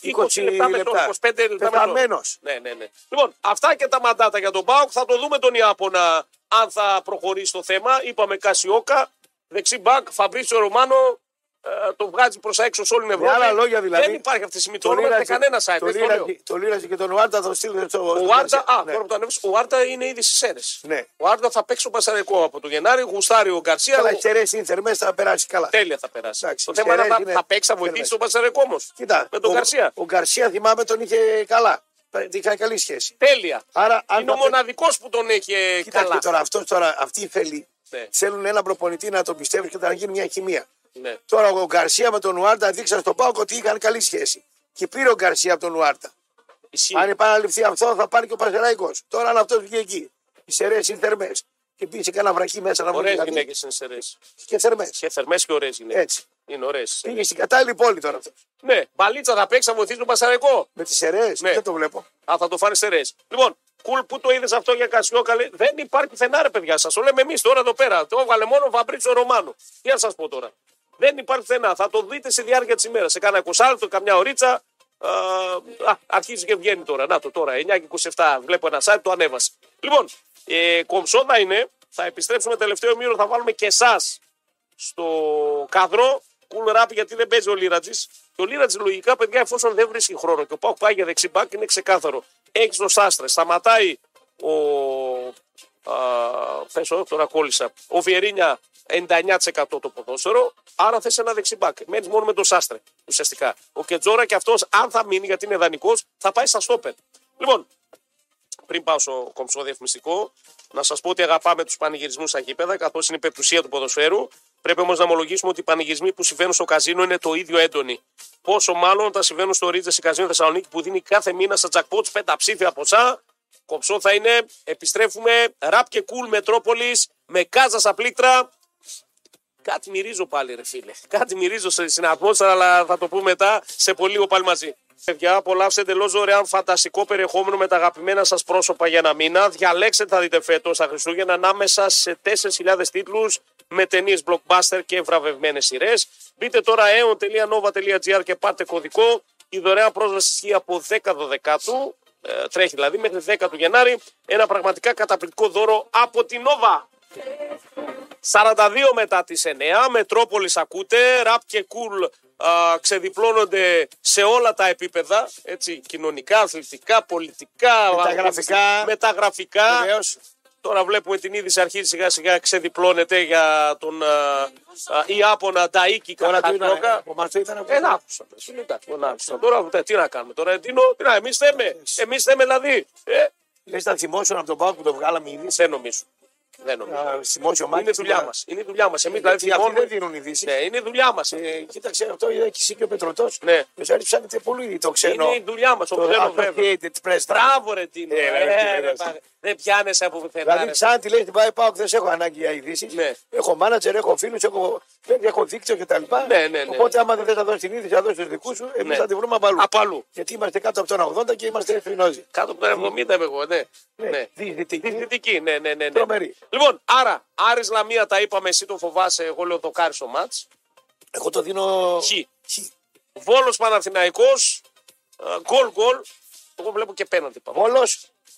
20, 20 λεπτά με τον 25 λεπτά.
Πεθαμένος.
Με τον... Ναι, ναι, ναι. Λοιπόν, αυτά και τα μαντάτα για τον Πάοκ. Θα το δούμε τον Ιάπωνα αν θα προχωρήσει το θέμα. Είπαμε Κασιόκα, δεξί μπακ, Φαμπρίτσιο Ρωμάνο. Ε, το βγάζει προς έξω σε όλη την Ευρώπη.
άλλα λόγια, δηλαδή,
Δεν υπάρχει αυτή τη στιγμή. Το όνομα κανένα site. δεν το λέω.
Το λύραζε και τον Ουάρτα θα το στείλουν στο.
Ο
στον
Άρτα,
Γκαρσία.
α,
Ναι.
τώρα που το ανέβεις, ο Άρτα είναι ήδη στις αίρες.
Ναι.
Ο Άρτα θα παίξει ο Πασαρικό από το Γενάρη, γουστάρει ο Γκαρσία.
Καλά,
ο-
έχει τερέσει ίντερ μέσα, θα περάσει καλά.
Τέλεια θα περάσει.
Εντάξει,
το
οι
θέμα είναι
Σερές
θα,
είναι-
θα παίξει, θα
Σερές.
βοηθήσει τον Πασαρικό όμως.
Κοίτα,
Με τον
ο-
Γκαρσία.
Ο Γκαρσία θυμάμαι τον είχε καλά. Είχαν καλή σχέση.
Τέλεια.
Άρα, αν
είναι
θα
ο
παί-
μοναδικός που τον έχει ε,
Κοίταξε
καλά.
τώρα, αυτός τώρα, αυτοί οι θέλοι
Ναι.
θέλουν έναν προπονητή να τον πιστεύεις και να γίνει μια χημεία.
Ναι.
Τώρα ο Γκαρσία με τον Ουάρτα δείξαν στον Πάοκ ότι είχαν καλή σχέση. Και πήρε ο Γκαρσία από τον Ουάρτα.
Ισχύει.
Αν επαναληφθεί αυτό, θα πάρει και ο Πασεραϊκό. Τώρα, αν αυτός βγει εκεί, οι σερές είναι θερμές. Και πήγε κανένα βραχή μέσα να δηλαδή.
Ωραίε
βρει κάτι.
γυναίκες είναι σερές.
Και θερμές.
Και θερμές και ωραίες γυναίκες.
Έτσι.
Είναι ωραίες.
Πήγε στην κατάλληλη πόλη τώρα αυτός.
Ναι, μπαλίτσα θα παίξει, θα βοηθήσει τον Πασαρικό.
Με τις σερές,
Ναι.
δεν το βλέπω.
Α, θα το φάνε σερές. Λοιπόν, κουλ που το είδες αυτό για Κασιόκα, λέει, δεν υπάρχει πουθενά ρε παιδιά σας. Το λέμε εμείς τώρα εδώ πέρα. Το έβγαλε μόνο ο Φαμπρίτσο Ρωμάνο. Τι να σας πω τώρα. Δεν υπάρχει πουθενά. Θα το δείτε στη διάρκεια της ημέρας. Σε κάνα 20 λεπτό, καμιά ωρίτσα. Α, α, αρχίζει και βγαίνει τώρα. Να το τώρα. 9 και 27. Βλέπω ένα site, το ανέβασε. Λοιπόν, ε, κομψόνα είναι. Θα επιστρέψουμε τελευταίο μήνα. Θα βάλουμε και εσάς στο καδρό. Cool rap γιατί δεν παίζει ο Λίρατζης. Και ο Λίρατζης λογικά, παιδιά, εφόσον δεν βρίσκει χρόνο και ο Πάουκ πάει για δεξί μπακ, είναι ξεκάθαρο. Έχει τον Σάστρε. Σταματάει ο. Α, θες, ό, τώρα κόλλησα. Ο Βιερίνια 99% το ποδόσφαιρο. Άρα θες ένα δεξί μπακ. Μένεις μόνο με τον Σάστρε ουσιαστικά. Ο Κετζόρα και αυτός, αν θα μείνει γιατί είναι δανεικός, θα πάει στα στόπερ. Λοιπόν, πριν πάω στο κομψό διαφημιστικό, να σας πω ότι αγαπάμε τους πανηγυρισμούς στα γήπεδα, καθώς είναι η πετουσία του ποδοσφαίρου. Πρέπει όμως να ομολογήσουμε ότι οι πανηγυρισμοί που συμβαίνουν στο καζίνο είναι το ίδιο έντονοι. Πόσο μάλλον όταν συμβαίνουν στο Ρίτζες η καζίνο Θεσσαλονίκη που δίνει κάθε μήνα στα τζακπότ πενταψήφια ποσά. Κομψό θα είναι, επιστρέφουμε, ραπ και κουλ Μετρόπολης, με κάζα στα πλήκτρα. Κάτι μυρίζω πάλι, ρε φίλε. Κάτι μυρίζω σε- στην ατμόσφαιρα, αλλά θα το πούμε μετά σε πολύ λίγο πάλι μαζί. Παιδιά, απολαύστε εντελώς δωρεάν φανταστικό περιεχόμενο με τα αγαπημένα σας πρόσωπα για ένα μήνα. Διαλέξτε, τι θα δείτε φέτος τα Χριστούγεννα ανάμεσα σε 4.000 τίτλους με ταινίες blockbuster και βραβευμένες σειρές. Μπείτε τώρα aeon.nova.gr και πάρτε κωδικό. Η δωρεάν πρόσβαση ισχύει από 10 Δεκάτου, ε, τρέχει δηλαδή μέχρι 10 του Γενάρη. Ένα πραγματικά καταπληκτικό δώρο από την Nova. 42 μετά τις 9, Μετρόπολης ακούτε, ραπ και κουλ α, ξεδιπλώνονται σε όλα τα επίπεδα, έτσι, κοινωνικά, αθλητικά, πολιτικά,
Μεταγραφικά.
αγωνιστικά, μεταγραφικά.
Βεβαίως.
Τώρα βλέπουμε την είδηση αρχίζει σιγά σιγά ξεδιπλώνεται για τον α, α, Ιάπωνα Ταΐκη
Τώρα το ήταν.
Καρχαρόκα.
Από εμάς το ήταν. από-
Ε, να άκουσα. πες. Ε, εντάξει, να άκουσα. Τώρα τε, τι να κάνουμε τώρα, ε, τι νο- τι να, εμείς θέμε, εμείς θέμε δηλαδή. Ε,
Λες να θυμώσουν από τον Πάοκ που το βγάλαμε ήδη.
δεν νομίζω, δεν νομίζω.
Να θυμώσει ο
Είναι
Μάκης
δουλειά
τώρα.
μας, είναι δουλειά μας. Εμείς
Γιατί
δηλαδή
αυτοί
θυμώνουμε.
δεν δίνουν ειδήσεις.
Ναι, είναι η δουλειά μας.
Ε, κοίταξε αυτό, είδα και εσύ και ο Πετρωτός.
Ναι.
Και ο Άρης ψάχνεται πολύ το ξένο.
Είναι η δουλειά μας. Το
το
ξέρω, βέβαια.
Associated Press.
Μπράβο, ρε Τίνο.
Ε, ρε,
Ε,
τι
ρε,
λες.
πα- Δεν πιάνεσαι από πουθενά.
Δηλαδή,
ρε.
σαν τη λέει την Πάη Πάοκ, δεν σε έχω ανάγκη για ειδήσεις.
Ναι.
Έχω μάνατζερ, έχω φίλους, έχω, έχω δίκτυο κτλ.
Ναι, ναι, ναι.
Οπότε, άμα δεν θες να δώσεις την είδηση, να δώσεις τους δικούς σου, εμείς
Ναι.
θα τη βρούμε απ' αλλού.
Απ' αλλού.
Γιατί είμαστε κάτω από τον 80 και είμαστε φρινόζοι.
Κάτω από το 70 είμαι εγώ, ναι.
Ναι.
ναι.
Διαιτητική.
Διαιτητική, ναι, ναι, ναι. ναι.
Τρομερή.
Λοιπόν, άρα, Άρης Λαμία τα είπαμε, εσύ το φοβάσαι, εγώ λέω δοκάρι στο μάτς.
Εγώ το δίνω.
Χ.
Χ.
Βόλος Παναθηναϊκός, α, γκολ γκολ, εγώ βλέπω και πέναντι πάμε.
Βόλος,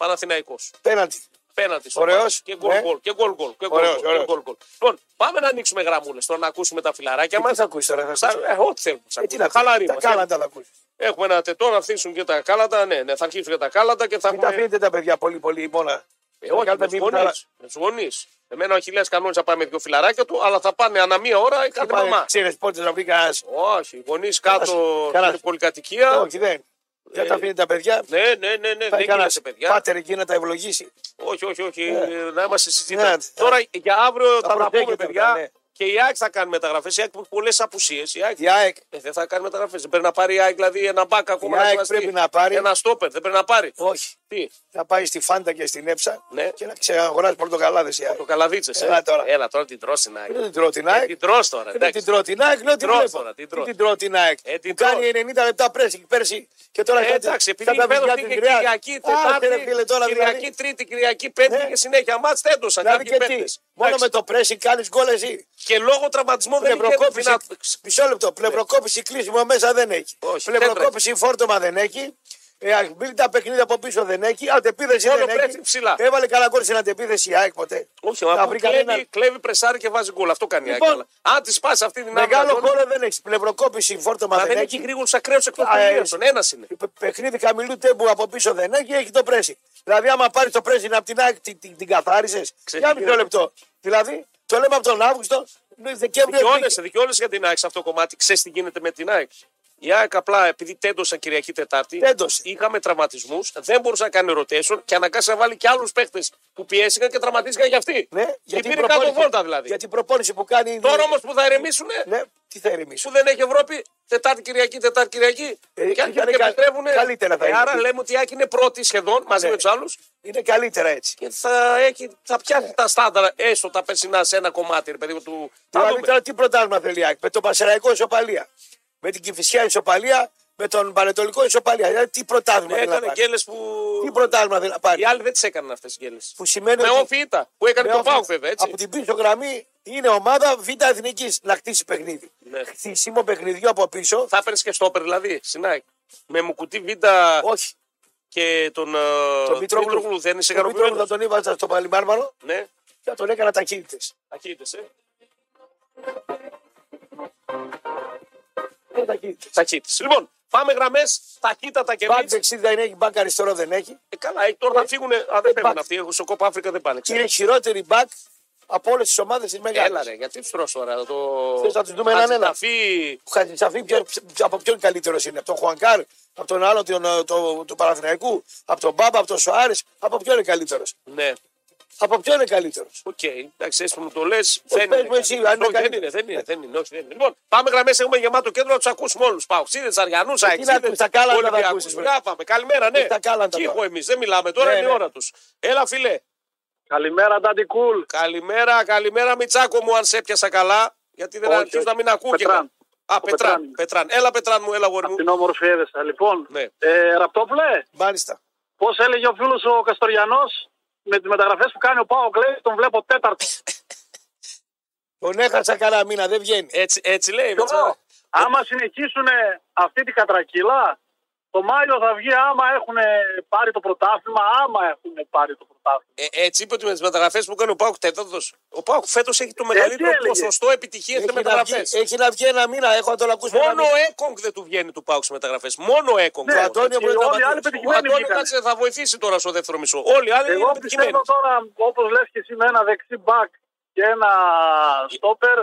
Παναθηναϊκός,
πέναντι.
πέναντι στο
Ωραίος,
μάτς. Και γκολ
ναι.
γκολ, και γκολ γκολ, και γκολ
Ωραίος,
γκολ, και
ωραίος.
γκολ γκολ. Λοιπόν, πάμε να ανοίξουμε γραμμούλες, τώρα να ακούσουμε τα φιλαράκια
Και μα
Ε, μας.
θα ακούσεις τώρα. Θα
Στα-
ακούσει.
ε, Ό,τι θέλουμε.
Ε, τι να
Χαλαρή
ακούσει. Τα
μας, ε.
κάλαντα να ακούσεις.
Έχουμε ένα τετό να αρχίσουν και τα κάλατα. Ναι, ναι, θα αρχίσουν και τα κάλατα και θα
Μην τα
έχουμε.
αφήνετε τα παιδιά πολύ, πολύ μόνα.
Ε, όχι, με
Κάλαντα
του
μην
γονεί. Με τους γονείς. Εμένα ο Αχιλέα κανόνε θα πάει με δύο φιλαράκια του, αλλά θα πάνε ανά μία ώρα ή κάτι μαμά.
Ξέρει πότε να βρει κανένας.
Όχι, οι γονείς κάτω
Καλάς.
στην πολυκατοικία.
Όχι, δεν. Δεν τα αφήνετε τα παιδιά.
Ναι, ναι, ναι, ναι
Πάει
δεν
κανένας
κοίτασε παιδιά.
πάτερ εκεί να τα ευλογήσει.
Όχι, όχι, όχι. ε, Να είμαστε συζητητέ.
Ναι,
Τώρα για αύριο θα τα πούμε,
προσέχετε,
παιδιά.
ναι.
Και η ΑΕΚ θα κάνει μεταγραφές. Η ΑΕΚ που έχει πολλές απουσίες. Η ΑΕΚ
Η ΑΕΚ
ε, δεν θα κάνει μεταγραφές. Δεν πρέπει να πάρει η ΑΕΚ δηλαδή ένα μπακ ακόμα.
ΑΕΚ
ετοιμαστεί.
πρέπει να πάρει-
Ένα στόπερ. Δεν πρέπει να πάρει.
όχι.
Τι,
Θα πάει στη Φάντα και στην Έψα
Ναι.
και να ξεαγοράσει πορτοκαλάδες η ΑΕΚ.
το καλαδίτσε.
Έλα τώρα.
Έλα τώρα την τρώσει την ΑΕΚ.
Δεν την τρώω την
Ε,
ΑΕΚ.
Την τρως τώρα.
Δεν
εντάξει.
την τρώω την ΑΕΚ, λέω την
Τρως
βλέπω.
τώρα, την
Τι
τρως.
Την τρώω την ΑΕΚ.
Ε, την
Που κάνει 90 λεπτά πέρσι, πέρσι και τώρα
Ε,
στα-
εντάξει,
στα
επειδή
τα
φέτο
παιδιά
πήγε
της Γριάς.
Κυριακή,
Άσε,
Τετάρτη,
ρε φίλε, τώρα
Κυριακή,
δηλαδή.
Τρίτη, Κυριακή, Πέμπτη
Ναι.
και συνέχεια. Μάτς τέντωσαν
Δηλαδή
κάποιοι
και τι,
παίκτες.
μόνο
Εντάξει.
με το pressing κάνεις γκολ εσύ.
Και λόγω τραυματισμού δεν είχε
Πλευροκόπηση,
να...
μισό λεπτό, πλευροκόπηση κλείσιμο μέσα δεν έχει.
Όχι,
Πλευροκόπηση φόρτωμα δεν έχει. Ε, αγμήλτα παιχνίδια από πίσω δεν έχει. Αντεπίδεση
Μόνο
δεν έχει. Ε,
pressing ψηλά.
Έβαλε καλά γκολ στην αντεπίδεση η ΑΕΚ ποτέ.
Όχι,
Θα
μα
βρει
κλέβει,
κανένα-
κλέβει, πρεσάρει και βάζει γκολ. Αυτό κάνει η
Λοιπόν,
ΑΕΚ, αλλά Αν της πας αυτή την
Μεγάλο
άμυνα,
χώρο δεν έχει. Πλευροκόπηση φόρτωμα
Μα
δεν
δεν έχει
έχει.
γρήγορους ακραίους εκτός
Α, ε,
του Ένας είναι.
Πε- Παιχνίδι χαμηλού τέμπου από πίσω δεν έχει. Έχει το pressing. Δηλαδή, άμα πάρει το pressing από την ΑΕΚ, την, την, την καθάρισες.
Ξέρεις
Για
τι
μισό
γίνεται.
λεπτό. Δηλαδή, το λέμε από τον Αύγουστο.
Ε,
Δεκέμβριο.
Δικαιώνεσαι, δικαιώνεσαι για την ΑΕΚ σε αυτό το κομμάτι. Ξέρεις τι γίνεται με την ΑΕΚ. Η ΑΕΚ απλά επειδή τέντωσαν Κυριακή Τετάρτη,
Τέντωσε.
είχαμε τραυματισμούς, δεν μπορούσε να κάνει rotation και αναγκάστηκε να βάλει και άλλους παίχτες που πιέστηκαν και τραυματίστηκαν για αυτή.
Ναι,
και
γιατί η
πήρε κάτω
προπόνηση-
βόλτα δηλαδή.
Για την προπόνηση που κάνει.
Τώρα όμως που θα ερεμήσουν,
Ναι, τι θα ηρεμήσει.
που δεν έχει Ευρώπη, Τετάρτη Κυριακή, Τετάρτη Κυριακή,
Ε,
και αν και
ήταν κα-
επιστρέφουν.
καλύτερα θα
ε,
είναι.
άρα λέμε ότι η ΑΕΚ είναι πρώτη σχεδόν μαζί
Ναι.
με τους άλλους
Είναι καλύτερα έτσι. Ε,
και θα, έχει, θα πιάσει τα στάνταρα, έστω τα περσινά σε ένα κομμάτι, ρε παιδί μου, του. Θα
Δηλαδή
δούμε.
τώρα τι πρωτάθλημα θέλει η ΑΕΚ. Με τον Πασεραϊκό ισοπαλία. Με την Κυφυσιά ισοπαλία. Με τον Πανετολικό ισοπαλία. Δηλαδή τι πρωτάθλημα θέλει να
Ναι, Ε, Έκανε
πάρει.
γκέλες που.
Τι πρωτάθλημα θέλει να πάρει.
Οι άλλοι δεν τις έκαναν αυτές τι γκέλες.
Που σημαίνει
Με
ότι-
όφη ήττα που έκανε
με
και ο
όφη-
Πάουκ βέβαια έτσι.
Από την πίσω γραμμή είναι ομάδα Β' Εθνικής να χτίσει παιχνίδι.
Ναι.
Χτίσιμο παιχνιδιού από πίσω.
Θα έπαιρνες και στόπερ δηλαδή. Συνάκη. Με Μουκουτί Βίντα
Όχι.
και τον. ε,
Τον
Μητρόγλου δεν είσαι
Τον Μητρόγλου θα
ικανοποιημένο.
τον έβαζα στο Παλιμάρμαρο
Ναι,
και θα τον έκανα ταχύτητες.
ταχύτητες. Ε.
Δεν ταχύτητε.
Ταχύτητες. Λοιπόν, πάμε γραμμές ταχύτατα και
Μπακ
εμεί.
δεξί δεν έχει, μπακ αριστερό δεν έχει.
Ε, καλά, ε, τώρα θα φύγουν. Α, δεν
μπακ.
φεύγουν αυτοί. Έχουν στο κόπο Αφρικα δεν πάνε.
Και
Ξέρω.
είναι χειρότερη μπακ από όλες τις ομάδες τη μεγάλη.
Έλα ρε, γιατί τους τρώσω τώρα. Το...
Θες να τους δούμε έναν έναν.
Χατζηταφή,
Ο Χατζησαφή ποιο- από ποιον καλύτερος είναι, από τον Χουανκάρ, από τον άλλο τον, ε, το, του Παναθηναϊκού, από τον Μπάμπα, από τον Σοάρες, από ποιον είναι καλύτερος.
Ναι,
Από ποιον είναι καλύτερος.
οκ. Εντάξει, έτσι που μου το λες.
πες μου εσύ, αν είναι
δεν
καλύτερος.
είναι, δεν είναι, δεν είναι, όχι, δεν είναι. Λοιπόν, πάμε γραμμές, έχουμε γεμάτο κέντρο να τους ακούσουμε όλους. Πάω. Ξύρε,
Ε,
Αριανού, Αεξίδε.
ακούσεις, τα κάλαντα θα ακούσεις, βρε.
πάμε. Καλημέρα, ναι.
Τα κάλαντα
Τι
τώρα.
έχω εμείς, δεν μιλάμε τώρα,
Ναι,
είναι η
ναι.
ώρα τους. Έλα, φιλέ.
Καλημέρα, Ντάντι Κούλ.
Καλημέρα, καλημέρα, Μιτσάκο μου, αν σε έπιασα καλά. Γιατί δεν
Όχι,
αρχίζω
όχι.
να μην ακούω και
Πετράν.
εγώ. Α,
Ο Πετράν
Πετράν,
είναι.
Πετράν. Έλα, Πετράν μου, έλα, γόρι μου.
Την όμορφη έδεσα. Λοιπόν,
Ναι.
ε, Ραπτόπουλε,
Μάλιστα.
πώς έλεγε ο φίλος ο Καστοριανός με τις μεταγραφές που κάνει ο Πάο Κλέη, τον βλέπω τέταρτο.
Τον έχασα κανένα μήνα, δεν βγαίνει.
Έτσι, έτσι λέει,
Κι εγώ,
Πετράν.
άμα συνεχίσουν αυτή την κατρακύλα, το Μάιο θα βγει άμα έχουν πάρει το πρωτάθλημα, άμα έχουν πάρει το πρωτάθλημα.
Ε, έτσι είπε ότι με τις μεταγραφές που κάνει ο Πάουκ τέταρτος. Ο Πάουκ φέτος έχει το μεγαλύτερο
έλεγε.
ποσοστό επιτυχίας
Έχει
σε
να, βγει,
μεταγραφές.
έχει να βγει ένα μήνα, έχω να τον ακούσει. ένα
Μόνο
μήνα.
ο Έκογκ δεν του βγαίνει του Πάουκ σε μεταγραφές. Μόνο ο Έκογκ.
Ναι,
όμως.
Αντώνιο
και όλοι οι
Πρωταγωνιστής.
άλλοι
Ο
πετυχημένοι
Αντώνιο
βγήκαν.
κάτσε θα βοηθήσει τώρα στο δεύτερο μισό. Όλοι οι άλλοι
Εγώ
είναι επιτυχημένοι.
πιστεύω τώρα, όπως λες και εσύ, με ένα δεξί μπακ και ένα στόπερ,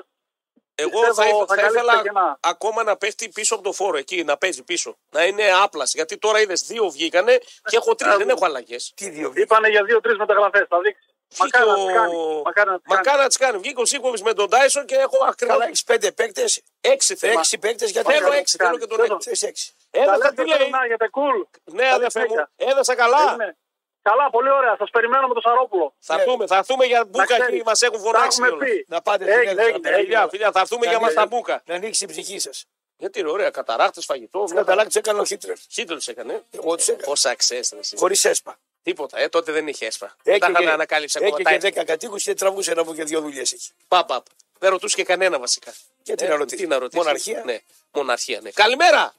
Εγώ
πιστεύω
θα, ήθελα-
θα
θα
καλύψει τα
ήθελα
κενά.
ακόμα να πέφτει πίσω από το φόρο εκεί, να παίζει πίσω. Να είναι άπλα. Γιατί τώρα είδες δύο βγήκανε και έχω τρεις, δεν έχω αλλαγές.
Τι δύο βγήκε.
Είπανε για δύο-τρει μεταγραφές, θα δείξεις. Μακάρι να τις κάνει. Μακάρι να τις κάνει.
Μακάρι να τις κάνει. Βγήκε ο Σίκοβιτ με τον Τάισον και έχω ακριβώς
Καλά, έχεις πέντε παίκτες.
έξι θέλω.
Έξι παίκτες γιατί
Θέλω
Μακάρι.
έξι, θέλω και τον
Θέλω.
έξι.
Θε έξι.
Τα
Έδωσα
λέτε
τι λέει.
τώρα, να, για τα cool.
Ναι, αδερφέ μου,
συνέχεια.
έδωσα καλά.
Έγινε. Καλά, πολύ ωραία. Σας περιμένω με τον Σαρόπουλο.
Θα έρθουμε, θα έρθουμε για
Ναι. Να
μπουκα
ξέρεις,
και μας έχουν φωνάξει.
Τα έχουμε
κιόλας.
πει.
Να πάτε στην
Έγινε,
Έλξα,
έγινε,
να
έγινε.
Φιλιά, φιλιά, Ε, θα έρθουμε για μας τα μπουκα.
Να ανοίξει η ψυχή σας.
Γιατί είναι ωραία, καταράκτε, φαγητό.
Ο
βλάκα.
Καταλάκη έκανε ο Χίτλερ.
Χίτλερ τους έκανε.
Εγώ του έκανα.
Πόσα αξέστρεση.
Χωρίς έσπα.
Τίποτα. Ε, τότε δεν είχε έσπα. Δεν τα είχαμε ανακαλύψει ακόμα.
Έκαιγε
Τα
10 κατοίκους και τραβούσε να βγουν και δύο δουλειές εκεί.
Παπ, παπ. Δεν ρωτούσε και κανένα βασικά.
Γιατί
Ε,
να ρωτήσει.
Τι να ρωτήσει.
Μοναρχία.
Ναι, μοναρχία, ναι. Καλημέρα!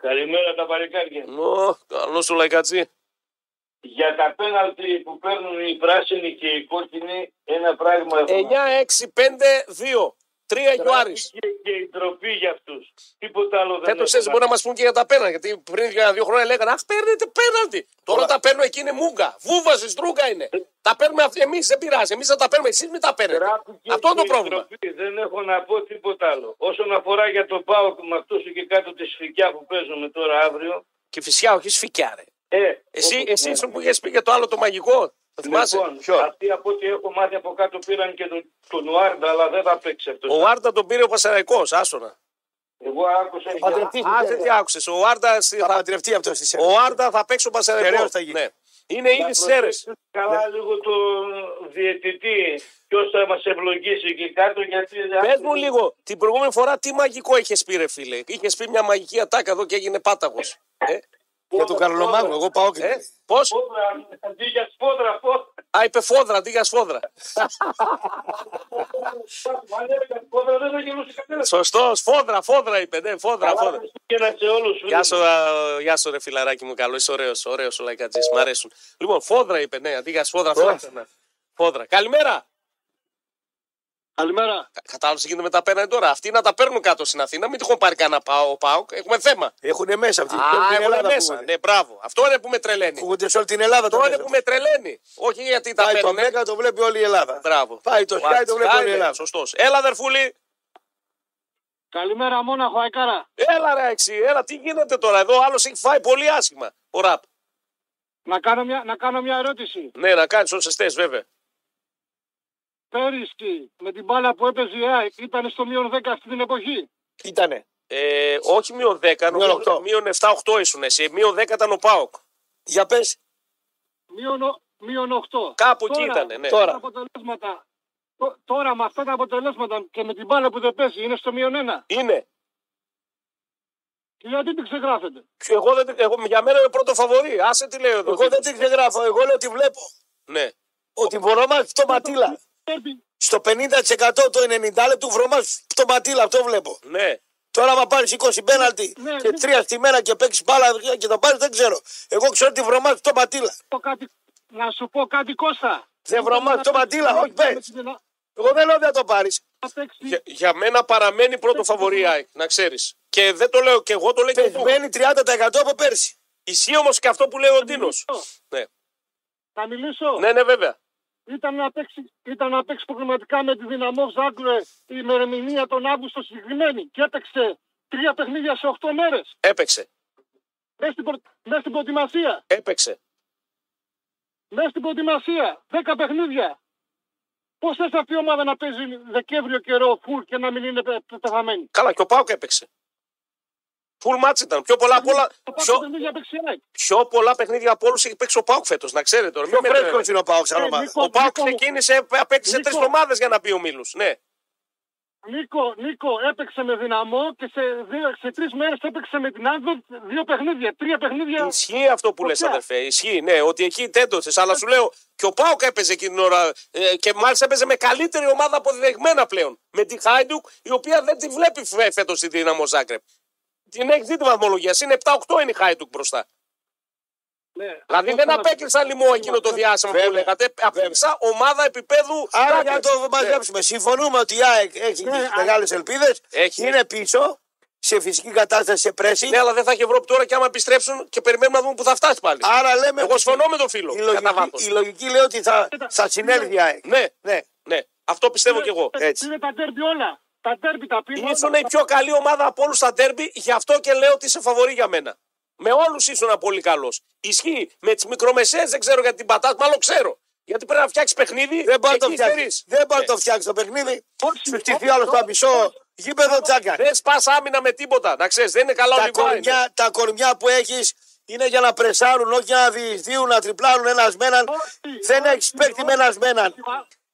Καλημέρα τα παλικάρια.
Ω, καλό σου λαϊκατζή.
Για τα πέναλτι που παίρνουν οι πράσινοι και οι κόκκινοι, ένα
Ε,
πράγμα. έχουμε.
9, 6, 5, 2. 3 Γιουάρη.
Και, και η τροπή για αυτούς. Τίποτα άλλο δεν
Φέτο
έχουν.
έτσι μπορεί να μας πούν και για τα πέναντι. Γιατί πριν για δύο χρόνια λέγανε Αχ, παίρνετε πέναντι. Τώρα τα παίρνω εκεί είναι μούγκα. Βούβα, στρούγκα είναι. Τα παίρνουμε αυτοί εμείς, δεν πειράζει. Εμείς θα τα παίρνουμε. Εσείς μην τα παίρνετε.
Τράπηκε
Αυτό είναι το
και η
πρόβλημα.
ντροπή. Δεν έχω να πω τίποτα άλλο. Όσον αφορά για τον Πάοκ με αυτό σου και κάτω τη σφικιά που παίζουμε τώρα αύριο.
Και φυσικά, όχι σφικιά, ρε.
Ε,
Εσύ,
όπως-
Ναι.
εσύ σου που είχες πει και το άλλο το μαγικό. Το θυμάσαι.
Λοιπόν, αυτοί από ό,τι έχω μάθει από κάτω πήραν και τον, τον Ουάρντα, αλλά δεν θα παίξει αυτός.
Ο Άρντα τον πήρε ο Πασαραϊκό, άσονα.
Εγώ άκουσα. για-
Παντρευτεί.
Α, δεν τι άκουσες. Ο Άρντα
Θα
θα,
παντρευτεί αυτός στη σένα.
ο Άρντα θα παίξει ο Πασαραϊκό.
Στερέος θα γίνει.
Ναι. Είναι ήδη στις αίρε.
Καλά
Ναι.
λίγο το διαιτητή ποιος θα μας ευλογήσει εκεί κάτω γιατί
Πε μου λίγο, την προηγούμενη φορά τι μαγικό είχες πει, ρε φίλε. Είχες πει μια μαγική ατάκα εδώ και έγινε πάταγος. Ε,
Για τον Καρλομάγο. Εγώ πάω και.
ε, Πώς.
Πόδρα, αντί για σπόδρα, πόδρα.
Α, είπε φόδρα, αντί για σφόδρα.
Αν έλεγα σπόδρα δεν θα γελούσε κανένας.
Σωστό, φόδρα, φόδρα είπε. Ναι, φόδρα, φόδρα.
Καλά, σε όλους.
Γεια σου, α, γεια σου, ρε φιλαράκι μου, καλό. Είσαι ωραίος, ωραίος ο λαϊκατζής. Μ' αρέσουν. Λοιπόν, φόδρα είπε, ναι, αντί για σφόδρα, φόδρα. Φόδρα. Καλημέρα.
Καλημέρα.
Κατάλαβες τι γίνεται με τα πέναντι τώρα. Αυτοί να τα παίρνουν κάτω στην Αθήνα, μην τυχόν πάρει κανένα πάω, πάω. Έχουμε θέμα.
Έχουν μέσα αυτοί.
Α, έχουμε μέσα.
μέσα.
Ναι, μπράβο. Αυτό είναι που με τρελαίνει.
Ακούγονται σε όλη την Ελλάδα. τα
Αυτό είναι
μέσα.
που με τρελαίνει. Όχι γιατί τα
Πάει το
παίρνουν. ε.
Μέγα, το βλέπει όλη η Ελλάδα.
Μπράβο.
Πάει το Sky, το βλέπει όλη η Ελλάδα.
Σωστός. Έλα, αδερφούλη.
Καλημέρα, Μόναχο, Αϊκάρα.
Έλα, ρε, έξι. Έλα, τι γίνεται τώρα εδώ. Άλλος έχει φάει πολύ άσχημα. Ο ραπ.
Να κάνω μια, να κάνω μια ερώτηση.
Ναι, να κάνεις όσες θες, βέβαια.
Πέρυσι, με την μπάλα που έπαιζε η ΑΕΚ, ήταν στο μείον 10 αυτή την εποχή.
Ήτανε.
Ε, όχι μείον 10, νομίζω
οκτώ.
μείον 7-8 ήσουν εσύ. Μείον 10 ήταν ο Πάοκ.
Για πες.
Μείον, ο- μείον 8.
Κάπου εκεί ήτανε, ναι.
Τώρα. με αυτά τα αποτελέσματα, τω- τώρα με αυτά τα αποτελέσματα και με την μπάλα που δεν παίζει είναι στο μείον 1.
Είναι.
Και γιατί την ξεγράφετε.
Ποιο- Εγώ δεν, την- εγώ, για μένα είναι πρώτο φαβορή. Άσε τι λέω εδώ.
Εγώ δεν την ξεγράφω. Εγώ λέω ότι βλέπω.
Ναι.
Ότι βρωμάζει πτωματίλα.
Πρέπει
Στο 50% το 90 λεπτό βρωμάζει πτωματίλα. Αυτό βλέπω.
ναι.
Τώρα, άμα πάρεις 20 πέναλτι
Ναι,
και
ναι.
3 στη μέρα και παίξεις μπάλα και το πάρεις, δεν ξέρω. Εγώ ξέρω ότι βρωμάζει πτωματίλα.
πω κάτι, να σου πω κάτι Κώστα.
Δεν βρωμάζει πτωματίλα. Όχι, πες.
Έπρεπε να-
Εγώ δεν λέω δεν το πάρεις.
να παίξει-
Για, για μένα παραμένει πρώτο φαβορή, η ΑΕΚ, να ξέρεις. Και δεν το λέω και εγώ, το λέω και εγώ.
Πεσμένει 30% από πέρσι.
Ισχύει όμως και αυτό που λέει ο Ντίνο. Ναι.
Θα μιλήσω.
ναι, ναι, βέβαια.
Ήταν να παίξει, ήταν να παίξει προγραμματικά με τη δυναμό Ζάγκλε η ημερομηνία τον Αύγουστο συγκεκριμένη. Και έπαιξε τρία παιχνίδια σε 8 μέρες.
Έπαιξε.
Μέσα στην, προ... μέσα στην προετοιμασία.
Έπαιξε.
Μέσα στην προετοιμασία. 10 παιχνίδια. Πώς θες αυτή η ομάδα να παίζει Δεκέμβριο καιρό φουλ και να μην είναι πε- πε- πεθαμένη.
Καλά, και ο Πάοκ έπαιξε. Full match ήταν. Πιο πολλά, πολλά,
Το πάω
πιο,
παιχνίδια παίξει η ΑΕΚ.
πιο πολλά παιχνίδια από όλους έχει παίξει ο Πάοκ φέτος, να ξέρετε. τώρα. Μην με
Φρέσκο
τρελαίνετε.
είναι ο Πάοξ, σαν
Ε,
ομάδα.
Νίκο,
Ο Πάοκ
Νίκο μου,
ξεκίνησε, ε, απέκτησε
Νίκο.
τρεις εβδομάδες για να πει ο Μίλου. Ναι.
Νίκο, Νίκο έπαιξε με δυναμό και σε, δύο, σε τρεις μέρες έπαιξε με την Άντβερτ δύο παιχνίδια. Τρία παιχνίδια.
Ισχύει αυτό που λες,
Φωτιά.
αδερφέ. Ισχύει, ναι, ότι εκεί τέντωσε. Αλλά σου λέω και ο Πάοκ έπαιζε εκείνη την ώρα. ε, και μάλιστα έπαιζε με καλύτερη ομάδα αποδεδειγμένα πλέον. Με τη Χάιντουκ, η οποία δεν τη βλέπει φέτο η δύναμο Ζάγκρεπ. Την έχει δει τη βαθμολογία. Είναι 7-8 είναι η Χάιντουκ μπροστά.
Ναι.
Δηλαδή δεν απέκλεισαν λιμό εκείνο το διάστημα που λέγατε. Απέκλεισα ομάδα επίπεδου.
Άρα για να
Ζάγκρεπ.
το μαζέψουμε. Συμφωνούμε ότι η ΑΕΚ έχει μεγάλες ελπίδες.
Ναι, Έχει.
Είναι πίσω σε φυσική κατάσταση, σε πρέση.
Ναι, αλλά δεν θα έχει Ευρώπη τώρα και άμα επιστρέψουν και περιμένουμε να δούμε που θα φτάσει πάλι.
Άρα λέμε.
Εγώ
ότι
συμφωνώ με τον
Η
φίλο. Κατά
λογική,
βάθος.
η λογική λέει ότι θα, θα συνέλθει η ΑΕΚ.
Ναι, ναι, ναι. Αυτό πιστεύω κι εγώ.
έτσι.
Πήρε Ε, τα τέρμπι όλα. Τα τέρμπι τα πήρε.
Ήσουν η πιο καλή ομάδα από όλους στα τέρμπι, γι' αυτό και λέω ότι είσαι φαβορή για μένα. Με όλους ήσουν πολύ καλός. Ισχύει. Με τις μικρομεσαίες δεν ξέρω για την πατάτα, μάλλον ξέρω. Γιατί πρέπει να φτιάξεις παιχνίδι.
Δεν μπορεί
και
να το
εκεί
φτιάξεις.
στερείς.
Δεν μπορεί να
Ναι.
το φτιάξεις το παιχνίδι.
Όχι,
Σου στηθεί
όχι,
άλλο στο
όχι,
μισό γήπεδο τσάκα.
Δεν σπα άμυνα με τίποτα. Να ξέρεις, δεν είναι καλά ο
Τα
Λιβάη.
κορμιά, τα κορμιά που έχεις είναι για να πρεσάρουν, όχι για να διεισδύουν, να τριπλάρουν ένας με έναν.
Όχι,
Δεν
όχι,
έχει παίκτη με
όχι.
ένας με έναν.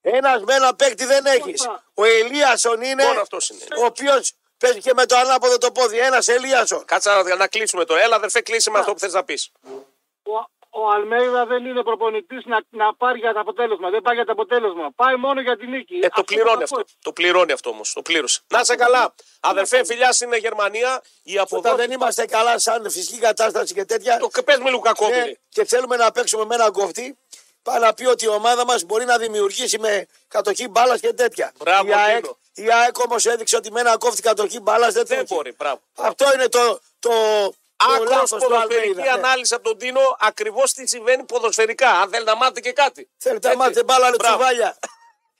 Ένας με έναν παίκτη δεν έχεις. Ο Ελίασον είναι.
Μόνο αυτός είναι.
Ο οποίος παίζει και με το ανάποδο το πόδι. Ένας Ελίασον.
Κάτσε να, να κλείσουμε τώρα. Έλα, αδερφέ, κλείσει με αυτό που θες να πεις.
Ο, ο Αλμέιδα δεν είναι προπονητής να, να πάρει για το αποτέλεσμα. Δεν πάει για το αποτέλεσμα. Πάει μόνο για τη νίκη.
Ε, το πληρώνει
θα
αυτό.
πω.
Το πληρώνει αυτό όμως. Το πλήρωσε. Να σε καλά. Αδερφέ, φιλιά στην Γερμανία. Η
Όταν
αποδόση.
δεν είμαστε καλά σαν φυσική κατάσταση και τέτοια.
Το πες με Λουκακόπουλη.
ναι, και θέλουμε να παίξουμε με έναν κοφτή. Πάει να πει ότι η ομάδα μας μπορεί να δημιουργήσει με κατοχή μπάλας και τέτοια.
Μπράβο,
η ΑΕΚ,
Τίνο.
η ΑΕΚ όμως έδειξε ότι με έναν κόφτη κατοχή μπάλας δεν, το
Δεν
έχει.
μπορεί, μπράβο.
Αυτό είναι το. το το
Άκρο
λάθος του
ποδοσφαιρική
Αλμέιδα, ναι.
ανάλυση από τον Τίνο ακριβώς τι συμβαίνει ποδοσφαιρικά. Αν θέλει να μάθετε και κάτι.
Θέλετε να
Έτσι.
μάθετε μπάλα, ρε
Μπράβο.
τσουβάλια.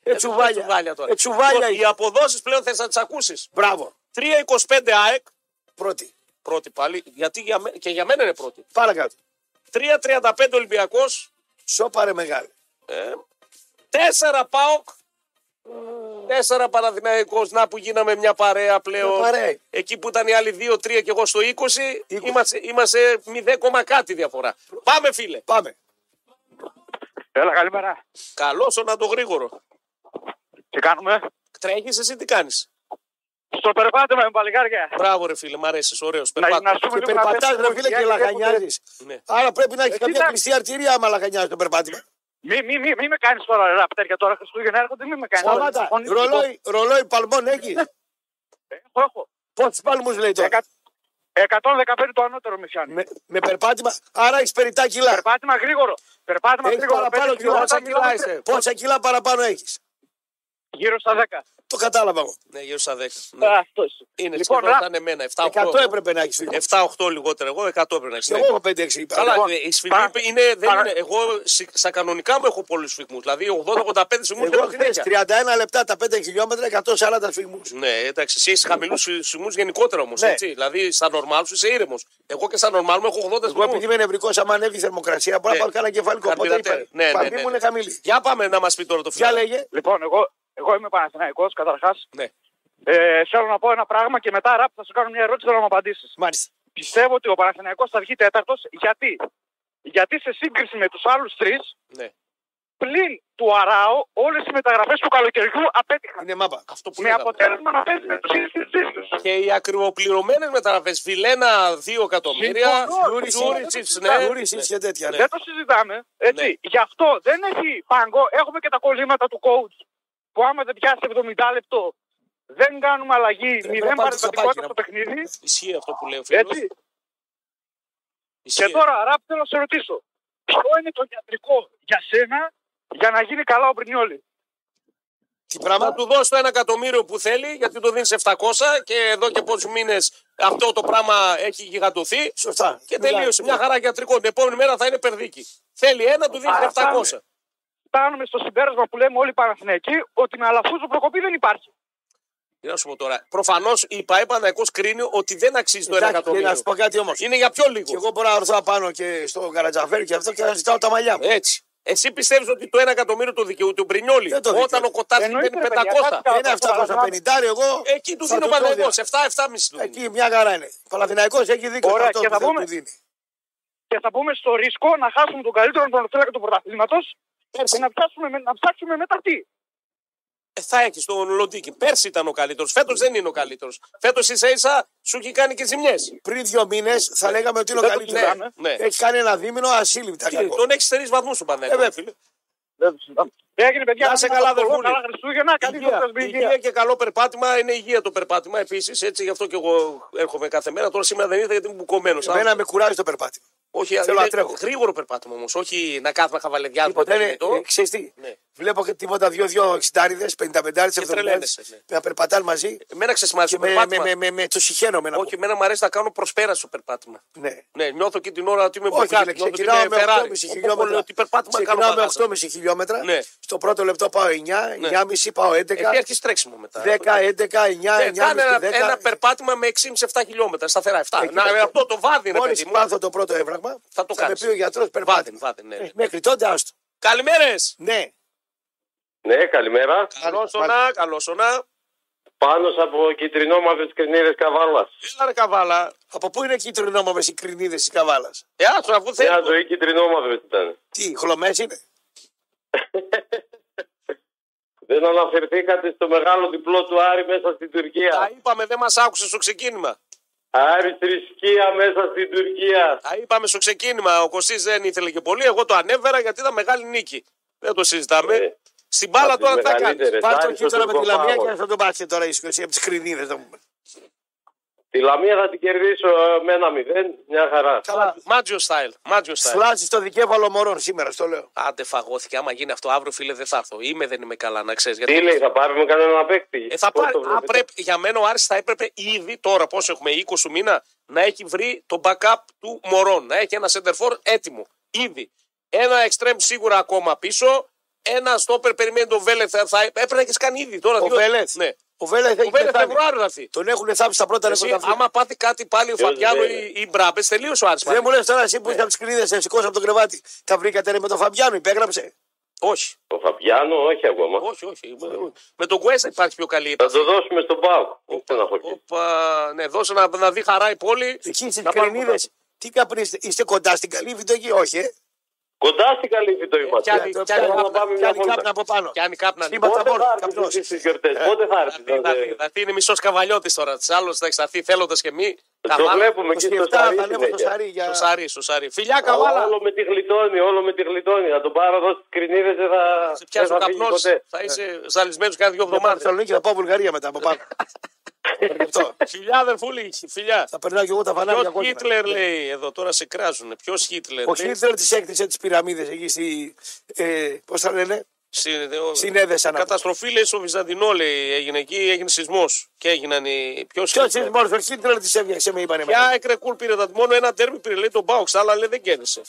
Ε,
Ε,
τσουβάλια.
τσουβάλια τώρα.
Ε, τσουβάλια.
Λοιπόν, Οι αποδόσεις πλέον θες να τις ακούσεις.
Μπράβο.
3-25 ΑΕΚ.
Πρώτη.
Πρώτη πάλι. Γιατί για μέ- και για μένα είναι πρώτη.
Παρακάτω.
3-35 Ολυμπιακό.
Σοπαρε μεγάλη.
4 Ε, ΠΑΟΚ. 4 Παναδημαϊκό. Να που γίναμε μια παρέα πλέον.
Μια παρέα.
Εκεί που ήταν οι άλλοι 2-3 και εγώ στο 20. Είμαστε, είμαστε 0, κάτι διαφορά. Πάμε φίλε.
Πάμε.
Έλα, καλημέρα.
Καλό να το γρήγορο.
Τι κάνουμε.
Τρέχεις εσύ τι κάνεις.
Στο περπάτημα με παλικάρια.
Μπράβο, ρε φίλε, μ' αρέσεις. Ωραίος.
Να,
Περπάτα.
να σούμε
Και
λίγο να
περπατά,
πέσουμε
ρε φίλε,
οι
και
άλλοι Ε,
λαχανιάζει.
Ναι.
Άρα πρέπει να έχεις κάποια
κοίτα.
κλειστή αρτηρία άμα λαχανιάζει το περπάτημα.
Μη, μη, μη, μη με κάνεις τώρα ρε ραπτέρια τώρα. Χριστούγεννα έρχονται, μη με κάνεις.
Σταμάτα. Ρολόι, ρολόι παλμών έχει.
ε. Έχω, έχω.
Πόσους παλμούς λέει τώρα.
Εκα- 115 το ανώτερο με πιάνει.
Με, με περπάτημα, άρα έχεις περιτά κιλά.
Περπάτημα γρήγορο. Περπάτημα
Έχεις
γρήγορο.
παραπάνω
Πέντε
κιλά.
χιλιόμετρα,
Πόσα κιλά,
μιλάμε
είσαι. Πόσα κιλά παραπάνω έχεις.
Γύρω στα 10.
Το κατάλαβα εγώ.
Ναι, γύρω στα 10. Ναι.
Α, αυτό είσαι.
Ε.
Είναι
Λοιπόν,
σχεδόν
ρα-
σαν εμένα.
100
7-8
έπρεπε να έχεις.
λιγότερο. Εγώ 100 πρέπει να
Και
έχεις.
εγώ έχω 5-6 είπα.
Καλά,
Λοιπόν,
ε, οι σφυγμοί
πάρα-
είναι, δεν
πάρα-
είναι. Εγώ σι- στα κανονικά μου έχω πολλούς σφυγμού. Δηλαδή 80-85 σφυγμού
Εγώ
έχω
χθες
συνέχεια.
31 λεπτά τα 5 χιλιόμετρα 140 σφιγμούς.
Ναι, εντάξει, εσύ είσαι χαμηλού σφυγμού γενικότερα όμως.
Ναι.
Δηλαδή στα νορμάλ σου είσαι ήρεμος. Εγώ και στα νορμάλ μου έχω 80
Εγώ επειδή
σφυγμού.
είμαι νευρικός, άμα ανέβει η θερμοκρασία, μπορεί να
Ναι.
πάρω κανένα κεφαλικό. Οπότε
Καρπιδατέρ.
είπα,
Ναι, ναι,
παπί
ναι,
μου
ναι.
είναι χαμηλή.
Για πάμε να μας πει τώρα το φίλο.
Για λέγε.
Λοιπόν, εγώ, εγώ είμαι Παναθηναϊκός καταρχάς.
Ναι.
Ε, θέλω να πω ένα πράγμα και μετά ράπ θα σου κάνω μια ερώτηση θέλω να μου απαντήσεις.
Μάλιστα.
Πιστεύω ότι ο Παναθηναϊκός θα βγει τέταρτος. Γιατί? Γιατί σε σύγκριση με τους άλλους τρεις,
Ναι.
πλην του Αράο, όλες οι μεταγραφές του καλοκαιριού απέτυχαν.
Είναι μάπα.
Αυτό που
Με
λέγαμε.
αποτέλεσμα να παίζει με τους ίδιους τίτλους.
Και οι ακριβοπληρωμένε μεταγραφές. Βιλένα 2
Λοιπόν,
εκατομμύρια. Τζούριτσιτ, ναι.
Γκούρι και τέτοια.
Ναι.
ναι.
Δεν το συζητάμε. Έτσι.
Ναι.
Γι' αυτό δεν έχει πάγκο. Έχουμε και τα κολλήματα του coach που άμα δεν πιάσει 70 λεπτό δεν κάνουμε αλλαγή. Μηδέν
να πάρει το
παρεμβατικότητα
σαπάκι,
στο παιχνίδι.
Ισχύει αυτό που λέει ο φίλος.
Έτσι. Και τώρα, Ράπ, θέλω να σε ρωτήσω. Ποιο είναι το ιατρικό για σένα για να γίνει καλά ο Μπρινιόλη.
Τι
Θα
πράγμα.
του δώσω το ένα εκατομμύριο που θέλει, γιατί του δίνεις 700 και εδώ και πόσους μήνες αυτό το πράγμα έχει γιγαντωθεί.
Σωστά.
Και
Μιλάει.
τελείωσε. Μια χαρά γιατρικό. Την επόμενη μέρα θα είναι περδίκη. Θέλει ένα, του δίνεις 700.
Φτάνουμε στο συμπέρασμα που λέμε όλοι οι Παναθηναϊκοί ότι με αλαφούζο προκοπή δεν υπάρχει.
Τι να σου πω τώρα. Προφανώς η ΠαΕ Παναϊκό κρίνει ότι δεν αξίζει το 1
Εντάξει, και Να
εκατομμύριο.
σου πω κάτι όμως.
Είναι για πιο
Και
λίγο.
εγώ μπορώ να έρθω απάνω και στο καρατζαφέρι και αυτό και να ζητάω τα μαλλιά μου.
Έτσι. Εσύ πιστεύεις ότι το 1 εκατομμύριο το δικαιούται του Μπρινιόλη
Δεν το
όταν
δικαιούται.
ο Κοτάρτη παίρνει
Εννοείται, ρε παιδιά,
500.
κάτσε
Ε, Είναι 750 εγώ.
Ε, Εκεί του
θα
δίνει ο
το δω,
Παναγιώ. 7-7,5
δια-
του δίνει.
Εκεί μια χαρά είναι. Παλαθηναϊκό έχει δίκιο. σε
Ωραία,
αυτό
και
που
θα
δεν
πούμε.
του δίνει.
Και θα πούμε στο ρίσκο να χάσουμε τον καλύτερο νοοτρέλακα του πρωταθλήματο και να, ψάξουμε με- να ψάξουμε μετά τι.
Ε, θα έχει τον Λοντίκι. Πέρσι ήταν ο καλύτερος. Φέτος δεν είναι ο καλύτερος. Φέτος ίσα ίσα σου έχει κάνει και ζημιές.
Πριν δύο μήνες θα λέγαμε ότι είναι ο
Δεν το
καλύτερο.
συζητάμε.
Ναι.
Έχει κάνει ένα δίμηνο ασύλληπτα κακό.
Τον έχεις στερεί βαθμού ο
Ε,
Παναγιώ.
βέβαια.
Δεν το συζητάμε. Έγινε παιδιά,
Να σε
μην
καλά,
μας αποκολούν.
αδερφούλη.
Καλά Χριστούγεννα, καλή
Υγεία.
δόξα
υγεία και καλό περπάτημα. Είναι υγεία το περπάτημα επίσης. Έτσι γι' αυτό και εγώ έρχομαι κάθε μέρα. Τώρα σήμερα δεν ήρθα γιατί είμαι μπουκωμένος.
Εμένα με κουράζει το περπάτημα.
Όχι,
θέλω
είναι
να τρέχω.
γρήγορο περπάτημα όμως. Όχι να κάθομαι χαβαλεδιάζω με το
Τίποτα είναι.
κινητό.
ε, Ξέρεις τι.
Ναι.
Βλέπω και τίποτα δύο-δύο εξιτάριδες, πενταπεντάριδες, εβδομηντάριδες.
τρελαίνεσαι,
Να περπατάνε μαζί.
Εμένα ξεσμάζει
Και
το
με, με,
περπάτημα.
με, με, με το συχαίνω με ένα.
Όχι, εμένα μου αρέσει να κάνω προσπέρα στο περπάτημα.
Ναι.
Ναι, νιώθω και την ώρα ότι είμαι
Όχι,
μπουκάρι.
ρε,
νιώθω ότι
ξεκινάω
είμαι
με
Ferrari.
8,5
Οπότε λέω
χιλιόμετρα.
ότι περπάτημα κάνω
Ξεκινάω με
μπαγάσα.
8,5 χιλιόμετρα.
Ναι.
Στο πρώτο λεπτό πάω 9,
Ναι.
9,5 πάω 11, 10,
Εσύ αρχίζει τρέξιμο μετά.
11, 9, 9,5,
Ε, κάνε ένα,
10.
ένα περπάτημα με 6,5-7 χιλιόμετρα, σταθερά 7.
Εκεί
Να,
είμαστε.
αυτό το βάδι είναι
Μόλις
παιδί μου.
πάθω το πρώτο έβραγμα,
Θα το
με
κάνεις.
πει ο γιατρός
Βάδι,
περπάτημα.
βάδι, ναι.
Ε, Μέχρι τότε άστο.
Καλημέρες!
Ναι.
Ναι, καλημέρα.
Καλό σονά, καλό σονά.
Πάνω από κυτρινόμαυρες κρινίδες καβάλας.
Έλα ρε καβάλα.
Από πού είναι κυτρινόμαυρες οι κρινίδες της καβάλας.
Ε, άστο αφού θέλει.
Μια ζωή κυτρινόμαυρες ήταν.
Τι, χλωμές είναι.
Δεν αναφερθήκατε στο μεγάλο διπλό του Άρη μέσα στην
Τα
Τουρκία.
είπαμε, δεν μας άκουσες στο ξεκίνημα.
Άρη θρησκεία μέσα στην Τουρκία.
Τα είπαμε στο ξεκίνημα. Ο Κωστής δεν ήθελε και πολύ. Εγώ το ανέβερα γιατί ήταν μεγάλη νίκη. Δεν το συζητάμε.
Ε,
Στην μπάλα
απ' τις
τώρα τι θα κάνεις.
μεγαλύτερες.
Πάρε το
Άρης στο
κύτταρο με τη λαμία
Τουρκοπάγο.
και θα τον πάτε τώρα οι 20 από τις κρινίδε να πούμε.
Τη Λαμία θα την κερδίσω ε, με ένα μηδέν. Μια χαρά.
Καλά.
Μάτζιο style. Μάτζιο style.
Σλάζει το δικαίωμα μωρών σήμερα, στο λέω.
Άντε φαγώθηκε. Άμα γίνει αυτό αύριο, φίλε, δεν θα έρθω. Είμαι, δεν είμαι καλά, να ξέρεις.
Τι λέει, θα πάρουμε κανένα παίκτη.
Ε, θα
Πώς
πάρει,
το
αν
βλέπετε?
πρέπει, για μένα ο Άρης θα έπρεπε ήδη τώρα, πόσο έχουμε, 20 του μήνα, να έχει βρει το backup του Μωρών. Να έχει ένα center for έτοιμο. Ήδη. Ένα extreme σίγουρα ακόμα πίσω. Ένα stopper περιμένει τον Βέλεθ. Θα, θα- έπρεπε να έχεις κάνει ήδη τώρα.
Ο Βέλεθ.
Ναι.
Ο Βέλεθ
Ο
έχει
Βέλεθ
πεθάνει.
Φεβρουάριο θα έρθει.
Τον έχουν θάψει στα πρώτα
Εσύ,
ρεκόρ. τα
άμα πάθει κάτι πάλι ο
Ποιος
Φαβιάνο
Βέλεθ.
ή, ή Μπράμπες, τελείωσε ο Άρης.
Δεν
πάλι.
μου λες τώρα εσύ που είσαι από τις κρινίδε, εσύ από το κρεβάτι. Τα βρήκατε ρε, με τον Φαμπιάνο, υπέγραψε.
Όχι.
Το Φαπιάνο, όχι ακόμα.
Όχι, όχι. Με τον Κουέστα υπάρχει πιο καλή.
Θα το δώσουμε στον Πάουκ. Μην στεναχωρηθείτε.
Οπα, ναι, δώσε να, να δει χαρά η πόλη.
Εκεί στις
Να πάρουμε
κρινίδε.
κάτι.
Τι καπνίστε, είστε κοντά στην καλή βιντεοκή, όχι. Ε.
Κοντά στην καλή το είμαστε.
Ε, κι άλλη-
Το
κι άλλη
πιάνει
κάπνα,
να πάμε μια
κάπνα
βόλτα.
από πάνω.
Και αν κάπνα.
Σύμπαν
Πότε
Παταμπόρ,
θα έρθεις
καπνός.
εσύ στις γιορτές,
Ε,
πότε θα
Θα δει,
έρθεις. δηλαδή?
θα δει, θα δει. Είναι μισός καβαλιώτης τώρα. Της άλλος θα εξαθεί θέλοντας και μη.
Το
Καβάλα.
βλέπουμε εκεί
27
στο
θα
Σαρί
ανέβω στο
συνέχεια.
Σαρί για.
Σωσάρι, σωσάρι. Φιλιά,
Αλλά
καβάλα.
Όλο με τη γλιτώνει, όλο με τη γλιτώνει. Θα τον πάρω εδώ στις κρινίδες, δεν θα,
Σε
δεν
πιάσει ο
θα φύγει
καπνός.
ποτέ.
Θα είσαι ζαλισμένος κάνα δύο
Θα πάω
εβδομάδες.
Θεσσαλονίκη, θα πάω Βουλγαρία μετά από πάνω. Θα γευτώ.
Φιλιά, αδερφούλη, φιλιά.
Θα περνάω κι εγώ τα φανάρια
Ποιος
κόκκινα.
Χίτλερ λέει εδώ, τώρα σε κράζουν. Ποιος Χίτλερ.
Ο
λέει,
Χίτλερ τη έκτισε τις πυραμίδες εκεί στη. Ε, Πώς τα λένε,
συ- ο-
στην Έδεσα.
Καταστροφή λέει στο Βυζαντινό λέει, έγινε εκεί, έγινε σεισμός. Και έγιναν οι. Ποιος
Ποιος είναι μόνο, ο Χίτλερ τη έφτιαξε, με είπαν
Ποια
εμένα.
εκρεκούλ πήρε τα μόνο ένα τέρμι πήρε λέει τον Μπάουξ, αλλά λέει δεν κέρδισε.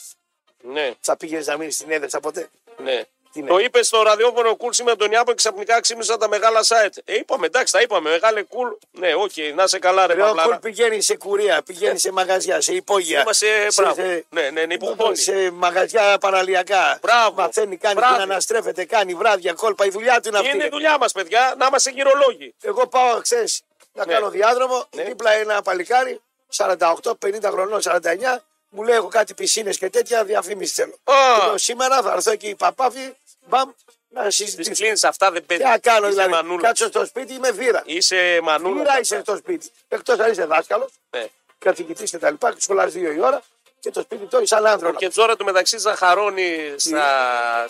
Ναι,
Θα πήγες να μείνεις στην Έδεσα ποτέ.
ναι.
Τι είναι.
Το είπες στο ραδιόφωνο κουλ σήμερα τον Ιάπο και ξαφνικά ξύμισαν τα μεγάλα site. Ε, είπαμε, εντάξει, τα είπαμε. Μεγάλε κουλ. Ναι, οκ, να σε καλά, ρε
Ρε, ο Κουλ
Παυλάρα.
πηγαίνει σε κουρία, πηγαίνει σε μαγαζιά, σε υπόγεια.
Είμαστε,
σε-
μπράβο.
σε-
Ναι, ναι, ναι, υποχώνει.
Σε μαγαζιά παραλιακά.
Μπράβο.
Μαθαίνει, κάνει,
Μπράβο.
την αναστρέφεται, κάνει βράδια, κόλπα. Η δουλειά του είναι αυτή.
Είναι
ρε.
η δουλειά μας, παιδιά, να είμαστε γυρολόγοι.
Εγώ πάω, ξέρεις, να
Ναι.
κάνω διάδρομο. Δίπλα ένα παλικάρι, 48, 50 χρονών, 49. Μου λέει: Έχω κάτι πισίνες και τέτοια διαφήμιση θέλω.
Α.
Του λέω, σήμερα θα έρθω εκεί η παπάφη, μπαμ, να
Τι
συζητήσουμε.
κλείνεις αυτά, δεν
Τι
παίζει.
να κάνω,
Είσαι
δηλαδή.
μανούλα.
Κάτσω στο σπίτι, είμαι βύρα.
Είσαι μανούλα.
Βύρα είσαι στο σπίτι. Εκτός αν είσαι δάσκαλος,
Ναι.
καθηγητής και τα λοιπά, σχολάζει δύο η ώρα και το σπίτι το έχεις σαν άνθρωπο.
Και τώρα του μεταξύ ζαχαρώνει στα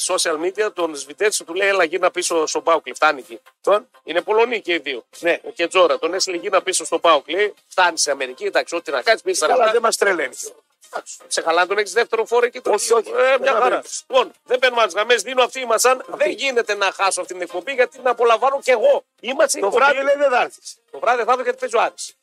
social media τον Σβιτέτσο του λέει: Έλα, γύρνα πίσω στον Πάουκλι. Φτάνει εκεί. Λοιπόν,
Τον,
Είναι Πολωνοί και οι δύο.
Ναι.
Ο Κετζόρα τον έστειλε γύρνα πίσω στον Πάουκ. Λέει: Φτάνει στην Αμερική, εντάξει, ό,τι να κάνεις, πει στα
αλλά
λεφτά.
δεν μας τρελαίνεις.
Σε καλά να τον έχει δεύτερο φόρο και τον.
Όχι, όχι.
Ε,
Δεν
μια χαρά.
απαραίτητο.
Λοιπόν, δεν παίρνουμε άλλες γραμμές. Δίνω αυτή η ματσάν. Δεν γίνεται να χάσω αυτή την εκπομπή γιατί την απολαμβάνω κι εγώ. Είμαστε
Το
εκπομπή.
βράδυ λέει δεν θα έρθεις.
Το βράδυ θα δω γιατί παίζει ο Άρης.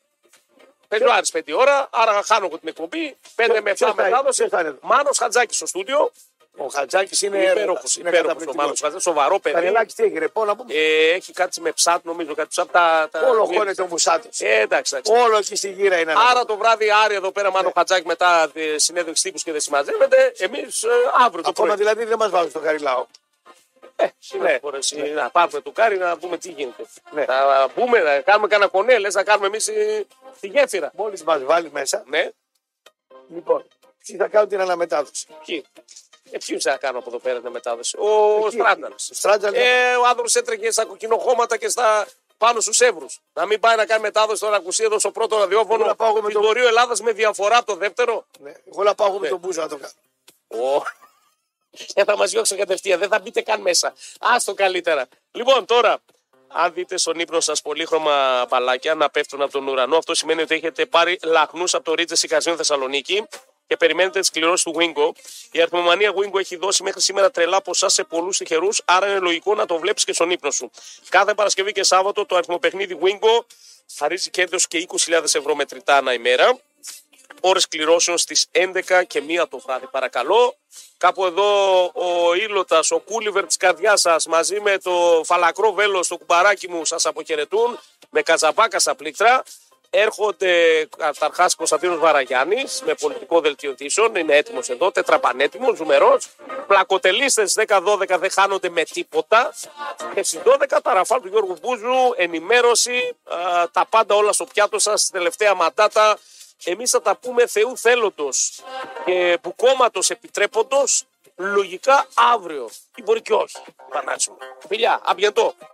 Παίζει ο Άρης 5 ώρα, άρα χάνω εγώ την εκπομπή. 5 με 7
ποιος θα είναι,
μετάδοση.
ποιος θα είναι εδώ?
Μάνος Χατζάκης στο στούντιο.
Ο Χατζάκης είναι
Υπέροχος.
είναι
Υπέροχος ο Μάνο
καταπληκτικός.
Χατζάκης. Σοβαρό παιδί.
Καρελάκης τι έγινε, πόνο που
Ε, έχει κάτι με ψάτ, νομίζω, κάτι ψάτ. Τα, τα...
όλο χώνεται ο Μουσάτος.
Ε, εντάξει, εντάξει.
Όλο εκεί στη γύρα είναι.
Άρα το βράδυ Άρη εδώ πέρα,
Ναι.
Μάνο Χατζάκη μετά ε, συνέντευξη τύπους και δεν συμμαζεύεται. Εμείς αύριο το
Ακόμα
πρωί.
δηλαδή δεν μας βάζουν στο Χαριλάο.
Ναι, μπορείς, ε, Να πάμε του Κάρι να πούμε τι γίνεται.
Ναι.
Να πούμε, να κάνουμε κανένα κονέ, λες, να κάνουμε εμείς τη γέφυρα.
Μόλις μας βάλει μέσα,
Ναι,
λοιπόν, ποιοι θα κάνουν την αναμετάδοση.
ποιοι. Ε, ποιου θα κάνω από εδώ πέρα την μετάδοση. Ο
Εκεί.
Στράνταρα.
Ο ναι. Στράτζαλ.
Ε, ο άνθρωπος έτρεχε στα κοκκινοχώματα και στα πάνω στους εύρους. Να μην πάει να κάνει μετάδοση τώρα ακουσία εδώ στο πρώτο
Εγώ
ραδιόφωνο
να πάω εγώ με
της
το-
Βορείου Ελλάδας με διαφορά από το δεύτερο.
Ναι, Εγώ να πάω εγώ με
Ναι.
τον Μπούζο να το κάνω.
Ω. Και θα μας διώξουν κατευθείαν. Δεν θα μπείτε καν μέσα. Άστο καλύτερα. Λοιπόν, τώρα, αν δείτε στον ύπνο σας πολύχρωμα παλάκια να πέφτουν από τον ουρανό, αυτό σημαίνει ότι έχετε πάρει λαχνούς από το Ρίτζες Σικαζίνου Θεσσαλονίκη και περιμένετε τις κληρώσεις του Wingo. Η αριθμομανία Wingo έχει δώσει μέχρι σήμερα τρελά ποσά σε πολλούς τυχερούς, άρα είναι λογικό να το βλέπεις και στον ύπνο σου. Κάθε Παρασκευή και Σάββατο το αριθμοπαιχνίδι Wingo θα ρίζει κέρδος και 20.000 ευρώ μετρητά ανά ημέρα ώρες κληρώσεων στις 11 και 1 το βράδυ, παρακαλώ. Κάπου εδώ ο Ήλωτας, ο Κούλιβερ της καρδιάς σας, μαζί με το φαλακρό βέλος, το κουμπαράκι μου, σας αποχαιρετούν. Με καζαμπάκα στα πλήκτρα. Έρχονται καταρχάς Κωνσταντίνος Βαραγιάννης με πολιτικό δελτίο ειδήσεων. Είναι έτοιμος εδώ, τετραπανέτοιμος, ζουμερός. Πλακοτελίστε 10-12 δεν χάνονται με τίποτα. Και στις 12 τα ραφάλ του Γιώργου Μπούζου, ενημέρωση, α, τα πάντα όλα στο πιάτο σας, τελευταία μαντάτα. Εμείς θα τα πούμε Θεού θέλοντος και μπουκώματος επιτρέποντος, λογικά αύριο. Ή μπορεί και όχι. Πανάτσιμο. Φιλιά, αμπιεντό.